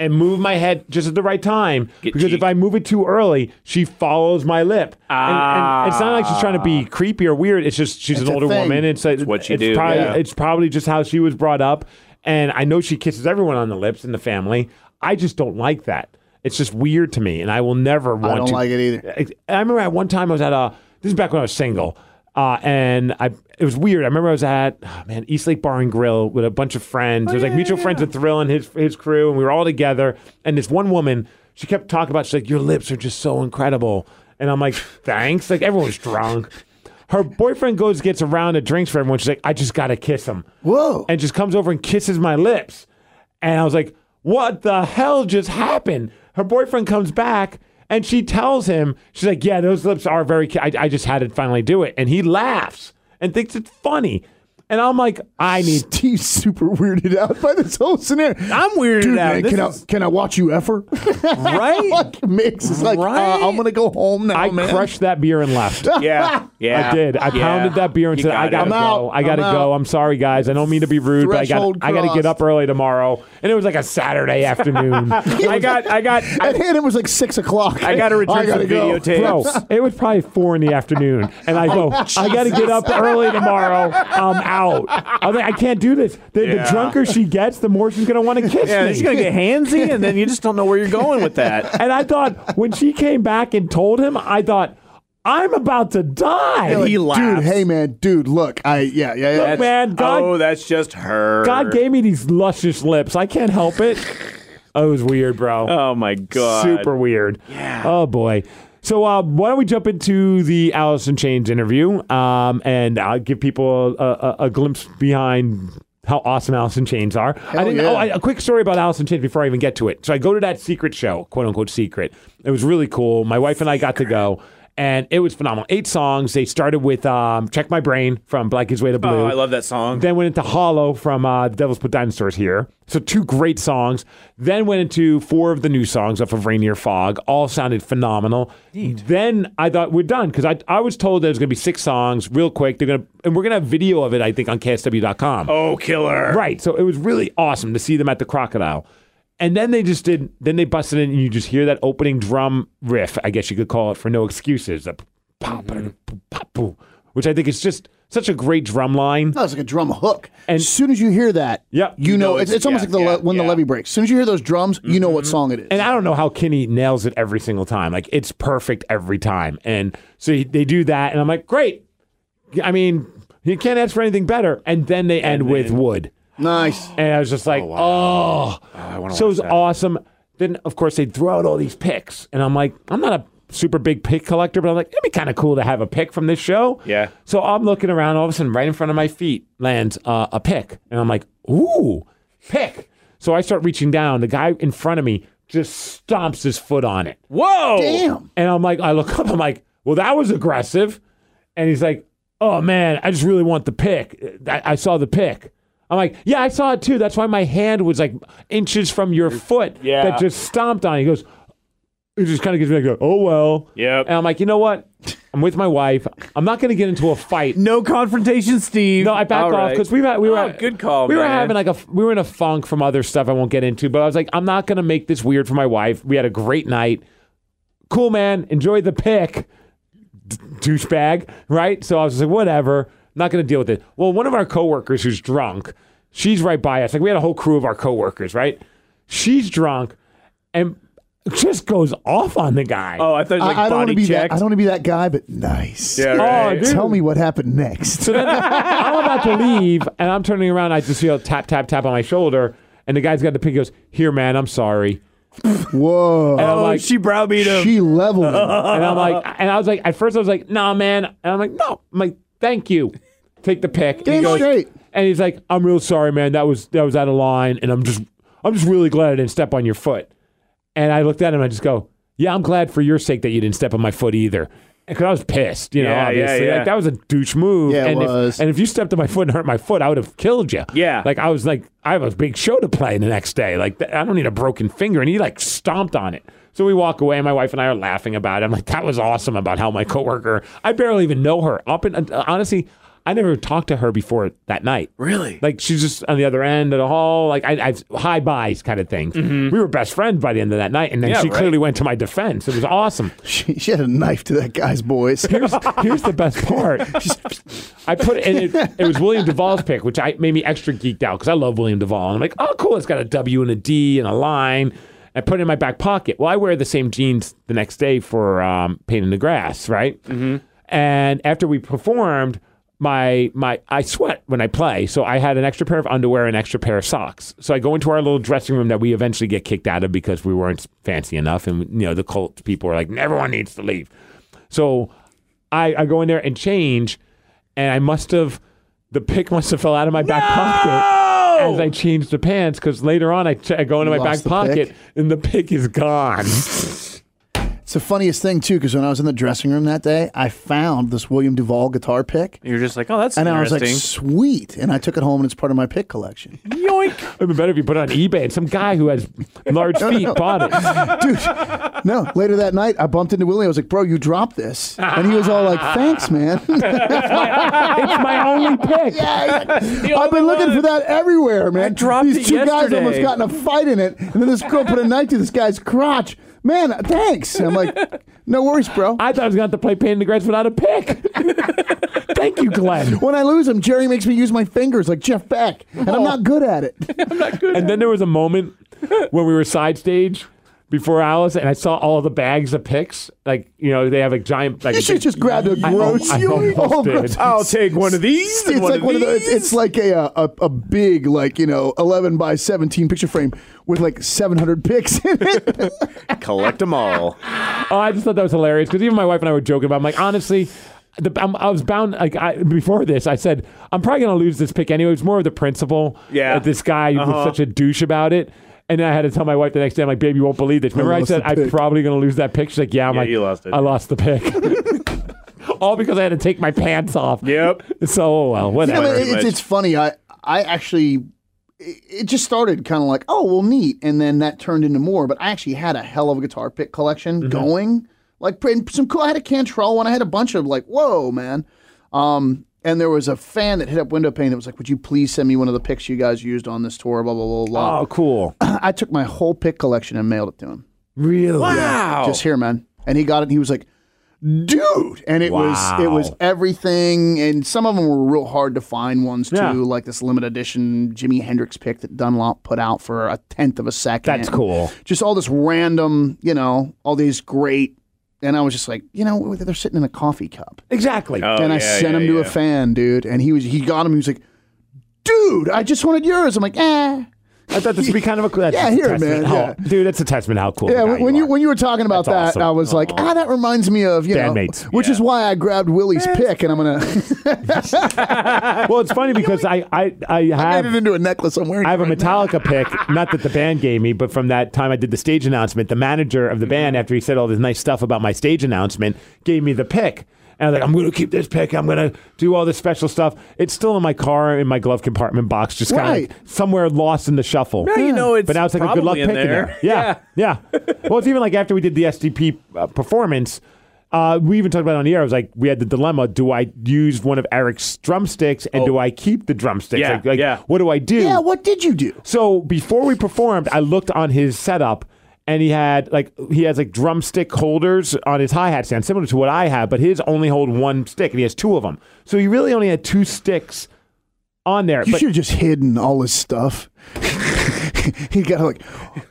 Speaker 1: and move my head just at the right time because if
Speaker 3: cheek.
Speaker 1: I move it too early, she follows my lip. And, and it's not like she's trying to be creepy or weird. It's just she's
Speaker 2: It's
Speaker 1: an
Speaker 2: a
Speaker 1: older
Speaker 2: thing.
Speaker 1: woman. It's, like,
Speaker 3: Ah. what you
Speaker 1: it's
Speaker 3: do,
Speaker 1: Probably,
Speaker 3: yeah.
Speaker 1: It's probably just how she was brought up, and I know she kisses everyone on the lips in the family. I just don't like that. It's just weird to me, and I will never want
Speaker 2: I don't
Speaker 1: to.
Speaker 2: like it either.
Speaker 1: I I remember at one time I was at a. This is back when I was single, uh, and I it was weird. I remember I was at oh, man East Lake Bar and Grill with a bunch of friends. it was like mutual friends with Thrill and his his crew, and we were all together. And this one woman, she kept talking about she's like, "Your lips are just so incredible," and I'm like, "Thanks." Like everyone's drunk. Her boyfriend goes gets a round of drinks for everyone. She's like, "I just gotta kiss him."
Speaker 2: Whoa.
Speaker 1: and just comes over and kisses my lips. And I was like, what the hell just happened? Her boyfriend comes back and she tells him, she's like, yeah, those lips are very, ki- I, I just had to finally do it. And he laughs and thinks it's funny. And I'm like, I need,
Speaker 2: Steve's super weirded out by this whole scenario.
Speaker 3: I'm weirded
Speaker 2: Dude,
Speaker 3: out.
Speaker 2: man,
Speaker 3: This
Speaker 2: can
Speaker 3: is-
Speaker 2: I can I watch you effer?
Speaker 3: right?
Speaker 2: like Mix is like, uh,
Speaker 3: Right?
Speaker 2: I'm gonna go home now,
Speaker 1: I
Speaker 2: man.
Speaker 1: crushed that beer and left.
Speaker 3: yeah, Oh, yeah.
Speaker 1: I did. I
Speaker 3: Yeah.
Speaker 1: pounded that beer and
Speaker 3: You
Speaker 1: said, "I gotta
Speaker 3: got it.
Speaker 1: go.
Speaker 2: I'm out.
Speaker 1: I gotta
Speaker 2: I'm
Speaker 1: go.
Speaker 2: out."
Speaker 1: I'm sorry, guys. I don't mean to be rude,
Speaker 2: Threshold
Speaker 1: but I got I gotta get
Speaker 2: crossed.
Speaker 1: up early tomorrow." And it was like a Saturday afternoon.
Speaker 3: I got. I got.
Speaker 2: And then it was like six o'clock.
Speaker 3: I gotta return
Speaker 2: gotta
Speaker 3: some
Speaker 2: go.
Speaker 3: videotape.
Speaker 1: Bro, it was probably four in the afternoon, and I go, I got to get up early tomorrow. I'm out. I'm like, I can't do this. The, the
Speaker 3: Yeah.
Speaker 1: drunker she gets, the more she's gonna want to kiss
Speaker 3: Yeah,
Speaker 1: me.
Speaker 3: she's gonna get handsy, and then you just don't know where you're going with that.
Speaker 1: and I thought when she came back and told him, I thought I'm about to die.
Speaker 3: he
Speaker 2: Dude,
Speaker 3: laughs.
Speaker 2: hey man, dude, look, I yeah yeah yeah.
Speaker 1: Look, man, God-
Speaker 3: oh, that's just her.
Speaker 1: God gave me these luscious lips. I can't help it. Oh, it was weird, bro.
Speaker 3: Oh my God.
Speaker 1: Super weird. Yeah. Oh boy. So uh, why don't we jump into the Allison Chains interview, um, and I'll give people a, a, a glimpse behind how awesome Allison Chains are. I didn't.
Speaker 2: yeah.
Speaker 1: Oh, I, a quick story about Allison Chains before I even get to it. So I go to that secret show, quote unquote secret. It was really cool. My wife and I got to go. And it was phenomenal. Eight songs. They started with um, "Check My Brain" from Black Is Way to Blue.
Speaker 3: Oh, I love that song.
Speaker 1: Then went into Hollow from uh, The Devil's Put Dinosaurs Here. So two great songs. Then went into four of the new songs off of Rainier Fog. All sounded phenomenal. Then I thought we're done because I, I was told there's going to be six songs real quick. They're gonna and we're gonna have video of it. I think on KSW.com.
Speaker 3: oh, killer.
Speaker 1: Right. So it was really awesome to see them at the crocodile. And then they just did then they busted in and you just hear that opening drum riff, I guess you could call it for no excuses. The pop, pop, pop, which I think is just such a great drum line.
Speaker 2: No, it's like a drum hook.
Speaker 1: And-
Speaker 2: as soon as you hear that,
Speaker 1: Yep.
Speaker 2: you, know, it's, it's almost
Speaker 3: yeah,
Speaker 2: like the
Speaker 3: yeah,
Speaker 2: le- when the
Speaker 3: yeah. Mm-hmm.
Speaker 2: levee breaks. As soon as you hear those drums, you know what song it is.
Speaker 1: And I don't know how Kenny nails it every single time. Like it's perfect every time. And so he, they do that, and I'm like, great. I mean, you can't ask for anything better. And then they end with wood,
Speaker 2: nice.
Speaker 1: and I was just like, oh, so it was awesome. Then of course they throw out all these picks, and I'm like, I'm not a super big pick collector, but I'm like, it'd be kind of cool to have a pick from this show.
Speaker 3: Yeah.
Speaker 1: So I'm looking around, all of a sudden, right in front of my feet lands uh, a pick, and I'm like, ooh, pick. So I start reaching down. The guy in front of me just stomps his foot on it.
Speaker 3: Whoa.
Speaker 2: Damn.
Speaker 1: And I'm like, I look up, I'm like, well, that was aggressive. And he's like, oh man, I just really want the pick. I, I saw the pick. I'm like, yeah, I saw it too. That's why my hand was like inches from your foot
Speaker 3: Yeah.
Speaker 1: that just stomped on. it." He goes, it just kind of gives me like, a, oh well.
Speaker 3: Yep.
Speaker 1: And I'm like, you know what? I'm with my wife. I'm not going to get into a fight.
Speaker 3: No confrontation, Steve.
Speaker 1: No, I backed
Speaker 3: All
Speaker 1: off
Speaker 3: right.
Speaker 1: because we were we were
Speaker 3: Oh, good call.
Speaker 1: We were
Speaker 3: man.
Speaker 1: having like a we were in a funk from other stuff I won't get into, but I was like, I'm not gonna make this weird for my wife. We had a great night. Cool, man. Enjoy the pick, d- douchebag. Right? So I was just like, whatever. Not going to deal with it. Well, one of our coworkers who's drunk, she's right by us. Like we had a whole crew of our coworkers, right? She's drunk and just goes off on the guy.
Speaker 3: Oh, I thought it was like
Speaker 2: I, I don't want
Speaker 3: body
Speaker 2: to be
Speaker 3: checked.
Speaker 2: that. I don't want to be that guy, but nice.
Speaker 3: Yeah,
Speaker 1: Oh,
Speaker 3: right.
Speaker 1: dude.
Speaker 2: Tell me what happened next.
Speaker 1: So then I'm about to leave, and I'm turning around. I just feel a tap, tap, tap on my shoulder, and the guy's got the pig. he Goes here, man. I'm sorry.
Speaker 2: Whoa,
Speaker 1: And I'm
Speaker 3: oh,
Speaker 1: like,
Speaker 3: she browbeat him.
Speaker 2: she leveled.
Speaker 3: Uh,
Speaker 2: him.
Speaker 1: and I'm like, and I was like, at first I was like, nah, man. And I'm like, no. I'm like, thank you. Take the pick.
Speaker 2: Damn straight.
Speaker 1: And he's like, I'm real sorry, man. That was that was out of line, and I'm just I'm just really glad I didn't step on your foot. And I looked at him. I just go, yeah, I'm glad for your sake that you didn't step on my foot either. Because I was pissed, you know.
Speaker 3: Yeah, yeah,
Speaker 1: obviously,
Speaker 3: yeah.
Speaker 1: like that was a douche move.
Speaker 2: Yeah, it
Speaker 1: and
Speaker 2: was.
Speaker 1: If, and if you stepped on my foot and hurt my foot, I would have killed you.
Speaker 3: Yeah.
Speaker 1: like I was like, I have a big show to play the next day. Like th- I don't need a broken finger, and he like stomped on it. So we walk away, and my wife and I are laughing about it. I'm like, that was awesome about how my coworker. I barely even know her. Up in, uh, honestly, I never talked to her before that night.
Speaker 3: Really?
Speaker 1: Like she's just on the other end of the hall. Like I, I've high buys kind of things. We were best friends by the end of that night, and then
Speaker 3: Mm-hmm. Yeah,
Speaker 1: she
Speaker 3: right.
Speaker 1: clearly went to my defense. It was awesome.
Speaker 2: She, she had a knife to that guy's boys.
Speaker 1: Here's, here's the best part. I put it, and it, it was William Duvall's pick, which I made me extra geeked out because I love William Duvall. And I'm like, oh, cool, it's got a W and a D and a line. I put it in my back pocket. Well, I wear the same jeans the next day for um, painting the grass, right? Mm-hmm. And after we performed, my my I sweat when I play, so I had an extra pair of underwear and extra pair of socks. So I go into our little dressing room that we eventually get kicked out of because we weren't fancy enough, and you know the cult people are like, everyone needs to leave. So I, I go in there and change, and I must have the pick must have fell out of my back pocket as I changed the pants because later on I, ch- I go into
Speaker 2: You
Speaker 1: my back
Speaker 2: lost the
Speaker 1: pocket
Speaker 2: pick?
Speaker 1: and the pick is gone.
Speaker 2: It's the funniest thing too, because when I was in the dressing room that day, I found this William Duvall guitar pick,
Speaker 3: You're just like, oh, that's
Speaker 2: and I was
Speaker 3: interesting.
Speaker 2: like, "Sweet!" And I took it home, and it's part of my pick collection.
Speaker 1: Yoink! It'd be better if you put it on eBay and some guy who has large feet bought it.
Speaker 2: No, later that night, I bumped into Willie. I was like, "Bro, you dropped this," and he was all like, "Thanks, man."
Speaker 1: It's my only pick.
Speaker 2: I've been looking for that everywhere, man.
Speaker 3: dropped
Speaker 2: These
Speaker 3: it
Speaker 2: two guys
Speaker 3: yesterday.
Speaker 2: almost got in a fight in it, and then this girl put a knife to this guy's crotch. Man, thanks. And I'm like, "No worries, bro."
Speaker 1: I thought I was going to have to play Pain in the Grass without a pick. Thank you, Glenn.
Speaker 2: when I lose him, Jerry makes me use my fingers like Jeff Beck, and I'm not good at
Speaker 3: Oh.
Speaker 2: it.
Speaker 1: And then there was a moment when we were side stage before Alice, and I saw all the bags of picks. Like you know, they have a giant. Like,
Speaker 2: You should just grab a
Speaker 1: I
Speaker 2: gross.
Speaker 1: al- I
Speaker 2: you-
Speaker 1: almost
Speaker 2: oh,
Speaker 1: did.
Speaker 2: gross.
Speaker 3: I'll take one of these.
Speaker 2: It's like one of those. It's like a, uh, a a big like you know eleven by seventeen picture frame with like seven hundred pics in it.
Speaker 3: collect them all.
Speaker 1: Oh, I just thought that was hilarious because even my wife and I were joking about. It. I'm like, honestly. The, I'm, I was bound like I, before this. I said I'm probably going to lose this pick anyway. It's more of the principle.
Speaker 3: Yeah. Uh-huh.
Speaker 1: that this guy was such a douche about it, and then I had to tell my wife the next day. I'm like, babe, you won't believe this. Remember, I,
Speaker 2: lost
Speaker 1: said
Speaker 2: the
Speaker 1: I'm
Speaker 2: pick."
Speaker 1: probably going to lose that pick. She's like, yeah. I'm
Speaker 3: Yeah,
Speaker 1: like,
Speaker 3: you lost it.
Speaker 1: I lost the pick. All because I had to take my pants off.
Speaker 3: Yep.
Speaker 1: So oh well,
Speaker 2: You know,
Speaker 1: whatever.
Speaker 2: but
Speaker 3: Pretty
Speaker 2: it's,
Speaker 3: much.
Speaker 2: it's funny. I I actually it it just started kind of like oh well neat, and then that turned into more. But I actually had a hell of a guitar pick collection
Speaker 1: Mm-hmm.
Speaker 2: going. Like and some cool. I had a Cantrell one. I had a bunch of like whoa man. Um, and there was a fan that hit up window pane that was like, "Would you please send me one of the picks you guys used on this tour?" Blah blah blah blah.
Speaker 1: Oh, cool.
Speaker 2: I took my whole pick collection and mailed it to him.
Speaker 1: Really?
Speaker 3: Wow.
Speaker 2: Just here, man. And he got it. And he was like, dude. And it was it was
Speaker 1: Wow.
Speaker 2: everything. And some of them were real hard to find ones too,
Speaker 1: Yeah.
Speaker 2: like this limited edition Jimi Hendrix pick that Dunlop put out for a tenth of a second.
Speaker 1: That's cool.
Speaker 2: Just all this random, you know, all these great. And I was just like, you know, they're sitting in a coffee cup.
Speaker 1: Exactly.
Speaker 3: Oh,
Speaker 2: and I
Speaker 3: yeah,
Speaker 2: sent
Speaker 3: yeah,
Speaker 2: him to
Speaker 3: yeah.
Speaker 2: a fan, dude. And he was he got him. He was like, dude, I just wanted yours. I'm like, eh.
Speaker 1: I thought this would be kind of a cool. that's
Speaker 2: Yeah,
Speaker 1: just a
Speaker 2: here,
Speaker 1: testament.
Speaker 2: man,
Speaker 1: how- dude, that's a testament how cool.
Speaker 2: Yeah,
Speaker 1: the guy
Speaker 2: when you
Speaker 1: are.
Speaker 2: when you were talking about
Speaker 1: That's awesome.
Speaker 2: that, I was like, ah, that reminds me of you
Speaker 1: Bandmates.
Speaker 2: know, which is why I grabbed Willie's pick, and I'm gonna
Speaker 1: well, it's funny because I I I
Speaker 2: made it
Speaker 1: have.
Speaker 2: into a necklace I'm wearing.
Speaker 1: I have a Metallica pick, not that the band gave me, but from that time I did the stage announcement, the manager of the
Speaker 3: Mm-hmm.
Speaker 1: band, after he said all this nice stuff about my stage announcement, gave me the pick. And I was like, I'm going to keep this pick. I'm going to do all this special stuff. It's still in my car, in my glove compartment box, just kind of
Speaker 2: Right.
Speaker 1: somewhere lost in the shuffle.
Speaker 3: Yeah, you know, it's
Speaker 1: but now it's like a good luck
Speaker 3: probably in
Speaker 1: picking
Speaker 3: there.
Speaker 1: there. Yeah, yeah. well, it's even like after we did the SDP uh, performance, uh, we even talked about it on the air. I was like, we had the dilemma: do I use one of Eric's drumsticks and do I keep the drumsticks?
Speaker 3: Oh. Yeah,
Speaker 1: like, like,
Speaker 3: yeah.
Speaker 1: What do I do?
Speaker 2: yeah, what did you do?
Speaker 1: So before we performed, I looked on his setup. and he had like he has like drumstick holders on his hi hat stand, similar to what I have, but his only hold one stick, and he has two of them. So he really only had two sticks on there.
Speaker 2: You
Speaker 1: but
Speaker 2: should have just hidden all his stuff. he got like,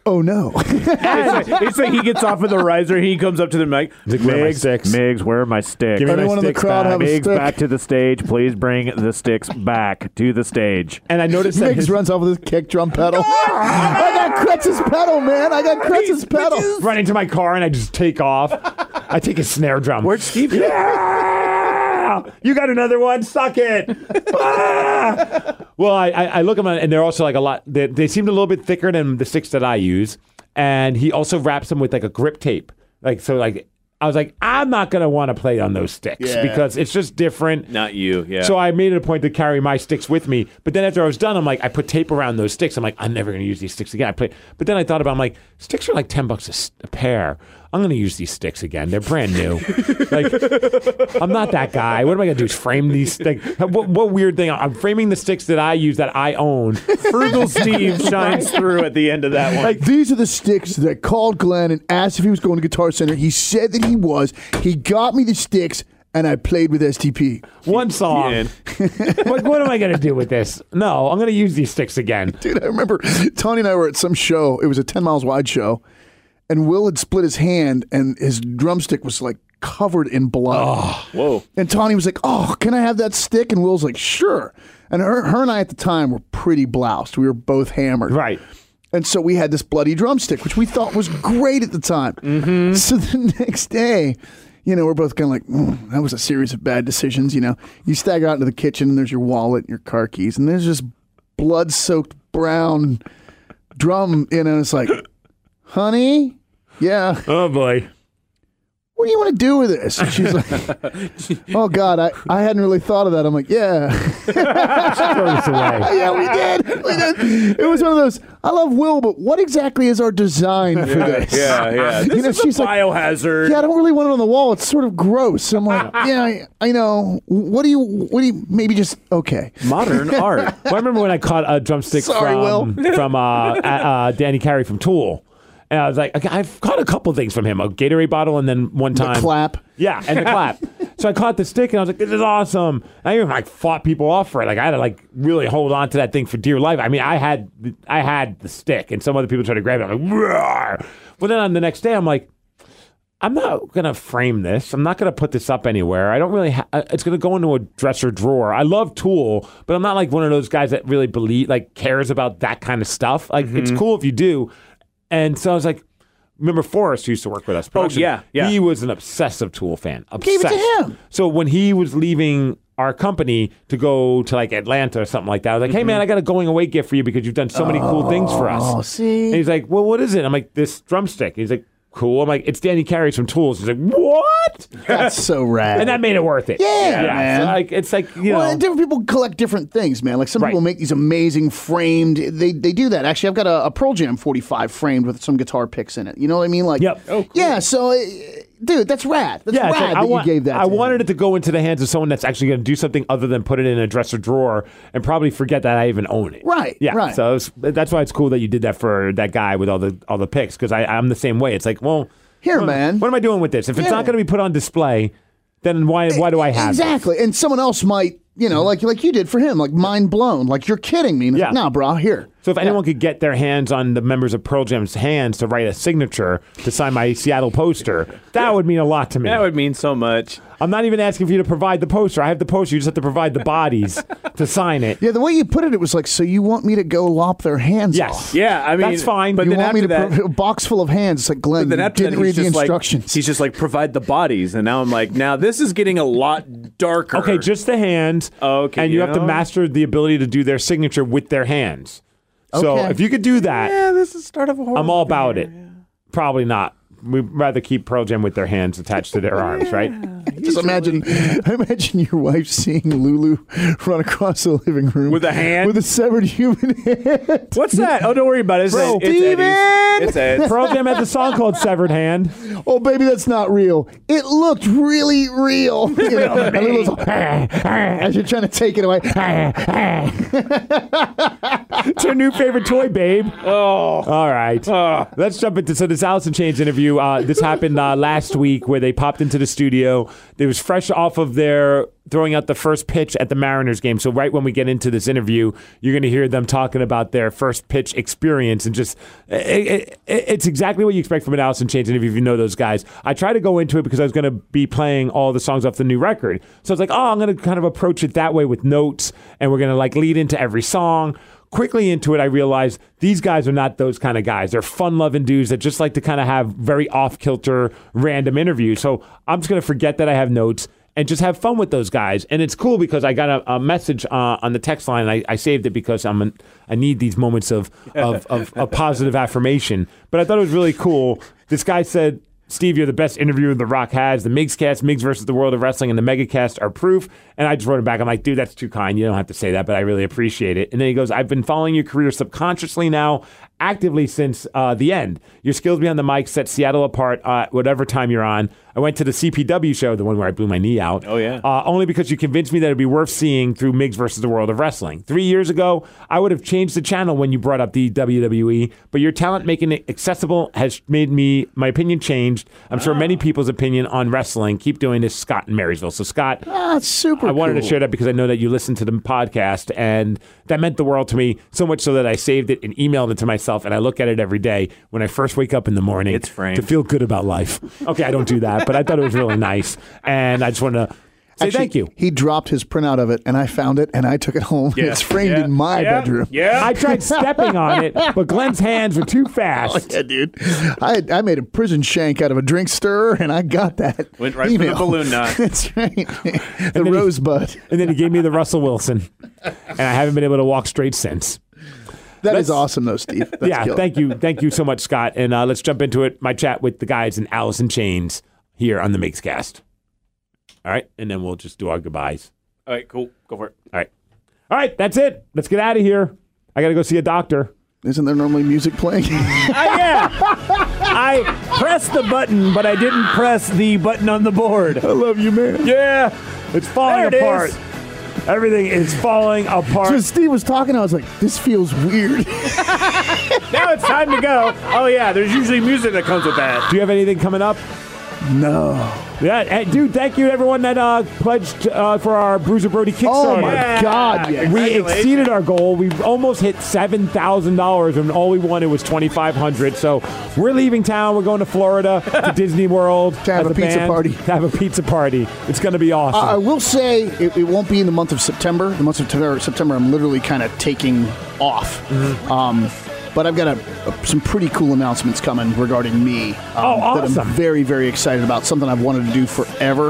Speaker 2: oh no.
Speaker 3: it's, like, it's like he gets off of the riser. He comes up to the mic.
Speaker 1: like, "Where are my sticks?"
Speaker 3: Migs, where are my sticks?
Speaker 1: Give me my
Speaker 2: Anyone in the
Speaker 1: sticks
Speaker 2: crowd
Speaker 1: back.
Speaker 2: have a
Speaker 1: Migs
Speaker 2: stick?
Speaker 3: to the stage. Please bring the sticks back to the stage.
Speaker 1: and I noticed that
Speaker 2: Migs
Speaker 1: his,
Speaker 2: runs off with his kick drum pedal. I got Kretz's pedal, man. I got Kretz's pedal.
Speaker 1: run into my car and I just take off. I take a snare drum.
Speaker 3: Where'd Steve go?
Speaker 1: Yeah! You got another one? Suck it. Ah! Well, I, I, I look at them and they're also like a lot, they, they seemed a little bit thicker than the sticks that I use. And he also wraps them with like a grip tape. Like, so, like, I was like, I'm not going to want to play on those sticks
Speaker 2: Yeah.
Speaker 1: because it's just different.
Speaker 3: Not you, yeah.
Speaker 1: So I made it a point to carry my sticks with me. But then after I was done, I'm like, I put tape around those sticks. I'm like, I'm never going to use these sticks again. I play, but then I thought about, it, I'm like, sticks are like ten bucks a, s- a pair. I'm going to use these sticks again. They're brand new. like, I'm not that guy. What am I going to do? Is frame these? Like, what, what weird thing? I'm framing the sticks that I use that I own.
Speaker 3: Frugal Steve shines through at the end of that one.
Speaker 2: These are the sticks that called Glenn and asked if he was going to Guitar Center. He said that he was. He got me the sticks, and I played with STP.
Speaker 1: One song. Like, what am I going to do with this? No, I'm going to use these sticks again.
Speaker 2: Dude, I remember Tony and I were at some show. It was a 10 miles wide show. And Will had split his hand, and his drumstick was like covered in blood.
Speaker 3: Whoa.
Speaker 2: And Tawny was like, "Oh, can I have that stick?" And Will's like, "Sure." And her, her and I at the time were pretty bloused. We were both hammered,
Speaker 1: Right.
Speaker 2: And so we had this bloody drumstick, which we thought was great at the time. Mm-hmm. So the next day, you know, we're both kind of like, "Mm, "That was a series of bad decisions." You know, you stagger out into the kitchen, and there's your wallet and your car keys, and there's this blood-soaked brown drum, you know, and it's like, "Honey, yeah."
Speaker 1: Oh boy.
Speaker 2: what do you want to do with this? And she's like, oh God, I, I hadn't really thought of that. I'm like, yeah,
Speaker 1: Throw this away.
Speaker 2: yeah, we did. We did. It was one of those, I love Will, but what exactly is our design for this?
Speaker 3: Yeah, yeah. This
Speaker 2: You know,
Speaker 3: is
Speaker 2: she's
Speaker 3: a
Speaker 2: like,
Speaker 3: biohazard.
Speaker 2: yeah, I don't really want it on the wall. It's sort of gross. I'm like, yeah, I, I know. What do you, what do you, maybe just, okay.
Speaker 3: Modern art.
Speaker 1: Well, I remember when I caught a drumstick
Speaker 2: Sorry,
Speaker 1: from, from uh, uh, uh, Danny Carey from Tool. And I was like, okay, I've caught a couple things from him a Gatorade bottle and then one time.
Speaker 2: Clap.
Speaker 1: Yeah, and the clap. So I caught the stick and I was like, this is awesome. And I even like fought people off for it. Like I had to like really hold on to that thing for dear life. I mean, I had I had the stick and some other people tried to grab it. I'm like, Roar! But then on the next day, I'm like, I'm not gonna frame this. I'm not gonna put this up anywhere. I don't really. Ha- uh, it's gonna go into a dresser drawer. I love Tool, but I'm not like one of those guys that really believe, like, cares about that kind of stuff. Like,
Speaker 3: Mm-hmm.
Speaker 1: it's cool if you do. And so I was like, remember Forrest who used to work with us? production?
Speaker 3: Oh, yeah, yeah.
Speaker 1: He was an obsessive Tool fan.
Speaker 2: it
Speaker 1: Obsessed.
Speaker 2: to him.
Speaker 1: So when he was leaving our company to go to like Atlanta or something like that, I was
Speaker 3: Mm-hmm.
Speaker 1: like, hey man, I got a going away gift for you because you've done so many cool things for us.
Speaker 2: Oh, see?
Speaker 1: And he's like, "Well, what is it?" I'm like, "This drumstick." He's like, "Cool." I'm like, "It's Danny Carey's from Tools." He's like, "What?"
Speaker 2: That's so rad.
Speaker 1: And that made it worth it.
Speaker 2: Yeah, man.
Speaker 1: so, like it's like you
Speaker 2: well,
Speaker 1: know,
Speaker 2: and different people collect different things, man. Like some
Speaker 1: Right.
Speaker 2: people make these amazing framed. They they do that. Actually, I've got a, a Pearl Jam 45 framed with some guitar picks in it. You know what I mean? Like,
Speaker 1: Yep. Oh, cool.
Speaker 2: yeah. So, it, dude, that's rad. That's
Speaker 1: yeah. it's
Speaker 2: rad
Speaker 1: like,
Speaker 2: that
Speaker 1: I want,
Speaker 2: you gave that.
Speaker 1: I
Speaker 2: to him.
Speaker 1: wanted it to go into the hands of someone that's actually going to do something other than put it in a dresser drawer and probably forget that I even own it.
Speaker 2: Right,
Speaker 1: Yeah.
Speaker 2: right.
Speaker 1: So it's that's why it's cool that you did that for that guy with all the all the picks because I I'm the same way. It's like, well,
Speaker 2: Here,
Speaker 1: what,
Speaker 2: man.
Speaker 1: What am I doing with this? If it's
Speaker 2: Yeah.
Speaker 1: not going to be put on display, then why why do I have it?
Speaker 2: exactly. And someone else might, you know, like like you did for him, like mind blown. Like you're kidding me. And it's
Speaker 1: Yeah.
Speaker 2: Like, nah, bro. Here.
Speaker 1: So if anyone could get their hands on the members of Pearl Jam's hands to write a signature to sign my Seattle poster, that would mean a lot to me.
Speaker 3: That would mean so much.
Speaker 1: I'm not even asking for you to provide the poster. I have the poster. You just have to provide the bodies to sign it.
Speaker 2: Yeah, the way you put it, it was like, so you want me to go lop their hands
Speaker 1: Yes.
Speaker 2: off?
Speaker 3: Yeah, I mean,
Speaker 1: That's fine.
Speaker 3: But
Speaker 2: You
Speaker 3: then
Speaker 2: want me
Speaker 3: after
Speaker 2: to
Speaker 3: that,
Speaker 2: pro- a box full of hands? It's like Glenn
Speaker 3: but then
Speaker 2: you
Speaker 3: after
Speaker 2: didn't
Speaker 3: that,
Speaker 2: read
Speaker 3: he's
Speaker 2: the
Speaker 3: just like
Speaker 2: instructions.
Speaker 3: he's just like provide the bodies, and now I'm like, now this is getting a lot darker.
Speaker 1: Okay, just the hands.
Speaker 3: Okay,
Speaker 1: And you
Speaker 3: you
Speaker 1: have to
Speaker 3: know.
Speaker 1: master the ability to do their signature with their hands. So
Speaker 2: Okay.
Speaker 1: if you could do that,
Speaker 3: yeah, this is the start of a horror.
Speaker 1: I'm all about it. Probably not. we rather keep Pearl Jam with their hands attached to their arms, right?
Speaker 2: Just imagine, imagine your wife seeing Lulu run across the living room
Speaker 3: With a hand?
Speaker 2: with a severed human hand.
Speaker 3: What's that? Oh, don't worry about it. It's,
Speaker 2: Bro,
Speaker 3: Ed- it's Eddie's.
Speaker 2: Steven!
Speaker 3: It's Ed's.
Speaker 1: Pearl Jam has a song called "Severed Hand."
Speaker 2: Oh, baby, that's not real. It looked really real. You know, and Lulu's like, "Ah, ah," as you're trying to take it away. "Ah, ah."
Speaker 1: It's her new favorite toy, babe. Oh. All right. Let's jump into so this Allison Chains interview. Uh, this happened uh, last week where they popped into the studio. They was fresh off of their throwing out the first pitch at the Mariners game. So right when we get into this interview, you're going to hear them talking about their first pitch experience and just it, it, it- it's exactly what you expect from an Allison Chains interview if you know those guys. I tried to go into it because I was going to be playing all the songs off the new record. So I was like, oh, I'm going to kind of approach it that way with notes and we're going to like lead into every song quickly into it, I realized these guys are not those kind of guys. They're fun loving dudes that just like to kind of have very off kilter, random interviews. So I'm just going to forget that I have notes and just have fun with those guys. And it's cool because I got a, a message uh, on the text line. I, I saved it because I'm an, I need these moments of, of, of, of positive affirmation. But I thought it was really cool. This guy said, Steve, you're the best interviewer The Rock has. The Migs cast, Migs versus the World of Wrestling, and the Megacast are proof. And I just wrote him back. I'm like, dude, that's too kind. You don't have to say that, but I really appreciate it. And then he goes, I've been following your career subconsciously now, actively since uh, the end. Your skills behind the mic set Seattle apart uh, whatever time you're on. I went to the CPW show, the one where I blew my knee out.
Speaker 3: Oh, yeah.
Speaker 1: Uh, only because you convinced me that it'd be worth seeing through Migs versus the World of Wrestling. Three years ago, I would have changed the channel when you brought up the WWE, but your talent making it accessible has made me my opinion changed. I'm sure many people's opinion on wrestling. Keep doing this, Scott in Marysville. So Scott,
Speaker 2: Ah, it's super.
Speaker 1: I wanted to
Speaker 2: cool.
Speaker 1: share that because I know that you listened to the podcast, and that meant the world to me. So much so that I saved it and emailed it to myself, and I look at it every day when I first wake up in the morning.
Speaker 3: It's framed.
Speaker 1: to feel good about life. Okay, I don't do that, but I thought it was really nice, and I just wanted to say
Speaker 2: Actually,
Speaker 1: thank you.
Speaker 2: He dropped his printout of it, and I found it, and I took it home.
Speaker 3: Yeah.
Speaker 2: It's framed
Speaker 3: Yeah.
Speaker 2: in my
Speaker 3: Yeah.
Speaker 2: bedroom.
Speaker 3: Yeah.
Speaker 1: I tried stepping on it, but Glenn's hands were too fast.
Speaker 2: Yeah, dude. I I made a prison shank out of a drink stirrer, and I got that.
Speaker 3: Went right for the
Speaker 2: email.
Speaker 3: balloon knot.
Speaker 2: That's right. the
Speaker 1: he-
Speaker 2: rosebud.
Speaker 1: And then he gave me the Russell Wilson, and I haven't been able to walk straight since.
Speaker 2: That
Speaker 1: Let's-
Speaker 2: is awesome, though, Steve. That's
Speaker 1: yeah,
Speaker 2: killer.
Speaker 1: thank you, thank you so much, Scott. And uh, let's jump into it. My chat with the guys in Alice in Chains here on the Mixcast. All right, and then we'll just do our goodbyes.
Speaker 3: All right, cool. Go for it.
Speaker 1: All right, all right, that's it. Let's get out of here. I gotta go see a doctor.
Speaker 2: Isn't there normally music playing?
Speaker 3: Ah, yeah. I pressed the button, but I didn't press the button on the board.
Speaker 2: I love you, man.
Speaker 1: Yeah, it's falling
Speaker 3: There it
Speaker 1: apart. Everything is falling apart.
Speaker 2: So Steve was talking. I was like, "This feels weird."
Speaker 1: now it's time to go.
Speaker 3: Oh yeah, there's usually music that comes with that.
Speaker 1: Do you have anything coming up?
Speaker 2: no.
Speaker 1: Yeah, and dude, thank you to everyone that uh, pledged uh, for our Bruiser Brody Kickstarter.
Speaker 2: Oh my
Speaker 3: Yeah.
Speaker 2: God! Yes.
Speaker 1: We
Speaker 3: Congratulations.
Speaker 1: exceeded our goal. We almost hit seven thousand dollars, and all we wanted was twenty five hundred. So we're leaving town. We're going to Florida to Disney World to
Speaker 2: have a pizza party.
Speaker 1: To have a pizza party. It's going to be
Speaker 2: I- Uh, I
Speaker 1: awesome.
Speaker 2: will say it, it won't be in the month of September. The month of September, September I'm literally kind of taking off.
Speaker 1: Mm-hmm.
Speaker 2: Um, but I've got a, a- some pretty cool announcements coming regarding me. Um,
Speaker 1: Oh,
Speaker 2: That
Speaker 1: awesome.
Speaker 2: I'm very, very excited about. Something I've wanted to do forever.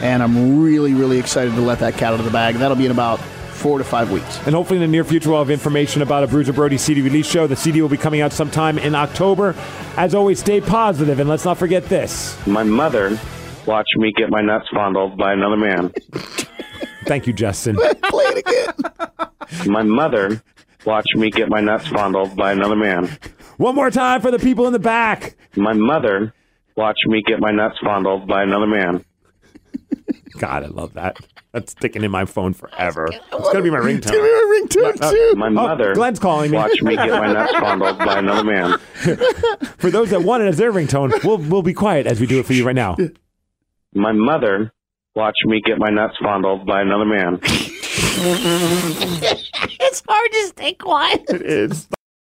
Speaker 2: And I'm really, really excited to let that cat out of the bag. That'll be in about four to five weeks.
Speaker 1: and hopefully in the near future we'll have information about a Bruiser Brody CD release show. The CD will be coming out sometime in October. As always, stay positive, and let's not forget this.
Speaker 6: My mother watched me get my nuts fondled by another man.
Speaker 1: Thank you, Justin.
Speaker 2: Play it again.
Speaker 6: My mother watched me get my nuts fondled by another man.
Speaker 1: One more time for the people in the back.
Speaker 6: My mother watched me get my nuts fondled by another man.
Speaker 1: God, I love that. That's sticking in my phone forever. It's gonna be my
Speaker 2: Give me
Speaker 1: ringtone.
Speaker 2: a ringtone, too.
Speaker 6: My mother
Speaker 1: Oh, Glenn's calling me.
Speaker 6: watched me get my nuts fondled by another man.
Speaker 1: For those that want it as their ringtone, we'll we'll be quiet as we do it for you right now.
Speaker 6: My mother watched me get my nuts fondled by another man.
Speaker 8: It's hard to stay quiet. It is.